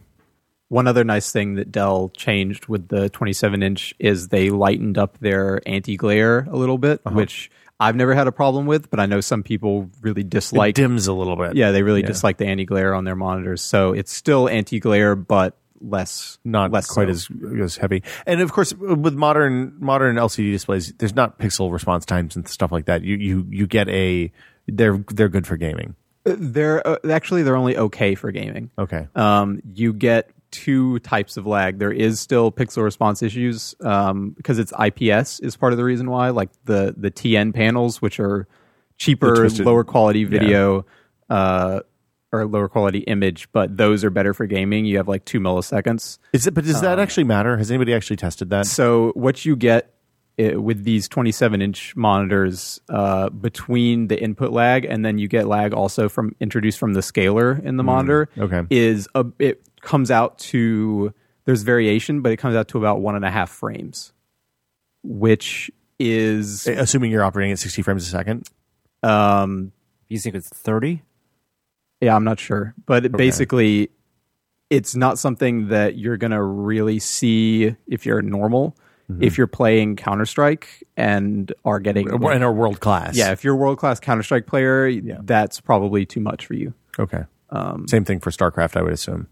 D: One other nice thing that Dell changed with the 27 inch is they lightened up their anti glare a little bit,
B: Uh-huh.
D: which I've never had a problem with, but I know some people really dislike.
B: dims a little bit.
D: yeah, they really dislike the anti glare on their monitors. So it's still anti glare, but less
B: Not
D: less
B: quite
D: so.
B: as as heavy. And of course, with modern modern LCD displays, there's not pixel response times and stuff like that. You you you get a they're they're good for gaming.
D: they're uh, actually they're only okay for gaming.
B: Okay.
D: Um, you get two types of lag. There is still pixel response issues um, because it's IPS is part of the reason why. Like the the TN panels, which are cheaper,
B: The twisted-
D: lower quality video. Uh, or lower quality image, but those are better for gaming. You have like two milliseconds.
B: Is it but does
D: Um,
B: that actually matter? Has anybody actually tested that?
D: So what you get uh, with these 27 inch monitors uh, between the input lag and then you get lag also from introduced from the scaler in the monitor.
B: okay.
D: is a, it comes out to there's variation, but it comes out to about one and a half frames, which is
B: eh, Assuming you're operating at 60 frames a second.
D: um,
C: You think it's thirty?
D: Yeah, I'm not sure, but basically, it's not something that you're gonna really see if you're normal. If you're playing Counter Strike and are getting,
B: And are world class.
D: Uh, yeah, if you're a world class Counter Strike player, that's probably too much for you.
B: Okay.
D: Um,
B: Same thing for StarCraft, I would assume.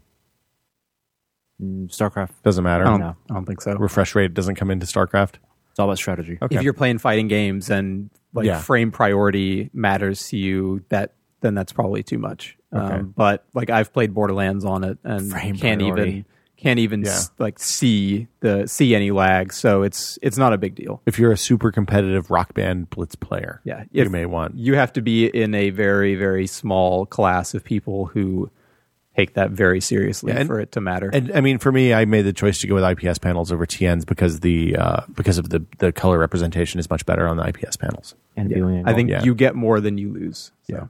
C: Mm, StarCraft.
B: Doesn't matter.
D: I don't,
C: No.
D: I don't think so.
B: Refresh rate doesn't come into StarCraft.
C: It's all about strategy.
B: Okay.
D: If you're playing fighting games and like
B: Yeah.
D: frame priority matters to you, that then that's probably too much.
B: Okay.
D: Um, but like I've played Borderlands on it and
C: Frame
D: can't
C: priority.
D: even can't even s- like see the see any lag, so it's it's not a big deal.
B: If you're a super competitive rock band blitz player,
D: Yeah,
B: you
D: if-
B: may want
D: You have to be in a very very small class of people who take that very seriously
B: Yeah, and-
D: for it to matter.
B: And I mean, for me, I made the choice to go with IPS panels over TNs because the uh, because of the the color representation is much better on the IPS panels.
C: And viewing angle.
D: I think
B: yeah.
D: you get more than you lose. So.
B: Yeah.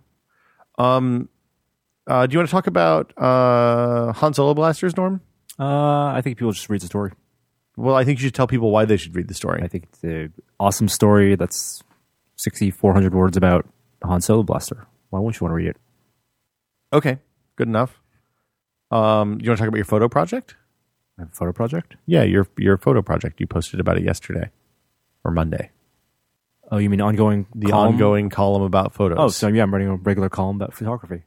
B: Uh, do you want to talk about uh, Han Solo blasters, Norm?
C: Uh, I think people just read the story.
B: Well, I think you should tell people why they should read the story.
C: I think it's an awesome story that's sixty four hundred words about Han Solo blaster. Why wouldn't you want to read it?
B: Okay, good enough. Um, you want to talk about your photo project?
C: I have a photo project.
B: Yeah, your your photo project. You posted about it yesterday or Monday.
C: Oh, you mean ongoing?
B: The
C: column?
B: ongoing column about photos.
C: Oh, so yeah, I'm writing a regular column about photography,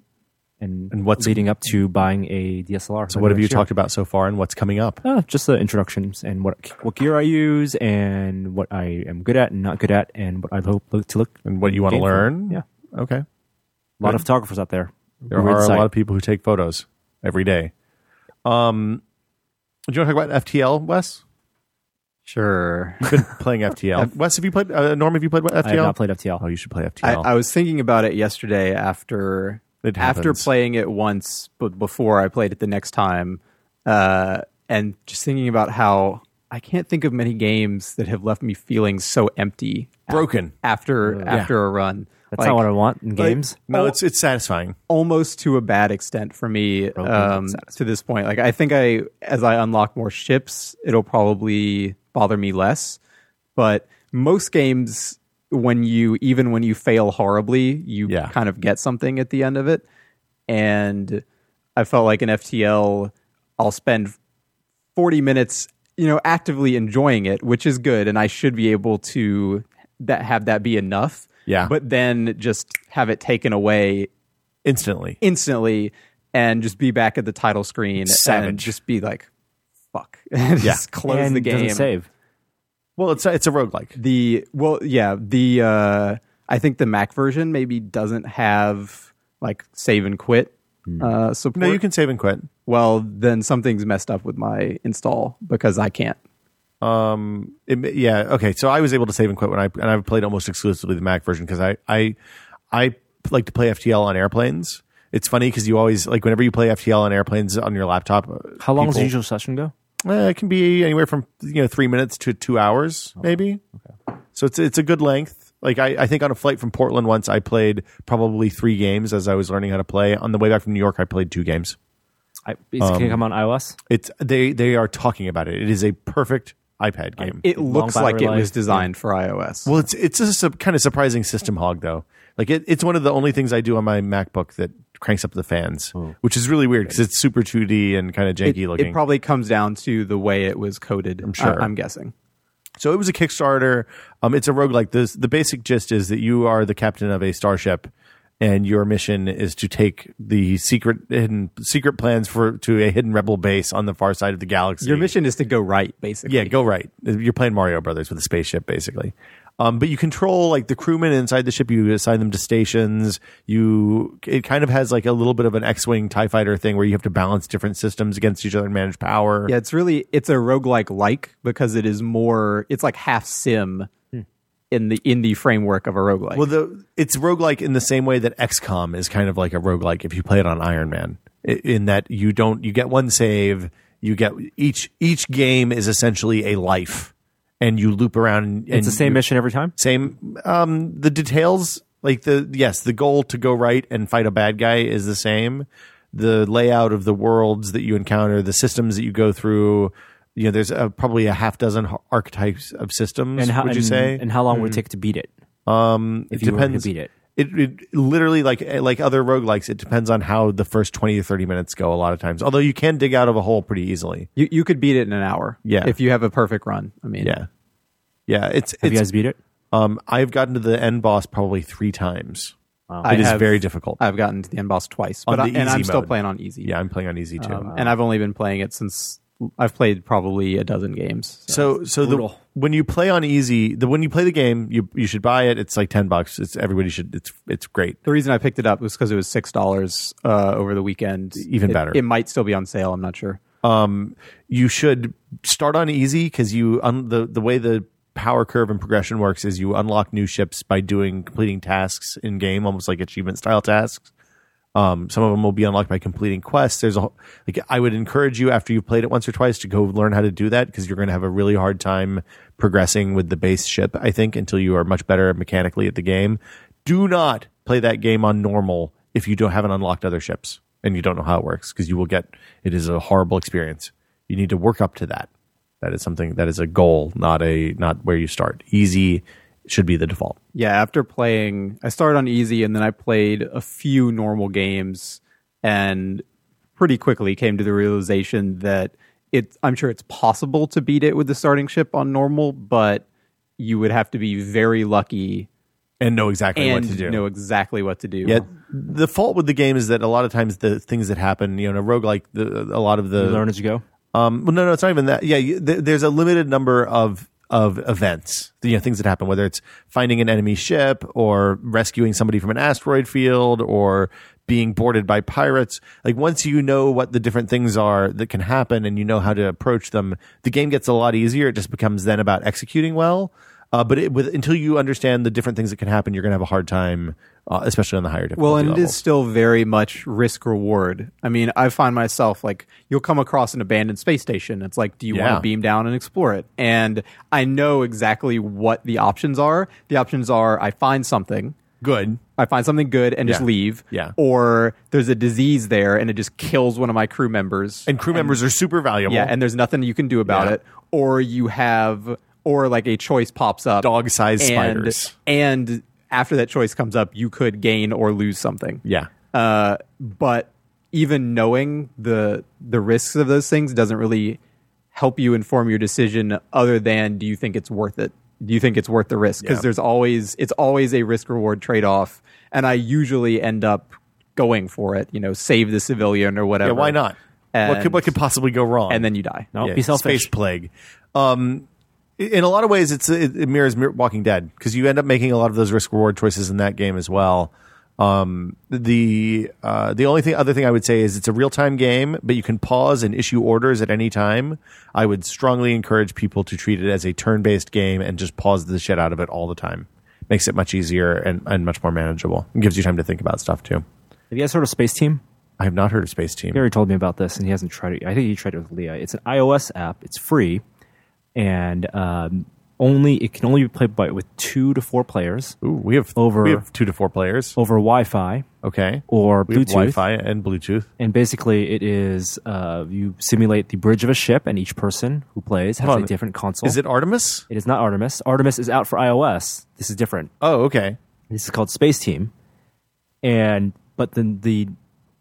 C: and,
B: And what's-
C: leading up to buying a DSLR.
B: so what have you talked about so far, and what's coming up?
C: Uh, just the introductions and what what gear I use and what I am good at and not good at and what I hope look, to look.
B: And what you want to
C: gainful.
B: learn?
C: Yeah,
B: Okay.
C: a lot of photographers out there.
B: There are a lot of people who take photos every day. Um, do you want to talk about FTL, Wes?
D: Sure.
B: Been [LAUGHS] playing FTL. Wes, have you played? Uh, Norm, have you played FTL?
C: I have not played FTL.
B: Oh, you should play
D: I,
B: FTL.
D: I was thinking about it yesterday after
B: It
D: after
B: happens.
D: playing it once, but before I played it the next time, uh, and just thinking about how I can't think of many games that have left me feeling so empty
B: Broken.
D: after after a run.
C: That's
D: Like,
C: not what I want in games.
B: No, it's it's satisfying.
D: almost to a bad extent for me
C: Broken
D: um, to this point. Like I think I as I unlock more ships, it'll probably bother me less. But most games when you even when you fail horribly, you
B: Yeah.
D: kind of get something at the end of it. And I felt like an FTL I'll spend 40 minutes, you know, actively enjoying it, which is good and I should be able to that have that be enough.
B: Yeah.
D: But then just have it taken away
B: Instantly.
D: instantly and just be back at the title screen and
B: Savage.
D: just be like, fuck. [LAUGHS] And
B: Yeah.
D: just close
C: and
D: the
C: doesn't
D: game.
C: save.
B: Well, it's a, it's a roguelike.
D: The well, yeah, the uh I think the Mac version maybe doesn't have like save and quit
B: Hmm.
D: uh support.
B: No, you can save and quit.
D: well then something's messed up with my install because I can't.
B: Um, it, ma- yeah, okay. So I was able to save and quit when I and I've played almost exclusively the Mac version because I I I like to play FTL on airplanes. It's funny because you always like whenever you play FTL on airplanes on your laptop. uh,
C: How long does the
B: people-
C: usual session go?
B: Uh, it can be anywhere from you know three minutes to two hours, maybe. So it's it's a good length. Like I, I think on a flight from Portland once, I played probably three games as I was learning how to play. On the way back from New York, I played two games.
C: I, is, it can
B: Um,
C: it come on iOS?
B: It's they they are talking about it. It is a perfect iPad game.
D: It
C: Long
D: looks like
C: battery
D: it was
C: life.
D: designed for iOS.
B: well, it's it's just a sub- kind of surprising system hog though. Like it, it's one of the only things I do on my MacBook that cranks up the fans, which is really weird because it's super 2D and kind of
D: it,
B: janky looking.
D: it probably comes down to the way it was coded. I'm
B: sure.
D: I'm guessing.
B: So it was a Kickstarter. Um, it's a roguelike. The, the basic gist is that you are the captain of a starship, and your mission is to take the secret hidden secret plans for to a hidden rebel base on the far side of the galaxy.
D: Your mission is to go right, basically.
B: yeah, go right. You're playing Mario Brothers with a spaceship, basically. Um, but you control like the crewmen inside the ship. You assign them to stations. You it kind of has like a little bit of an X-wing Tie Fighter thing where you have to balance different systems against each other and manage power.
D: Yeah, it's really it's a roguelike like because it is more it's like half sim in the in the framework of a roguelike.
B: Hmm. Well, the it's roguelike in the same way that XCOM is kind of like a roguelike if you play it on Iron Man. I- In that you don't you get one save, you get each each game is essentially a life and you loop around and
C: It's the same mission every time.
B: same um the details like the yes, the goal to go right and fight a bad guy is the same. The layout of the worlds that you encounter, the systems that you go through, you know, there's uh probably a half dozen h- archetypes of systems.
C: And how
B: would you
C: and-
B: say? Mm.
C: And how long would it take to beat it? Um, if you were to beat it,
B: It, it literally like eh, like other roguelikes, it depends on how the first twenty or thirty minutes go. A lot of times, although you can dig out of a hole pretty easily.
D: you you could beat it in an hour.
B: Yeah.
D: If you have a perfect run. I mean
B: Yeah, yeah. It's
C: have
B: it's.
C: you guys beat it?
B: um, I've gotten to the end boss probably three times.
D: I
B: It is
D: have-
B: very difficult.
D: I've gotten to the end boss twice.
B: On
D: But I,
B: the
D: and
B: easy
D: I'm still
B: mode.
D: playing on easy.
B: yeah, I'm playing on easy too.
D: Um, and I've only been playing it since I've played probably a dozen games. So.
B: so so the,
C: brutal.
B: when you play on easy, the when you play the game, you you should buy it. It's like ten bucks. It's everybody should. It's it's great.
D: The reason I picked it up was because it was six dollars uh, over the weekend.
B: Even
D: It-
B: better.
D: It, might still be on sale. I'm not sure.
B: you should start on easy because you un- the the way the power curve and progression works is you unlock new ships by doing completing tasks in game, almost like achievement style taships. Um, some of them will be unlocked by completing quests. There's a whole- like I would encourage you after you've played it once or twice to go learn how to do that because you're going to have a really hard time progressing with the base ship. I think until you are much better mechanically at the game. Do not play that game on normal if you don't haven't unlocked other ships and you don't know how it works because you will get it is a horrible experience. You need to work up to that. That is something that is a goal, not a not where you start. Easy should be the default.
D: Yeah, after playing, I started on easy, and then I played a few normal games, and pretty quickly came to the realization that it. I'm sure it's possible to beat it with the starting ship on normal, but you would have to be very lucky
B: And know exactly
D: and
B: what to do.
D: know exactly what to do.
B: Yeah, the fault with the game is that a lot of times the things that happen, you know, in a roguelike, the, a lot of the
C: You learn as you go.
B: um, well, no, no, it's not even that. Yeah, you, th- there's a limited number of of events, you know, things that happen, whether it's finding an enemy ship or rescuing somebody from an asteroid field or being boarded by pirates. Like once you know what the different things are that can happen and you know how to approach them, the game gets a lot easier. It just becomes then about executing well. Uh, but it, with, until you understand the different things that can happen, you're going to have a hard time, uh, especially on the higher difficulty
D: Well, and it
B: levels.
D: is still very much risk reward. I mean, I find myself like you'll come across an abandoned space station. It's like, do you want
B: Yeah.
D: to beam down and explore it? And I know exactly what the options are. The options are I find something,
B: good.
D: I find something good and just
B: Yeah.
D: leave.
B: Yeah.
D: Or there's a disease there and it just kills one of my crew members.
B: And crew members are super valuable.
D: yeah, and there's nothing you can do about
B: Yeah.
D: it. Or you have or like a choice pops up
B: Dog-sized
D: and-
B: spiders.
D: And after that choice comes up, you could gain or lose something.
B: yeah.
D: Uh, but even knowing the the risks of those things doesn't really help you inform your decision other than do you think it's worth it do you think it's worth the risk because
B: Yeah.
D: there's always it's always a risk reward trade-off and i usually end up going for it you know save the civilian or whatever
B: Yeah, why not? what, could,
D: And-
B: what could possibly go wrong? Oh,
D: and then you die
C: No,
B: Yeah,
C: be selfish.
B: Space plague. Um, i- in a lot of ways, it's it, it mirrors Mir- Walking Dead because you end up making a lot of those risk reward choices in that game as well. Um, the uh, the only thing other thing I would say is it's a real time game, but you can pause and issue orders at any time. I would strongly encourage people to treat it as a turn based game and just pause the shit out of it all the time. Makes it much easier and, and much more manageable. It gives you time to think about stuff too.
C: Have you guys heard of Space Team?
B: I have not heard of Space Team.
C: Gary told me about this, and he hasn't tried it. I think he tried it with Leah. It's an iOS app. It's free, and um, only it can only be played by with two to four players
B: Ooh, we have
C: Over-
B: We have two to four players.
C: over Wi-Fi
B: Okay.
C: or
B: We have
C: Bluetooth.
B: Wi-Fi and Bluetooth.
C: And basically, it is uh, you simulate the bridge of a ship, and each person who plays has
B: Hold on.
C: a different console.
B: Is it Artemis?
C: It is not Artemis. Artemis is out for iOS. This is different.
B: Oh, okay.
C: This is called Space Team. And but then the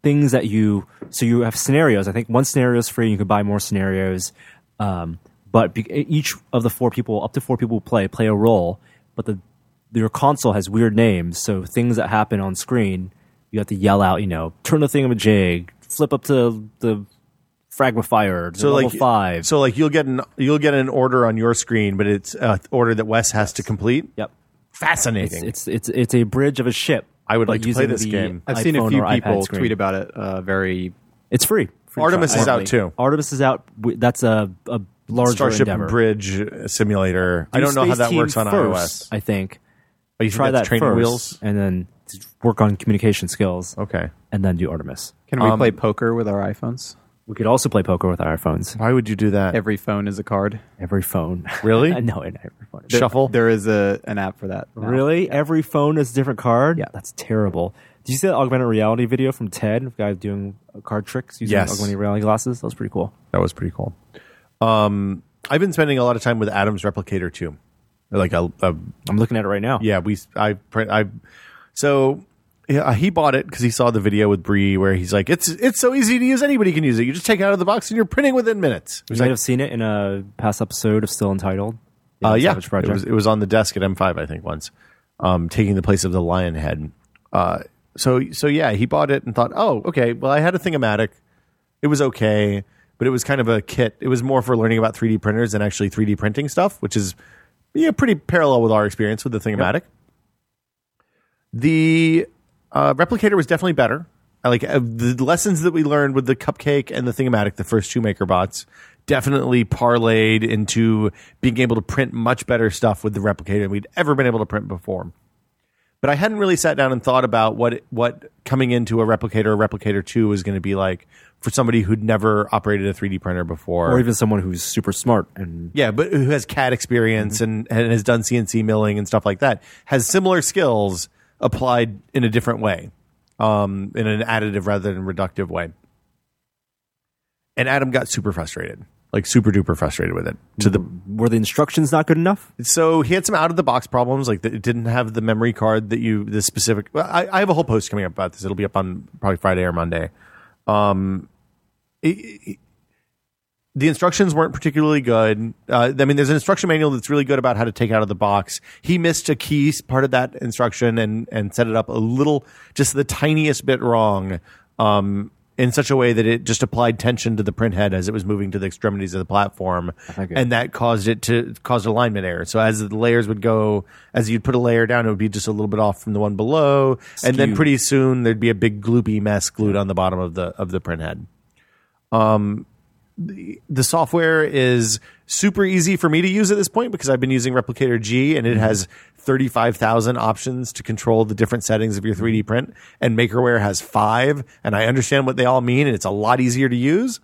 C: things that you so you have scenarios. I think one scenario is free. You can buy more scenarios. Um, but be, each of the four people, up to four people, who play play a role. But the your console has weird names, so things that happen on screen, you have to yell out. You know, turn the thingamajig, flip up to the fragmifier,
B: So
C: so level
B: like
C: five.
B: So like you'll get an you'll get an order on your screen, but it's an order that Wes has to complete.
C: yep,
B: Fascinating.
C: it's it's it's a bridge of a ship.
B: I would
C: but
B: like to play
C: using
B: this
C: the
B: game.
D: I've seen a
C: iPhone
D: few
C: or iPad
D: people
C: screen.
D: tweet about it. Uh, very
C: It's free. free
B: Artemis
C: trial.
B: is out
D: Apparently.
B: too.
C: Artemis is out. W- That's a, a larger
B: Starship
C: endeavor.
B: Bridge Simulator. I don't know how
C: Space
B: that
C: Team
B: works on
C: first,
B: iOS.
C: I think.
B: But you think
C: Try
B: that's
C: that
B: training
C: first,
B: wheels.
C: and then t- work on communication skills,
B: Okay.
C: and then do Artemis.
D: Can we play poker with our iPhones?
C: We could also play poker with our phones.
B: Why would you do that?
D: Every phone is a card.
C: Every phone,
B: Really?
C: [LAUGHS] no, in every phone.
B: Shuffle.
D: There is a an app for that. now.
C: Really, every phone is a different card.
D: Yeah.
C: that's terrible. Did you see that augmented reality video from Ted? of guy doing card tricks using
B: Yes.
C: augmented reality glasses. That was pretty cool.
B: That was pretty cool. Um, I've been spending a lot of time with Adam's Replicator too. Like a, a
C: I'm looking at it right now.
B: yeah, we I print I so yeah, he bought it because he saw the video with Bree where he's like, it's it's so easy to use. Anybody can use it. You just take it out of the box and you're printing within minutes.
C: you
B: He's
C: might
B: like,
C: have seen it in a past episode of Still Entitled.
B: uh, yeah,
C: Savage Project.
B: It, was, it was on the desk at M5, I think, once, um, taking the place of the lion head. Uh, so so yeah, he bought it and thought, oh, okay. Well, I had a thingamatic. It was okay, but it was kind of a kit. It was more for learning about 3D printers and actually 3D printing stuff, which is yeah, pretty parallel with our experience with the thingamatic. The uh, replicator was definitely better. I like uh, the lessons that we learned with the cupcake and the thingamatic, the first two maker bots, definitely parlayed into being able to print much better stuff with the replicator than we'd ever been able to print before. But I hadn't really sat down and thought about what what coming into a replicator or replicator two is going to be like for somebody who'd never operated a 3D printer before,
C: or even someone who's super smart and
B: yeah, but who has CAD experience and, and has done CNC milling and stuff like that, has similar skills applied in a different way, um, in an additive rather than reductive way. And Adam got super frustrated, like super duper frustrated with it to the
C: were the instructions not good enough?
B: so he had some out of the box problems, like that it didn't have the memory card that you the specific. Well, I, I have a whole post coming up about this. It'll be up on probably Friday or Monday. Um, it- it- the instructions weren't particularly good. Uh, I mean, there's an instruction manual that's really good about how to take out of the box. He missed a key s- part of that instruction and and set it up a little, just the tiniest bit wrong. Um, in such a way that it just applied tension to the print head as it was moving to the extremities of the platform,
C: think it-
B: and that caused it to cause alignment error. So as the layers would go, as you'd put a layer down, it would be just a little bit off from the one below, and then
C: Skewed.
B: pretty soon there'd be a big gloopy mess glued on the bottom of the of the print head. The software is super easy for me to use at this point because I've been using Replicator G and it has 35,000 options to control the different settings of your 3D print and Makerware has 5 and I understand what they all mean and it's a lot easier to use.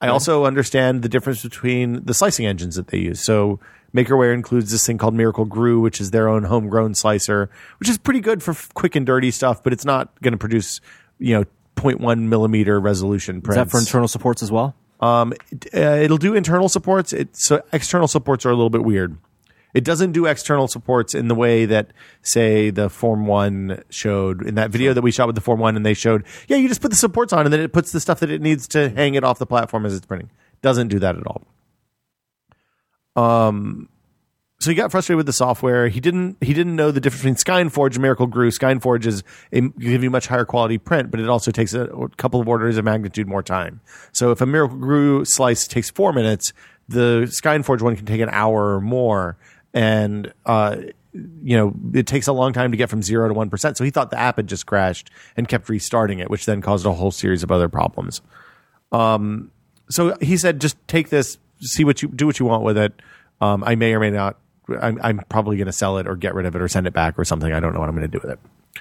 B: I also understand the difference between the slicing engines that they use. So Makerware includes this thing called Miracle Grew, which is their own homegrown slicer, which is pretty good for f- quick and dirty stuff, but it's not going to produce, you know, 0.1 millimeter resolution
C: Is
B: prints.
C: that for internal supports as well?
B: Um, it, uh, it'll do internal supports. It so external supports are a little bit weird. It doesn't do external supports in the way that, say, the Form One showed in that video that we shot with the Form One, and they showed, yeah, you just put the supports on, and then it puts the stuff that it needs to hang it off the platform as it's printing. Doesn't do that at all. so he got frustrated with the software. He didn't he didn't know the difference between Skyforge and Miracle Grew. Skyforge is a, give you much higher quality print, but it also takes a, couple of orders of magnitude more time. So if a Miracle Grew slice takes four minutes, the Skyforge one can take an hour or more, and uh, you know it takes a long time to get from zero to one percent. So he thought the app had just crashed and kept restarting it, which then caused a whole series of other problems so he said, just take this, see what you do, what you want with it. Um, I may or may not. I'm, I'm probably going to sell it or get rid of it or send it back or something. I don't know what I'm going to do with it.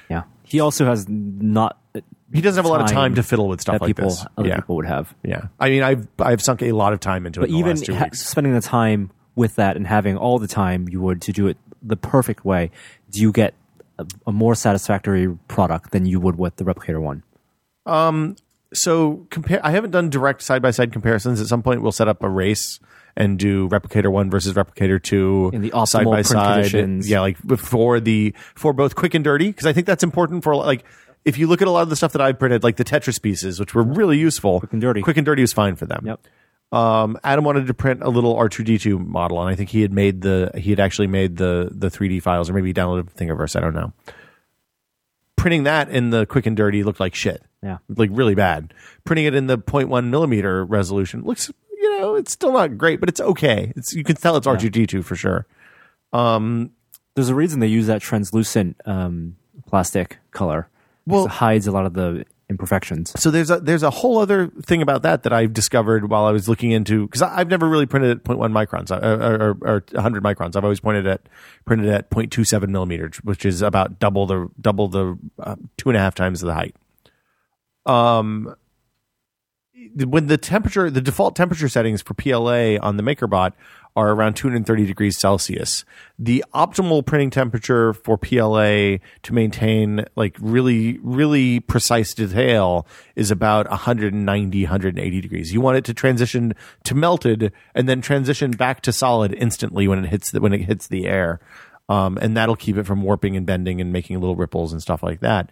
C: Yeah. He also has not that
B: He doesn't have a lot of
C: Time
B: time to fiddle with stuff like
C: people
B: this.
C: other
B: yeah,
C: people would have.
B: yeah. I mean, I've I've sunk a lot of time into it
C: But
B: in the
C: even
B: last two
C: ha-
B: weeks.
C: spending the time with that and having all the time you would to do it the perfect way, do you get a, a more satisfactory product than you would with the replicator one?
B: so compare i haven't done direct side-by-side comparisons at some point we'll set up a race and do replicator 1 versus replicator 2
C: In the optimal
B: side by
C: print
B: side
C: conditions.
B: yeah like for the for both quick and dirty because i think that's important for like if you look at a lot of the stuff that i printed like the tetris pieces which were really useful quick
C: and dirty.
B: quick and dirty was fine for them
C: Yep.
B: um, Adam wanted to print a little R2D2 model, and I think he had made the he had actually made the the 3D files, or maybe he downloaded Thingiverse. I don't know. Printing that in the quick and dirty looked like shit.
C: Yeah.
B: like really bad. Printing it in the 0.1 millimeter resolution looks, you know, it's still not great, but it's okay. It's you can tell it's R2D2 for sure.
C: There's a reason they use that translucent um, plastic color. 'cause
B: Well-
C: it hides a lot of the imperfections.
B: so there's a there's a whole other thing about that that I've discovered while I was looking into because I've never really printed at 0.1 microns uh, or, or, or 100 microns. I've always printed at printed at 0.27 millimeters, which is about double the double the uh, two and a half times the height. Um, when the temperature the default temperature settings for PLA on the MakerBot are around 230 degrees Celsius, the optimal printing temperature for PLA to maintain like really really precise detail is about 190 180 degrees. You want it to transition to melted and then transition back to solid instantly when it hits the, when it hits the air. Um, and that'll keep it from warping and bending and making little ripples and stuff like that.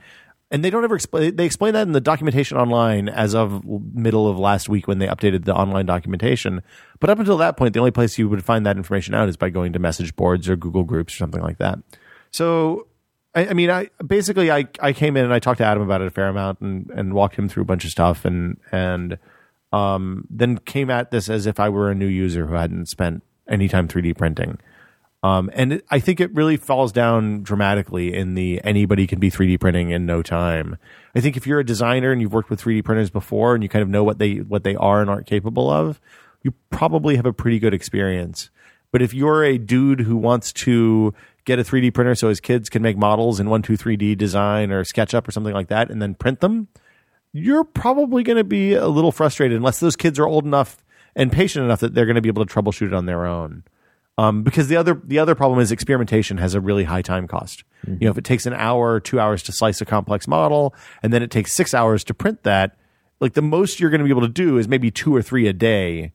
B: And they don't ever explain. They explain that in the documentation online as of middle of last week when they updated the online documentation. But up until that point, the only place you would find that information out is by going to message boards or Google groups or something like that. So, I, I mean, I basically I, I came in and I talked to Adam about it a fair amount and, and walked him through a bunch of stuff and and um, then came at this as if I were a new user who hadn't spent any time 3D printing. Um, and it, I think it really falls down dramatically in the anybody can be 3D printing in no time. I think if you're a designer and you've worked with 3D printers before and you kind of know what they what they are and aren't capable of, you probably have a pretty good experience. But if you're a dude who wants to get a 3D printer so his kids can make models in 123D design or SketchUp or something like that and then print them, you're probably going to be a little frustrated unless those kids are old enough and patient enough that they're going to be able to troubleshoot it on their own. Um, because the other the other problem is experimentation has a really high time cost. You know, if it takes an hour or two hours to slice a complex model, and then it takes six hours to print that, like the most you're going to be able to do is maybe two or three a day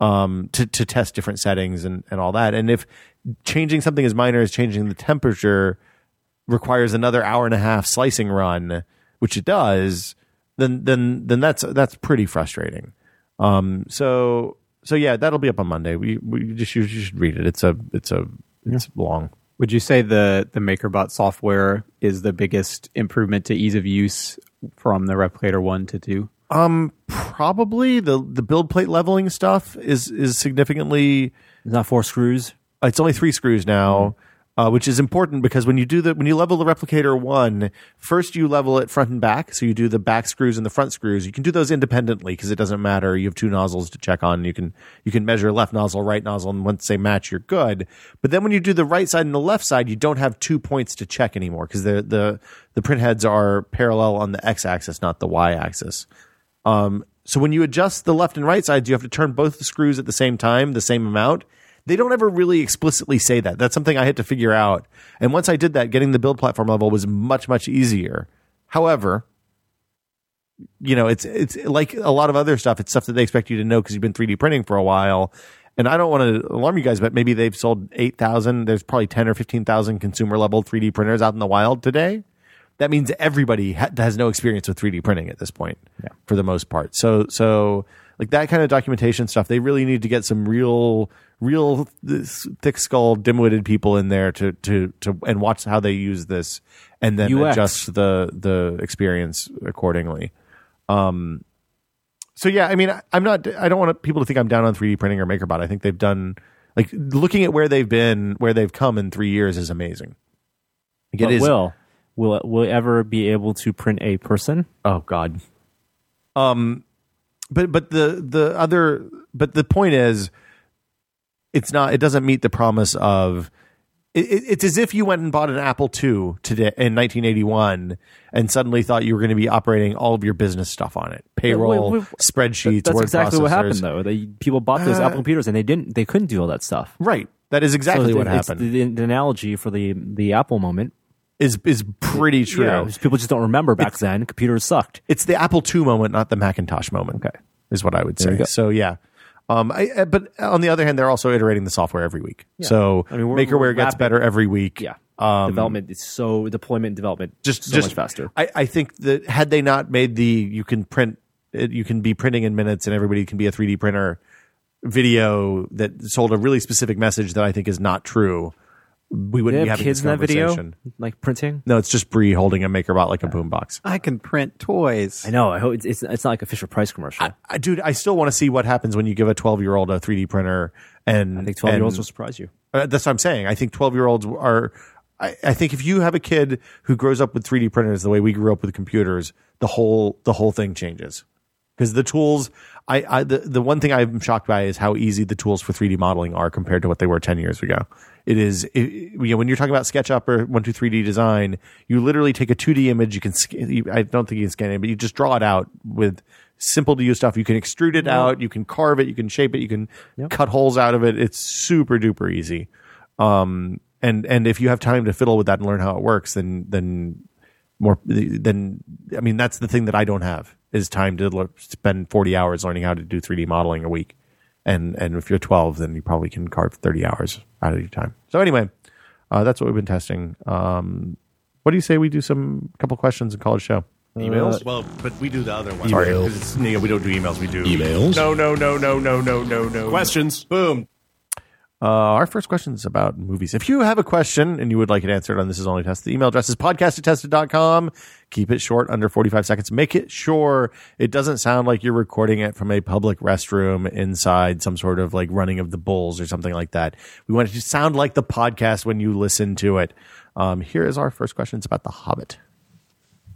B: um, to to test different settings and and all that. And if changing something as minor as changing the temperature requires another hour and a half slicing run, which it does, then then then that's that's pretty frustrating. Um, so so yeah, that'll be up on Monday. We, we just you, you should read it. It's a it's a it's long.
D: Would you say the the MakerBot software is the biggest improvement to ease of use from the Replicator one to two?
B: Probably the the build plate leveling stuff is is significantly
C: It's not four screws.
B: it's only three screws now, uh, which is important because when you do the when you level the replicator one, first you level it front and back, so you do the back screws and the front screws. You can do those independently because it doesn't matter. You have two nozzles to check on. You can you can measure left nozzle, right nozzle, and once they match, you're good. But then when you do the right side and the left side, you don't have two points to check anymore because the the the print heads are parallel on the x axis, not the y axis. Um, so when you adjust the left and right sides, you have to turn both the screws at the same time, the same amount. They don't ever really explicitly say that. That's something I had to figure out. And once I did that, getting the build platform level was much, much easier. However, you know, it's it's like a lot of other stuff. It's stuff that they expect you to know because you've been 3D printing for a while. And I don't want to alarm you guys, but maybe they've sold 8,000. There's probably 10 or 15,000 consumer level 3D printers out in the wild today. That means everybody ha- has no experience with 3D printing at this point, for the most part. So, so like that kind of documentation stuff, they really need to get some real, real thick skull, dim-witted people in there to to to and watch how they use this, and then
C: UX.
B: adjust the the experience accordingly so yeah, I mean, I- I'm not. I don't want people to think I'm down on 3D printing or MakerBot. I think they've done like looking at where they've been, where they've come in three years is amazing. Like, it
C: but
B: is.
C: will will it, will it ever be able to print a person?
B: Oh God. Um, but but the the other but the point is, it's not. It doesn't meet the promise of it, it- it's as if you went and bought an Apple II today in 1981 and suddenly thought you were going to be operating all of your business stuff on it payroll,
C: wait, wait.
B: spreadsheets,
C: That's
B: word
C: exactly what happened,
B: processors.
C: though. They, people bought
B: Uh,
C: those Apple computers and they didn't. They couldn't do all that stuff.
B: Right. That is exactly
C: so
B: what
C: it's-
B: happened.
C: It's the, the analogy for the the Apple moment.
B: is is pretty true.
C: Yeah, just people just don't remember back then. Computers sucked.
B: It's the Apple II moment, not the Macintosh moment.
C: Okay.
B: is what I would
C: you
B: say.
C: go.
B: So yeah. Um, I, I- but on the other hand, they're also iterating the software every week. So
C: I mean, we're-
B: makerware
C: we're
B: gets
C: rapid.
B: better every week.
C: Yeah,
B: Um,
C: development is so deployment and development
B: just
C: so
B: just
C: much faster.
B: I, I think that had they not made the you can print it, you can be printing in minutes and everybody can be a 3D printer video that sold a really specific message that I think is not true. We
C: They
B: wouldn't be
C: have
B: having
C: kids in
B: this
C: that video,
B: conversation.
C: like printing.
B: No, it's just Bree holding a MakerBot like a boombox.
D: I can print toys.
C: I know. I hope it's it's, it's not like a Fisher Price commercial. I,
B: I, dude, I still want to see what happens when you give a 12 year old a 3D printer. And I
C: think twelve year olds will surprise you.
B: Uh, that's what I'm saying. I think 12 year olds are. I, I think if you have a kid who grows up with 3D printers the way we grew up with computers, the whole the whole thing changes because the tools. I, I the the one thing I'm shocked by is how easy the tools for 3D modeling are compared to what they were 10 years ago. It is it, it- you know when you're talking about SketchUp or 123D design, you literally take a 2D image. You can sc- you, I don't think you can scan it, but you just draw it out with simple to use stuff. You can extrude it out, you can carve it, you can shape it, you can cut holes out of it. It's super duper easy um, and and if you have time to fiddle with that and learn how it works, then then more then I mean that's the thing that I don't have is time to le- spend forty hours learning how to do three D modeling a week, and and if you're twelve, then you probably can carve thirty hours out of your time. So anyway, uh, that's what we've been testing. Um, what do you say we do some couple questions in college show? Emails?
A: Well, but we do the other one.
B: Sorry,
A: Email.
B: 'cause it's- yeah, we don't do emails. We do
A: Emails?
B: No, no, no, no, no, no, no, no.
A: Questions. Boom.
B: Uh, our first question is about movies. If you have a question and you would like it answered on This Is Only Test, the email address is podcast at tested.com. Keep it short, under 45 seconds. Make it sure it doesn't sound like you're recording it from a public restroom inside some sort of like running of the bulls or something like that. We want it to sound like the podcast when you listen to it. Um, here is our first question. It's about The Hobbit.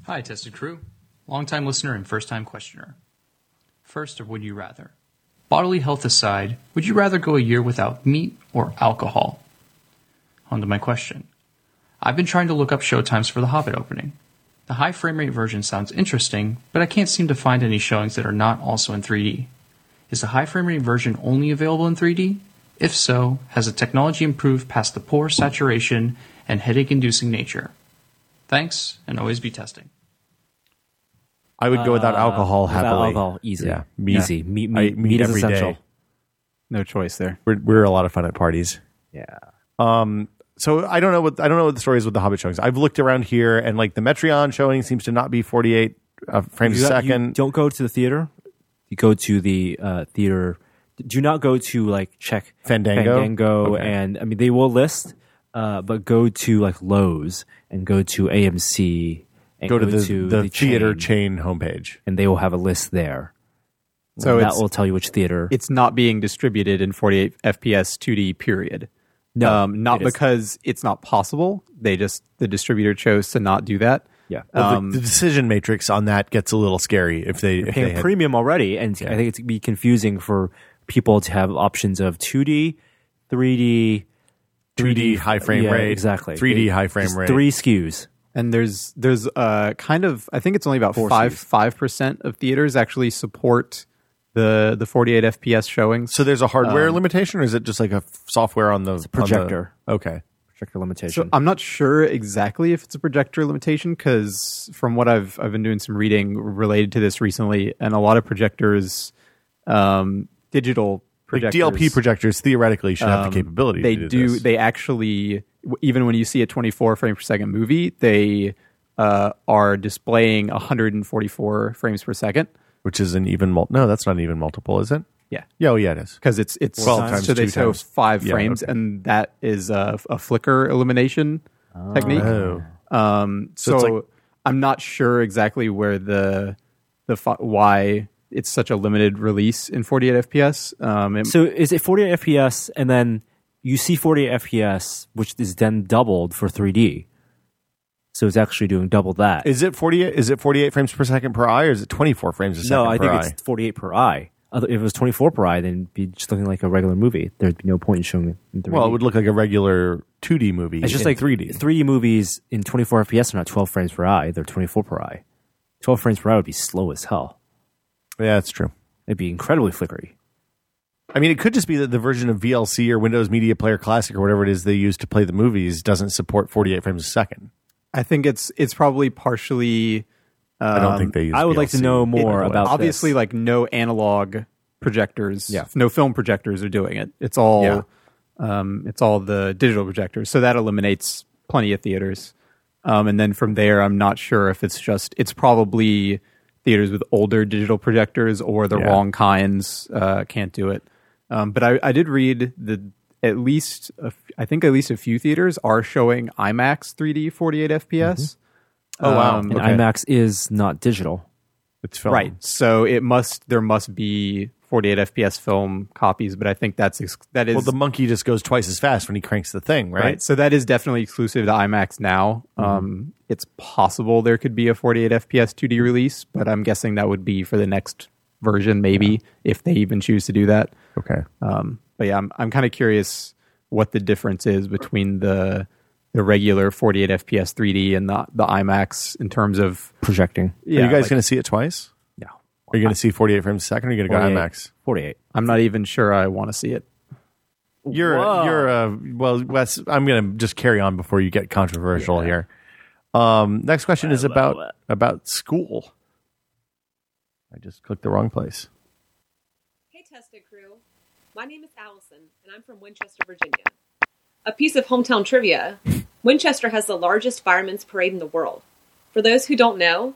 E: Hi, Tested Crew. Longtime listener and first time questioner. First, or would you rather? Bodily health aside, would you rather go a year without meat or alcohol? On to my question. I've been trying to look up showtimes for the Hobbit opening. The high frame rate version sounds interesting, but I can't seem to find any showings that are not also in 3D. Is the high frame rate version only available in 3D? If so, has the technology improved past the poor saturation and headache inducing nature? Thanks, and always be testing.
B: I would go without alcohol
C: Uh, without
B: happily.
C: alcohol, easy.
B: Yeah.
C: Easy. Meat-
B: I
C: meat-
B: eat
C: meat is
B: every day.
C: essential.
D: No choice there.
B: We're, we're a lot of fun at parties.
C: Yeah,
B: so I don't know what I don't know what the story is with the Hobbit showings. I've looked around here, and like the Metreon showing seems to not be forty eight uh, frames
C: you,
B: a
C: got- you
B: second.
C: don't go to the theater. You go to the uh, theater. Do not go to like check
B: Fandango?
C: Fandango,
B: Okay.
C: and I mean they will list, uh, but go to like Lowe's and go to AMC. And
B: Go to the, the, theater
C: chain.
B: chain, homepage.
C: and they will have a list there.
D: So
C: So that
D: it's-
C: will tell you which theater.
D: It's not being distributed in 48 FPS 2D period.
C: No,
D: um, not
C: it isn't.
D: because it's not possible. They just the distributor chose to not do that.
C: yeah,
B: Well, the- the, decision matrix on that gets a little scary if they if they
C: paying
B: had,
C: premium already, and I think it's be confusing for people to have options of 2D, 3D,
B: 2D high frame
C: yeah,
B: rate,
C: exactly
B: 3D
C: They-
B: high frame
C: just
B: rate.
C: three skews.
D: And there's there's uh kind of I think it's only about five five percent of theaters actually support the the 48 FPS showings.
B: So there's a hardware limitation, or is it just like a f- software on the on the-
C: projector.
B: okay,
C: Projector
D: So um,
C: limitation.
D: I'm not sure exactly if it's a projector limitation because from what I've I've been doing some reading related to this recently, and a lot of projectors, um, digital
B: like
D: projectors,
B: DLP projectors theoretically should have the capability.
D: they
B: to do.
D: do
B: this.
D: they actually w- even when you see a 24 frame per second movie, they uh, are displaying 144 frames per second.
B: which is an even mul- no, that's not an even multiple, is it?
D: Yeah,
B: Yeah, oh yeah, it is.
D: because it's it's
B: 12 times
D: so they
B: two
D: show
B: times-
D: five
B: yeah,
D: frames,
B: okay.
D: and that is a, a flicker elimination technique.
B: Oh.
D: Um,
B: So
D: so
B: it's like-
D: I'm not sure exactly where the the fi- why it's such a limited release in 48 FPS. Um, it-
C: So is it 48 FPS, and then you see 48 FPS, which is then doubled for 3D. So it's actually doing double that.
B: Is it forty eight? Is it forty eight frames per second per eye, or is it twenty four frames a second?
C: no, I
B: per
C: think
B: eye?
C: it's 48 per eye. Other- If it was 24 pari, then it'd be just looking like a regular movie. There'd be no point in showing it in 3D.
B: Well, it would look like a regular 2D movie.
C: it's just
B: in
C: like
B: 3D.
C: 3D movies in 24 FPS are not 12 frames per eye. They're 24 per eye. 12 frames per eye would be slow as hell.
B: yeah, that's true.
C: It'd be incredibly flickery.
B: I mean, it could just be that the version of VLC or Windows Media Player Classic or whatever it is they use to play the movies doesn't support 48 frames a second.
D: I think it's it's probably partially. Um,
B: I don't think they use.
C: I would like to
B: VLC.
C: know more
D: it-
C: about this.
D: obviously like no analog projectors.
B: Yeah.
D: no film projectors are doing it. It's all
B: Yeah.
D: um, it's all the digital projectors. So that eliminates plenty of theaters. Um, and then from there, I'm not sure if it's just it's probably theaters with older digital projectors or the
B: Yeah.
D: wrong kinds uh, can't do it. Um, but I, I did read that at least a f- I think at least a few theaters are showing IMAX 3D 48 FPS.
C: Mm-hmm.
B: Oh, wow.
D: Um,
C: And
B: Okay.
C: IMAX is not digital.
B: It's film.
D: Right. So it must there must be 48 FPS film copies, but I think that's ex- that is
B: Well, the monkey just goes twice as fast when he cranks the thing,
D: right?
B: right? Mm-hmm.
D: So that is definitely exclusive to IMAX now. Um, it's possible there could be a 48 FPS 2D release, but I'm guessing that would be for the next version, maybe if they even choose to do that.
B: Okay.
C: Uh,
D: Um, but yeah, I'm I'm kind of curious what the difference is between the the regular 48 FPS 3D and the the IMAX in terms of
C: Projecting.
D: yeah,
B: are you guys
D: like-
B: going to see it twice?
C: No.
B: Are you going to see 48 frames a second or are you going to go IMAX?
C: 48.
D: I'm not even sure I want to see it.
B: You're
C: Whoa.
B: you're uh, well, Wes. I'm going to just carry on before you get controversial here. Um, next question is about about school. I just clicked the wrong place.
F: Hey, Tested Crew. My name is Allison, and I'm from Winchester, Virginia. A piece of hometown trivia Winchester has the largest firemen's parade in the world. For those who don't know,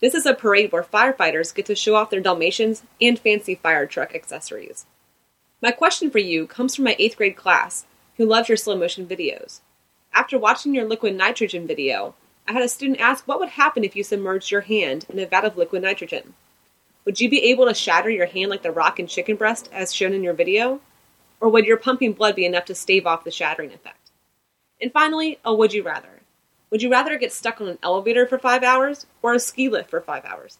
F: this is a parade where firefighters get to show off their Dalmatians and fancy fire truck accessories. My question for you comes from my eighth grade class, who loved your slow motion videos. After watching your liquid nitrogen video, I had a student ask what would happen if you submerged your hand in a vat of liquid nitrogen. Would you be able to shatter your hand like the rock and chicken breast as shown in your video? Or would your pumping blood be enough to stave off the shattering effect? And finally, a would you rather. Would you rather get stuck on an elevator for five hours or a ski lift for five hours?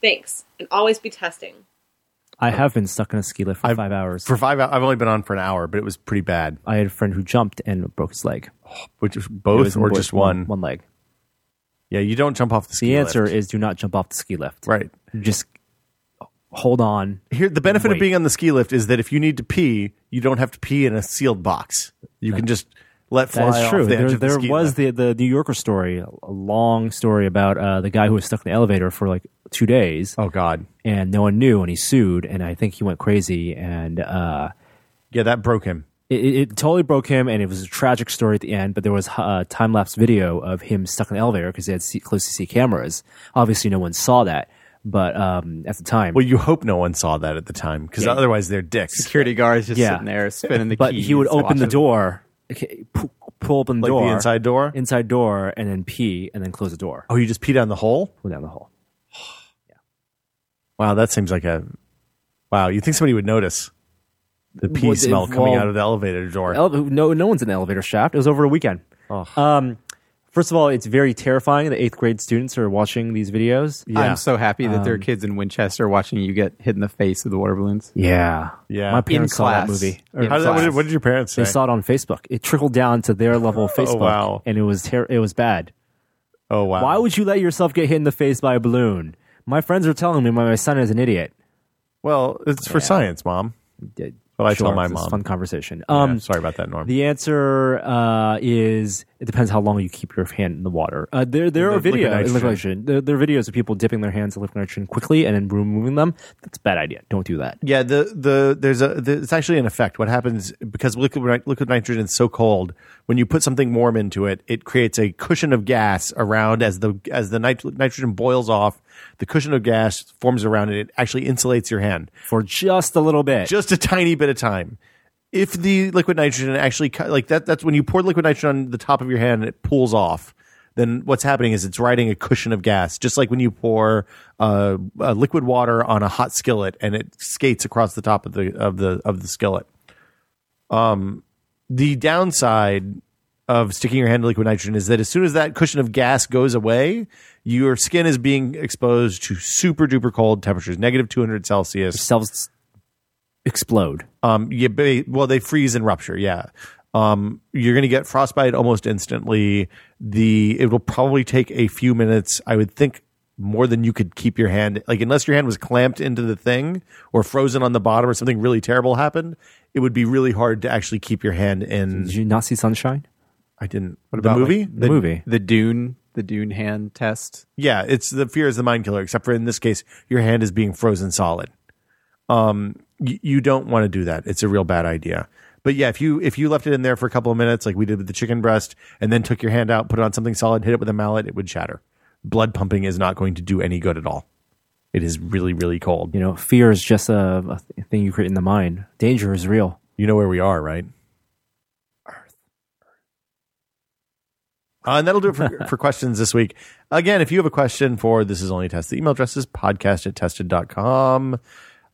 F: Thanks, and always be testing.
C: I have been stuck in a ski lift for
B: I've-
C: five hours.
B: For five, hou- I've only been on for an hour, but it was pretty bad.
C: I had a friend who jumped and broke his leg.
B: Which is
C: It
B: both
C: was
B: or
C: bo-
B: just one?
C: One leg.
B: Yeah, you don't jump off the ski
C: The answer
B: lift.
C: is do not jump off the ski lift.
B: right.
C: Just hold on.
B: Here, the benefit
C: Wait.
B: of being on the ski lift is that if you need to pee, you don't have to pee in a sealed box. You can just let fly
C: That is
B: off
C: true.
B: the edge
C: there
B: of the
C: there
B: ski
C: was
B: lift.
C: the, the New Yorker story, a long story about uh, the guy who was stuck in the elevator for like two days
B: oh god,
C: and no one knew and he sued and I think he went crazy and uh,
B: yeah, that broke him.
C: it, it it totally broke him, and it was a tragic story at the end. But there was uh, a time lapse video of him stuck in the elevator because they had see, close to see cameras. Obviously, no one saw that, but um, at the time,
B: Well, you hope no one saw that at the time because otherwise they're dicks.
D: security guards just
C: Yeah.
D: sitting there spinning the
C: but
D: keys.
C: he would open the
D: watching.
C: door, okay, pu- pull open the
B: Like the
C: door,
B: inside door?
C: inside door, and then pee, and then close the door,
B: Oh, you just pee down the hole?
C: go down the hall.
B: Wow, that seems like a wow. You think somebody would notice the pee
C: Well,
B: smell
C: they-
B: coming
C: well,
B: out of the elevator door?
C: Ele- no, no one's in the elevator shaft. It was over a weekend. Um, first of all, it's very terrifying. The eighth grade students are watching these videos.
D: I'm so happy that there are kids in Winchester watching you get hit in the face with the water balloons.
C: Yeah,
B: Yeah.
C: My
B: In
C: parents saw that
D: class.
C: movie.
D: In
B: How did that, what, did, what did your parents say?
C: They saw it on Facebook. It trickled down to their level
B: [LAUGHS]
C: of Facebook,
B: Oh, wow.
C: and it was ter- it was bad.
B: oh wow!
C: Why would you let yourself get hit in the face by a balloon? My friends are telling me my, my son is an idiot.
B: well, it's for science, mom.
C: Did-
B: Well, I tell my
C: it's a
B: mom.
C: Fun conversation.
B: Yeah,
C: Um,
B: sorry about that, Norm.
C: the answer uh, is it depends how long you keep your hand in the water. Uh, there there are
B: The liquid
C: videos.
B: nitrogen.
C: There, there are videos of people dipping their hands in liquid nitrogen quickly and then removing them. That's a bad idea. Don't do that.
B: Yeah, the the there's a the, it's actually an effect. What happens because liquid nit- liquid nitrogen is so cold, when you put something warm into it, it creates a cushion of gas around as the as the nit- nitrogen boils off, the cushion of gas forms around it. It actually insulates your hand
C: For just a little bit.
B: just a tiny bit of time. If the liquid nitrogen actually co- like that, that's when you pour liquid nitrogen on the top of your hand and it pulls off. Then what's happening is it's riding a cushion of gas, just like when you pour uh, uh, liquid water on a hot skillet and it skates across the top of the of the of the skillet. Um, the downside of sticking your hand in liquid nitrogen is that as soon as that cushion of gas goes away, your skin is being exposed to super duper cold temperatures, negative two hundred Celsius
C: Selves explode.
B: Um, you ba- well, they freeze and rupture. Yeah. Um, you're going to get frostbite almost instantly. The it will probably take a few minutes. I would think more than you could keep your hand like unless your hand was clamped into the thing or frozen on the bottom or something really terrible happened. It would be really hard to actually keep your hand in.
C: Did you not see sunshine?
B: I didn't.
D: What
B: the
D: about,
B: movie?
D: like,
C: The movie.
D: The Dune, the Dune hand test.
B: Yeah, it's the fear is the mind killer, except for in this case, your hand is being frozen solid. Um, you, you don't want to do that. It's a real bad idea. But yeah, if you if you left it in there for a couple of minutes, like we did with the chicken breast, and then took your hand out, put it on something solid, hit it with a mallet, it would shatter. Blood pumping is not going to do any good at all. It is really really cold.
C: You know, fear is just a, a thing you create in the mind. Danger is real.
B: You know where we are, right? Earth. Uh, and that'll do it for, for questions this week. Again, if you have a question for This Is Only a Test, the email address is podcast at tested.com.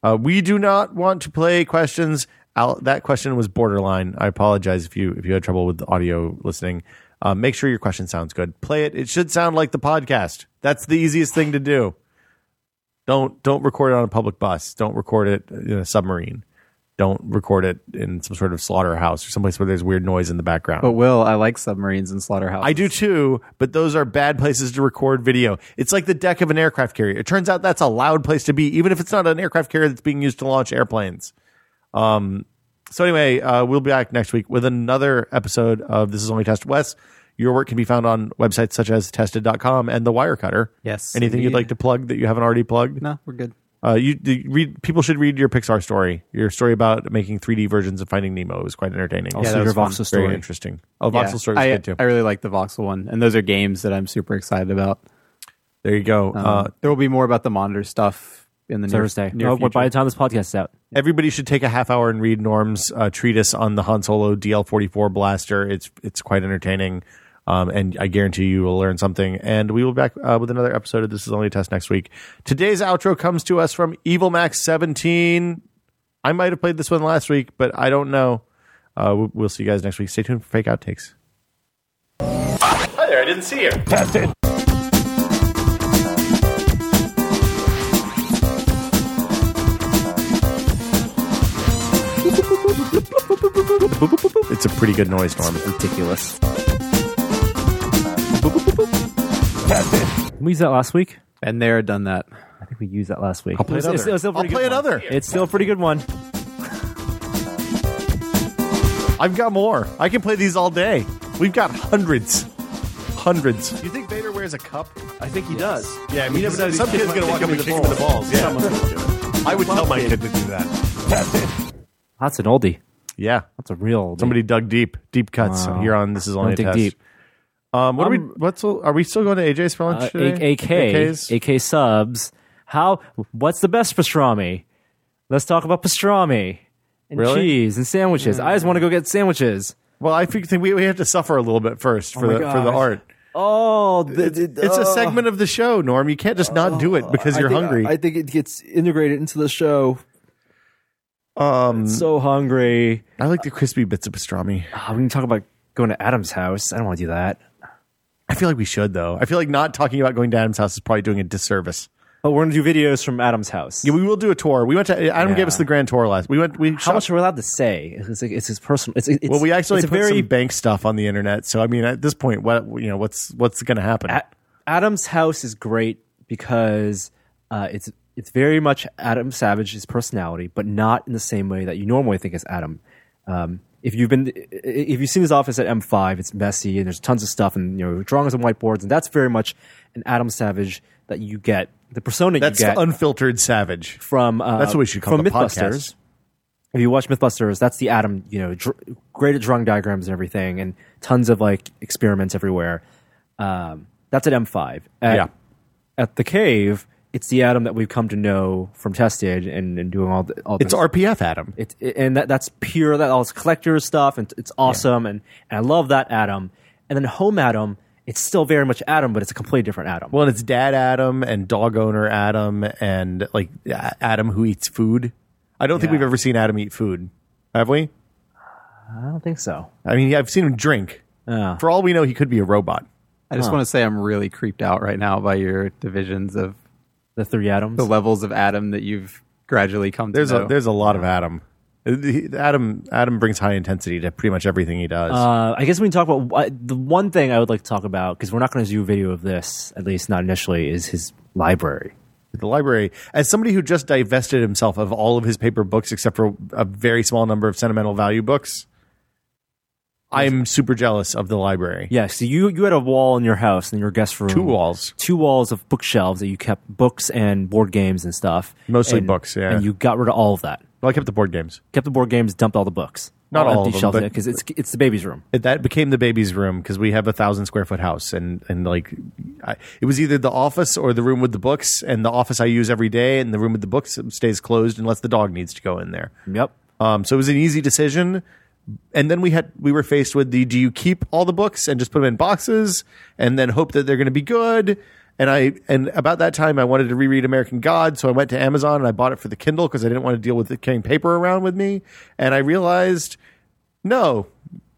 B: Uh, we do not want to play questions. Al- that question was borderline. I apologize if you if you had trouble with the audio listening. Uh, make sure your question sounds good. Play it. It should sound like the podcast. That's the easiest thing to do. Don't don't record it on a public bus. Don't record it in a submarine don't record it in some sort of slaughterhouse or someplace where there's weird noise in the background.
D: But Will, I like submarines and slaughterhouse.
B: I do too, but those are bad places to record video. It's like the deck of an aircraft carrier. It turns out that's a loud place to be, even if it's not an aircraft carrier that's being used to launch airplanes. Um, so anyway, uh, we'll be back next week with another episode of This Is Only Test Wes. Your work can be found on websites such as tested.com and the Wirecutter.
D: Yes,
B: Anything you'd
D: indeed.
B: like to plug that you haven't already plugged?
D: No, we're good.
B: Uh, you, the- read. People should read your Pixar story. Your story about making 3D versions of Finding Nemo was quite entertaining. Also,
C: your
D: was fun.
C: Voxel
B: very
C: story.
B: interesting. Oh, Voxel
D: Yeah,
B: story was
D: I,
B: good too.
D: I really like the voxel one, and those are games that I'm super excited about.
B: there you go.
D: Um,
B: uh,
D: there will be more about the monitor stuff in the near-
C: Thursday.
D: Near,
C: oh,
D: future.
C: but by the time this podcast is out,
B: everybody should take a half hour and read Norm's uh, treatise on the Han Solo DL44 blaster. It's it's quite entertaining, um, and I guarantee you will learn something. And we will be back uh, with another episode of This Is Only a Test next week. Today's outro comes to us from Evil Max 17. I might have played this one last week, but I don't know. Uh, we- we'll see you guys next week. Stay tuned for fake outtakes. Hi there, I didn't see you. It's a pretty good noise, Norm.
C: ridiculous. we used that last week.
D: and there done that.
C: I think we used that last week.
B: I'll play
C: It's-
B: another.
C: it's- it's still a
B: I'll
C: pretty
B: play
C: good one.
B: another.
C: It's still a pretty good one.
B: I've got more. I can play these all day. We've got hundreds. Hundreds. You think Vader wears a cup?
A: I think he does.
B: Yeah, I mean, you never know. Some kid's going to walk up and kick him in
A: balls.
B: the balls. Yeah.
A: Someone's gonna do it.
B: I would tell my kid to do that.
C: That's an oldie.
B: Yeah.
C: That's a real oldie.
B: Somebody dug deep. Deep cuts
C: Wow.
B: here on This Is Only
C: Don't dig
B: a Test.
C: deep.
B: Um, what are we, what's, are we still going to AJ's for lunch
C: Uh,
B: today?
C: A- AK,
B: AK's?
C: AK subs. How? What's the best pastrami? Let's talk about pastrami and
B: Really?
C: cheese and sandwiches. I just want to go get sandwiches.
B: Well, I think think we, we have to suffer a little bit first for,
C: my
B: the, for the
C: gosh.
B: art.
C: Oh,
B: It's a segment of the show, Norm. You can't just not do it because you're hungry.
C: Uh, I think it gets integrated into the show. Um, so hungry.
B: I like the crispy bits of pastrami.
C: Ah, we can talk about going to Adam's house. I don't want to do that.
B: I feel like we should though. I feel like not talking about going to Adam's house is probably doing a disservice.
C: But we're gonna do videos from Adam's house.
B: Yeah, we will do a tour. We went to Adam
C: Yeah.
B: gave us the grand tour last. We went. We
C: How
B: shot-
C: much are we allowed to say? It's, like, it's his personal. It's, it's,
B: well, we actually
C: it's a
B: put
C: very
B: some bank stuff on the internet. So I mean, at this point, what you know, what's what's going to happen?
C: A- Adam's house is great because uh, it's it's very much Adam Savage's personality, but not in the same way that you normally think is Adam. Um, if you've been i- i- if you've seen his office at M5, it's messy and there's tons of stuff and you know drawings and whiteboards, and that's very much an Adam Savage that you get the persona
B: That's
C: you get
B: the unfiltered savage.
C: from uh,
B: That's what we should call
C: from
B: the
C: MythBusters.
B: podcast.
C: If you watch MythBusters, that's the Adam, you know, dr- great at drawing diagrams and everything, and tons of like experiments everywhere. Um, that's at M5. At,
B: Yeah.
C: At the cave, it's the Adam that we've come to know from Tested and, and doing all the all.
B: It's
C: this-
B: RPF, Adam.
C: it, it- and that that's pure that all this collector stuff and it's awesome and, and I love that Adam. And then Home Adam, it's still very much Adam, but it's a completely different Adam.
B: Well, and it's Dad Adam and dog owner Adam and like A- Adam who eats food. I don't think
C: Yeah.
B: we've ever seen Adam eat food, have we?
C: I don't think so.
B: I mean, I've seen him drink. For all we know, he could be a robot.
D: I just want to say I'm really creeped out right now by your divisions of
C: The three Adams.
D: the levels of Adam that you've gradually come
B: There's
D: to know.
B: a there's a lot of Adam. Uh, he- Adam Adam brings high intensity to pretty much everything he does.
C: Uh, I guess we can talk about I, the one thing I would like to talk about because we're not going to do a video of this, at least not initially, is his library.
B: the library as somebody who just divested himself of all of his paper books except for a very small number of sentimental value books i'm super jealous of the library
C: Yeah, so you you had a wall in your house in your guest room,
B: two walls
C: two walls of bookshelves that you kept books and board games and stuff,
B: Mostly
C: And-
B: books, yeah.
C: and you got rid of all of that.
B: well, i kept the board games
C: Kept the board games, dumped all the books,
B: Not all
C: empty
B: of them,
C: shelves
B: but-
C: because it's it's the baby's room.
B: It- that became the baby's room because we have a thousand square foot house and and like I, it was either the office or the room with the books and the office i use every day and the room with the books stays closed unless the dog needs to go in there
C: Yep.
B: Um, so it was an easy decision. And then we had we were faced with the do you keep all the books and just put them in boxes and then hope that they're going to be good. And I and about that time I wanted to reread American God, so I went to Amazon and I bought it for the Kindle because I didn't want to deal with it carrying paper around with me. And I realized, no,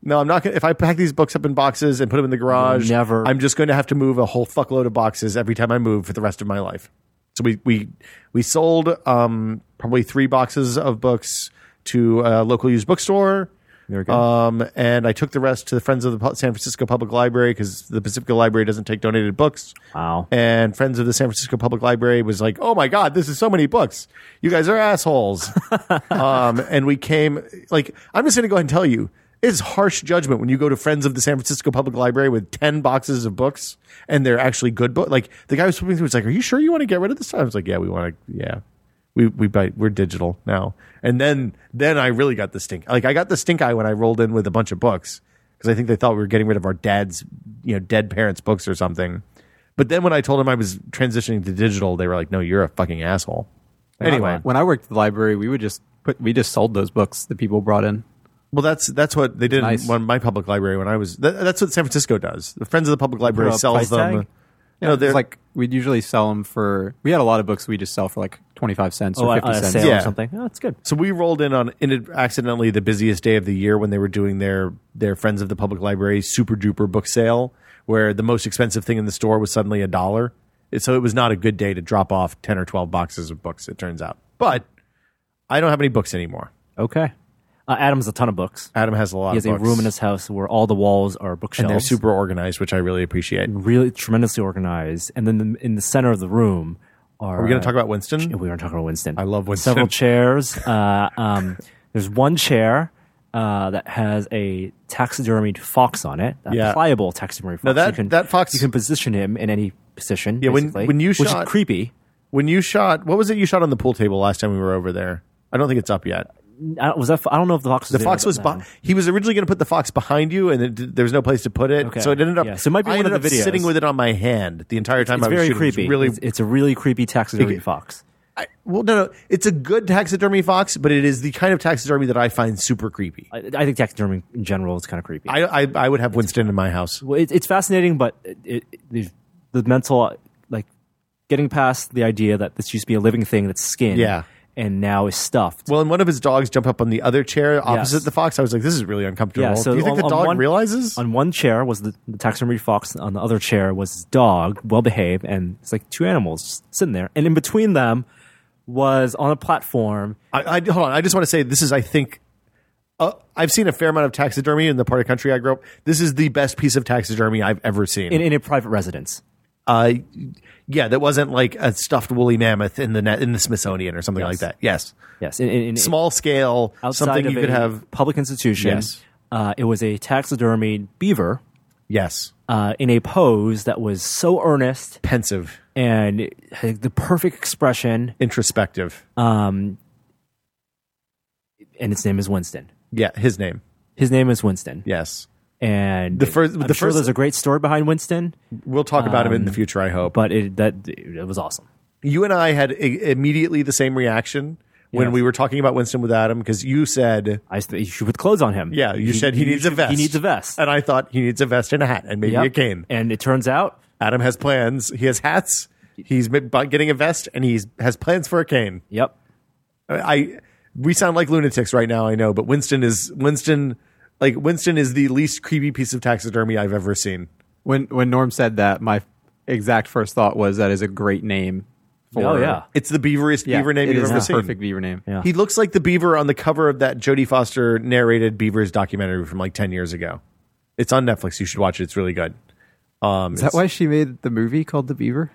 B: no, I'm not. gonna If I pack these books up in boxes and put them in the garage,
C: Never.
B: I'm just going to have to move a whole fuckload of boxes every time I move for the rest of my life. So we we we sold um, probably three boxes of books to a local used bookstore.
C: There we go.
B: Um, and I took the rest to the Friends of the Pu- San Francisco Public Library because the Pacifica Library doesn't take donated books.
C: Wow.
B: And Friends of the San Francisco Public Library was like, "Oh my God, this is so many books! You guys are assholes." um, and we came like I'm just going to go ahead and tell you, it's harsh judgment when you go to Friends of the San Francisco Public Library with ten boxes of books and they're actually good books. Like the guy was flipping through, was like, "Are you sure you want to get rid of this?" I was like, "Yeah, we want to. Yeah, we we buy, we're digital now." And then then I really got the stink. Like I got the stink eye when I rolled in with a bunch of books because I think they thought we were getting rid of our dad's you know dead parents' books or something. But then when I told them I was transitioning to digital, they were like, "No, you're a fucking asshole." Anyway,
D: when I worked at the library, we would just put we just sold those books that people brought in.
B: Well, that's that's what they did
D: Nice.
B: in one, my public library when I was. That, that's what San Francisco does. The Friends of the Public Library
D: Put a
B: sells
D: price
B: them.
D: tag?
B: no, they're
D: It's like we'd usually sell them for. We had a lot of books we just sell for like twenty five cents
C: Oh,
D: or
C: a,
D: fifty
C: a
D: cents.
C: sale
B: Yeah.
C: or something. Oh, that's good.
B: so we rolled in on in accidentally the busiest day of the year when they were doing their their Friends of the Public Library super duper book sale, where the most expensive thing in the store was suddenly a dollar. It- So it was not a good day to drop off ten or twelve boxes of books. It turns out, but I don't have any books anymore.
C: Okay. Uh, Adam's a ton of books.
B: Adam has a lot.
C: He has
B: of
C: a
B: books,
C: room in his house where all the walls are
B: and
C: bookshelves.
B: they're super organized, which I really appreciate. Are
C: really tremendously organized. And then the, in the center of the room are.
B: we going to talk
C: uh,
B: about Winston?
C: We were talking about Winston.
B: I love Winston.
C: Several chairs. Uh, um, there's one chair uh, that has a taxidermied fox on it, a
B: Yeah.
C: pliable taxidermied fox.
B: No, that-
C: you can,
B: that fox-
C: You can position him in any position.
B: Yeah, when-
C: basically,
B: when you
C: which
B: shot-
C: is creepy.
B: When you shot, what was it you shot on the pool table last time we were over there? I don't think it's up yet.
C: I, don't- was that, I don't know if the fox was
B: The
C: in
B: fox
C: it,
B: was
C: but- um,
B: behind. He was originally going to put the fox behind you, and it, did- there was no place to put it.
C: Okay.
B: So it ended up.
C: Yeah, so it might be
B: I
C: one of
B: ended
C: the
B: up
C: videos.
B: sitting with it on my hand the entire time.
C: It's
B: I was
C: very
B: shooting. It's
C: creepy.
B: really.
C: it's, it's a really creepy taxidermy
B: It-
C: fox.
B: I- well, no, no. It's a good taxidermy fox, but it is the kind of taxidermy that I find super creepy.
C: I, I think taxidermy in general is kind of creepy.
B: I I, I would have Winston in my house.
C: well, it, it's fascinating, but it, it, the, the mental, uh, like, getting past the idea that this used to be a living thing that's skinned
B: Yeah.
C: and now is stuffed.
B: Well, and one of his dogs jump up on the other chair opposite
C: Yes.
B: the fox. I was like, this is really uncomfortable. Do you think
C: on-
B: the
C: on
B: dog
C: one-
B: realizes?
C: On one chair was the, the taxidermy fox, on the other chair was his dog, well behaved, and it's like two animals just sitting there. And in between them was on a platform.
B: I, I hold on. I just want to say this is, I think, uh, I've seen a fair amount of taxidermy in the part of the country I grew up. This is the best piece of taxidermy I've ever seen.
C: In, in a private residence,
B: uh, yeah, that wasn't like a stuffed woolly mammoth in the net, in the Smithsonian or something like that. Yes,
C: yes, in, in, in
B: small scale,
C: outside
B: something
C: of
B: you could
C: a
B: have.
C: public institution.
B: Yes.
C: uh, it was a taxidermy beaver
B: Yes,
C: uh, in a pose that was so earnest
B: pensive,
C: and it had the perfect expression.
B: introspective.
C: Um, and its name is Winston.
B: yeah, his name.
C: His name is Winston.
B: Yes,
C: And
B: The first-
C: I'm
B: the
C: sure
B: first-
C: there's a great story behind Winston,
B: we'll talk about him in
C: Um,
B: the future. I hope.
C: but it that it was awesome.
B: you and I had i- immediately the same reaction when
C: Yes.
B: we were talking about Winston with Adam because you said.
C: I used to, you should put clothes on him.
B: Yeah, you said he, needs a
C: should-
B: vest.
C: He needs a vest.
B: And I thought he needs a vest and a hat and maybe
C: Yep.
B: a cane.
C: And it turns out
B: Adam has plans. He has hats. He's been bu- getting a vest and he's has plans for a cane.
C: Yep.
B: I, I we sound like lunatics right now, I know, but Winston is Winston like Winston is the least creepy piece of taxidermy I've ever seen.
D: When when Norm said that, my exact first thought was that is a great name for
C: Oh, yeah.
B: It's the beaveriest
D: Yeah,
B: beaver name
D: it
B: you've
D: is
B: ever
D: the
B: seen.
D: Perfect beaver name.
C: Yeah.
B: He looks like the beaver on the cover of that Jodie Foster narrated Beavers documentary from like 10 years ago. It's on Netflix. You should watch it. It's really good. Um,
D: Is that why she made the movie called
B: [LAUGHS]
D: The Beaver?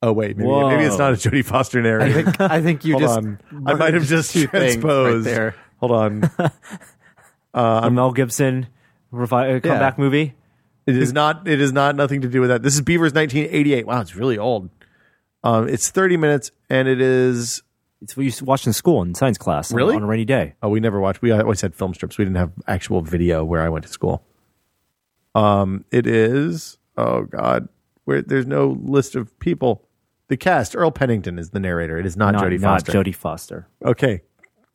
B: Oh, wait. Maybe,
C: Whoa.
B: maybe it's not a Jodie Foster narrative.
D: I think you
B: Hold
D: just
B: on.
D: [LAUGHS]
B: I might have just
D: two things
B: transposed.
D: right there.
B: Hold
D: [LAUGHS]
B: on. Um,
C: a Mel Gibson revi- uh, comeback movie.
B: It is not. It is not nothing to do with that. This is Beavers 1988. Wow, it's really old. Um, it's 30 minutes, and it is.
C: It's what you s- watched in school in science class. on-
B: Really?
C: on a rainy day.
B: Oh, we never watched. We always had film strips. We didn't have actual video where I went to school. Um, it is. Oh God, where there's no list of people. The cast. Earl Pennington is the narrator. It is not,
C: Not,
B: Jodie
C: not
B: Foster.
C: Jodie Foster.
B: Okay,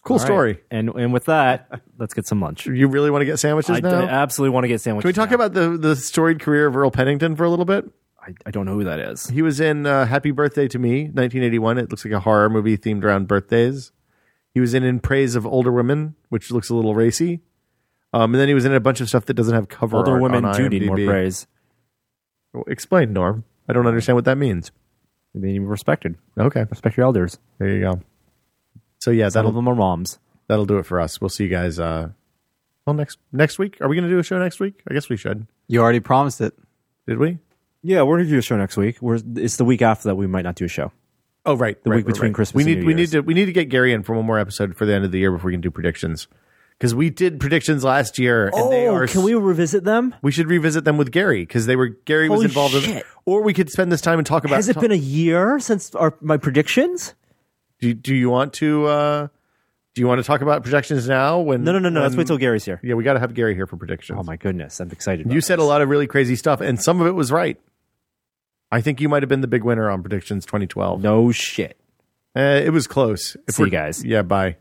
B: cool story.
C: And and with that, let's get some
B: [LAUGHS]
C: lunch.
B: You really want to get sandwiches
C: I, uh, d-
B: now?
C: absolutely want to get
B: Can
C: sandwiches.
B: we talk
C: now.
B: about the the storied career of Earl Pennington for a little bit?
C: I, I don't know who that is.
B: He was in uh, Happy Birthday to Me, 1981. It looks like a horror movie themed around birthdays. He was in In Praise of Older Women, which looks a little racy. Um, and then he was in a bunch of stuff that doesn't have cover
C: Older
B: art
C: women
B: on
C: do need more
B: IMDb.
C: praise.
B: Explain, Norm. I don't understand what that means.
C: They need to be respected.
B: Okay,
C: Respect your elders.
B: there you go. So yeah,
C: Some of
B: that'll
C: them are moms.
B: that'll do it for us. We'll see you guys. Uh, well, next next week. Are we going to do a show next week? I guess we should.
D: You already promised it.
B: Did we?
C: Yeah, we're gonna do a show next week. We're, it's the week after that we might not do a show.
B: Oh right, the
C: week between Christmas
B: We
C: and
B: need
C: New
B: we
C: Year's.
B: need to we need to get Gary in for one more episode for the end of the year before we can do predictions because we did predictions last year. and they are,
C: Oh, can we revisit them?
B: We should revisit them with Gary because they were Gary was
C: Holy
B: involved in,
C: shit.
B: or we could spend this time and talk about.
C: Has it been a year since our my predictions?
B: do, do you want to? Uh, do you want to talk about projections now? When
C: No, no, no, no. Let's
B: when-
C: wait till Gary's here.
B: Yeah, we got to have Gary here for predictions.
C: Oh my goodness, I'm excited.
B: You said a lot of really crazy stuff, and some of it was right. I think you might have been the big winner on predictions 2012.
C: No shit.
B: Uh, it was close. If
C: See you
B: we're-
C: guys.
B: Yeah, bye.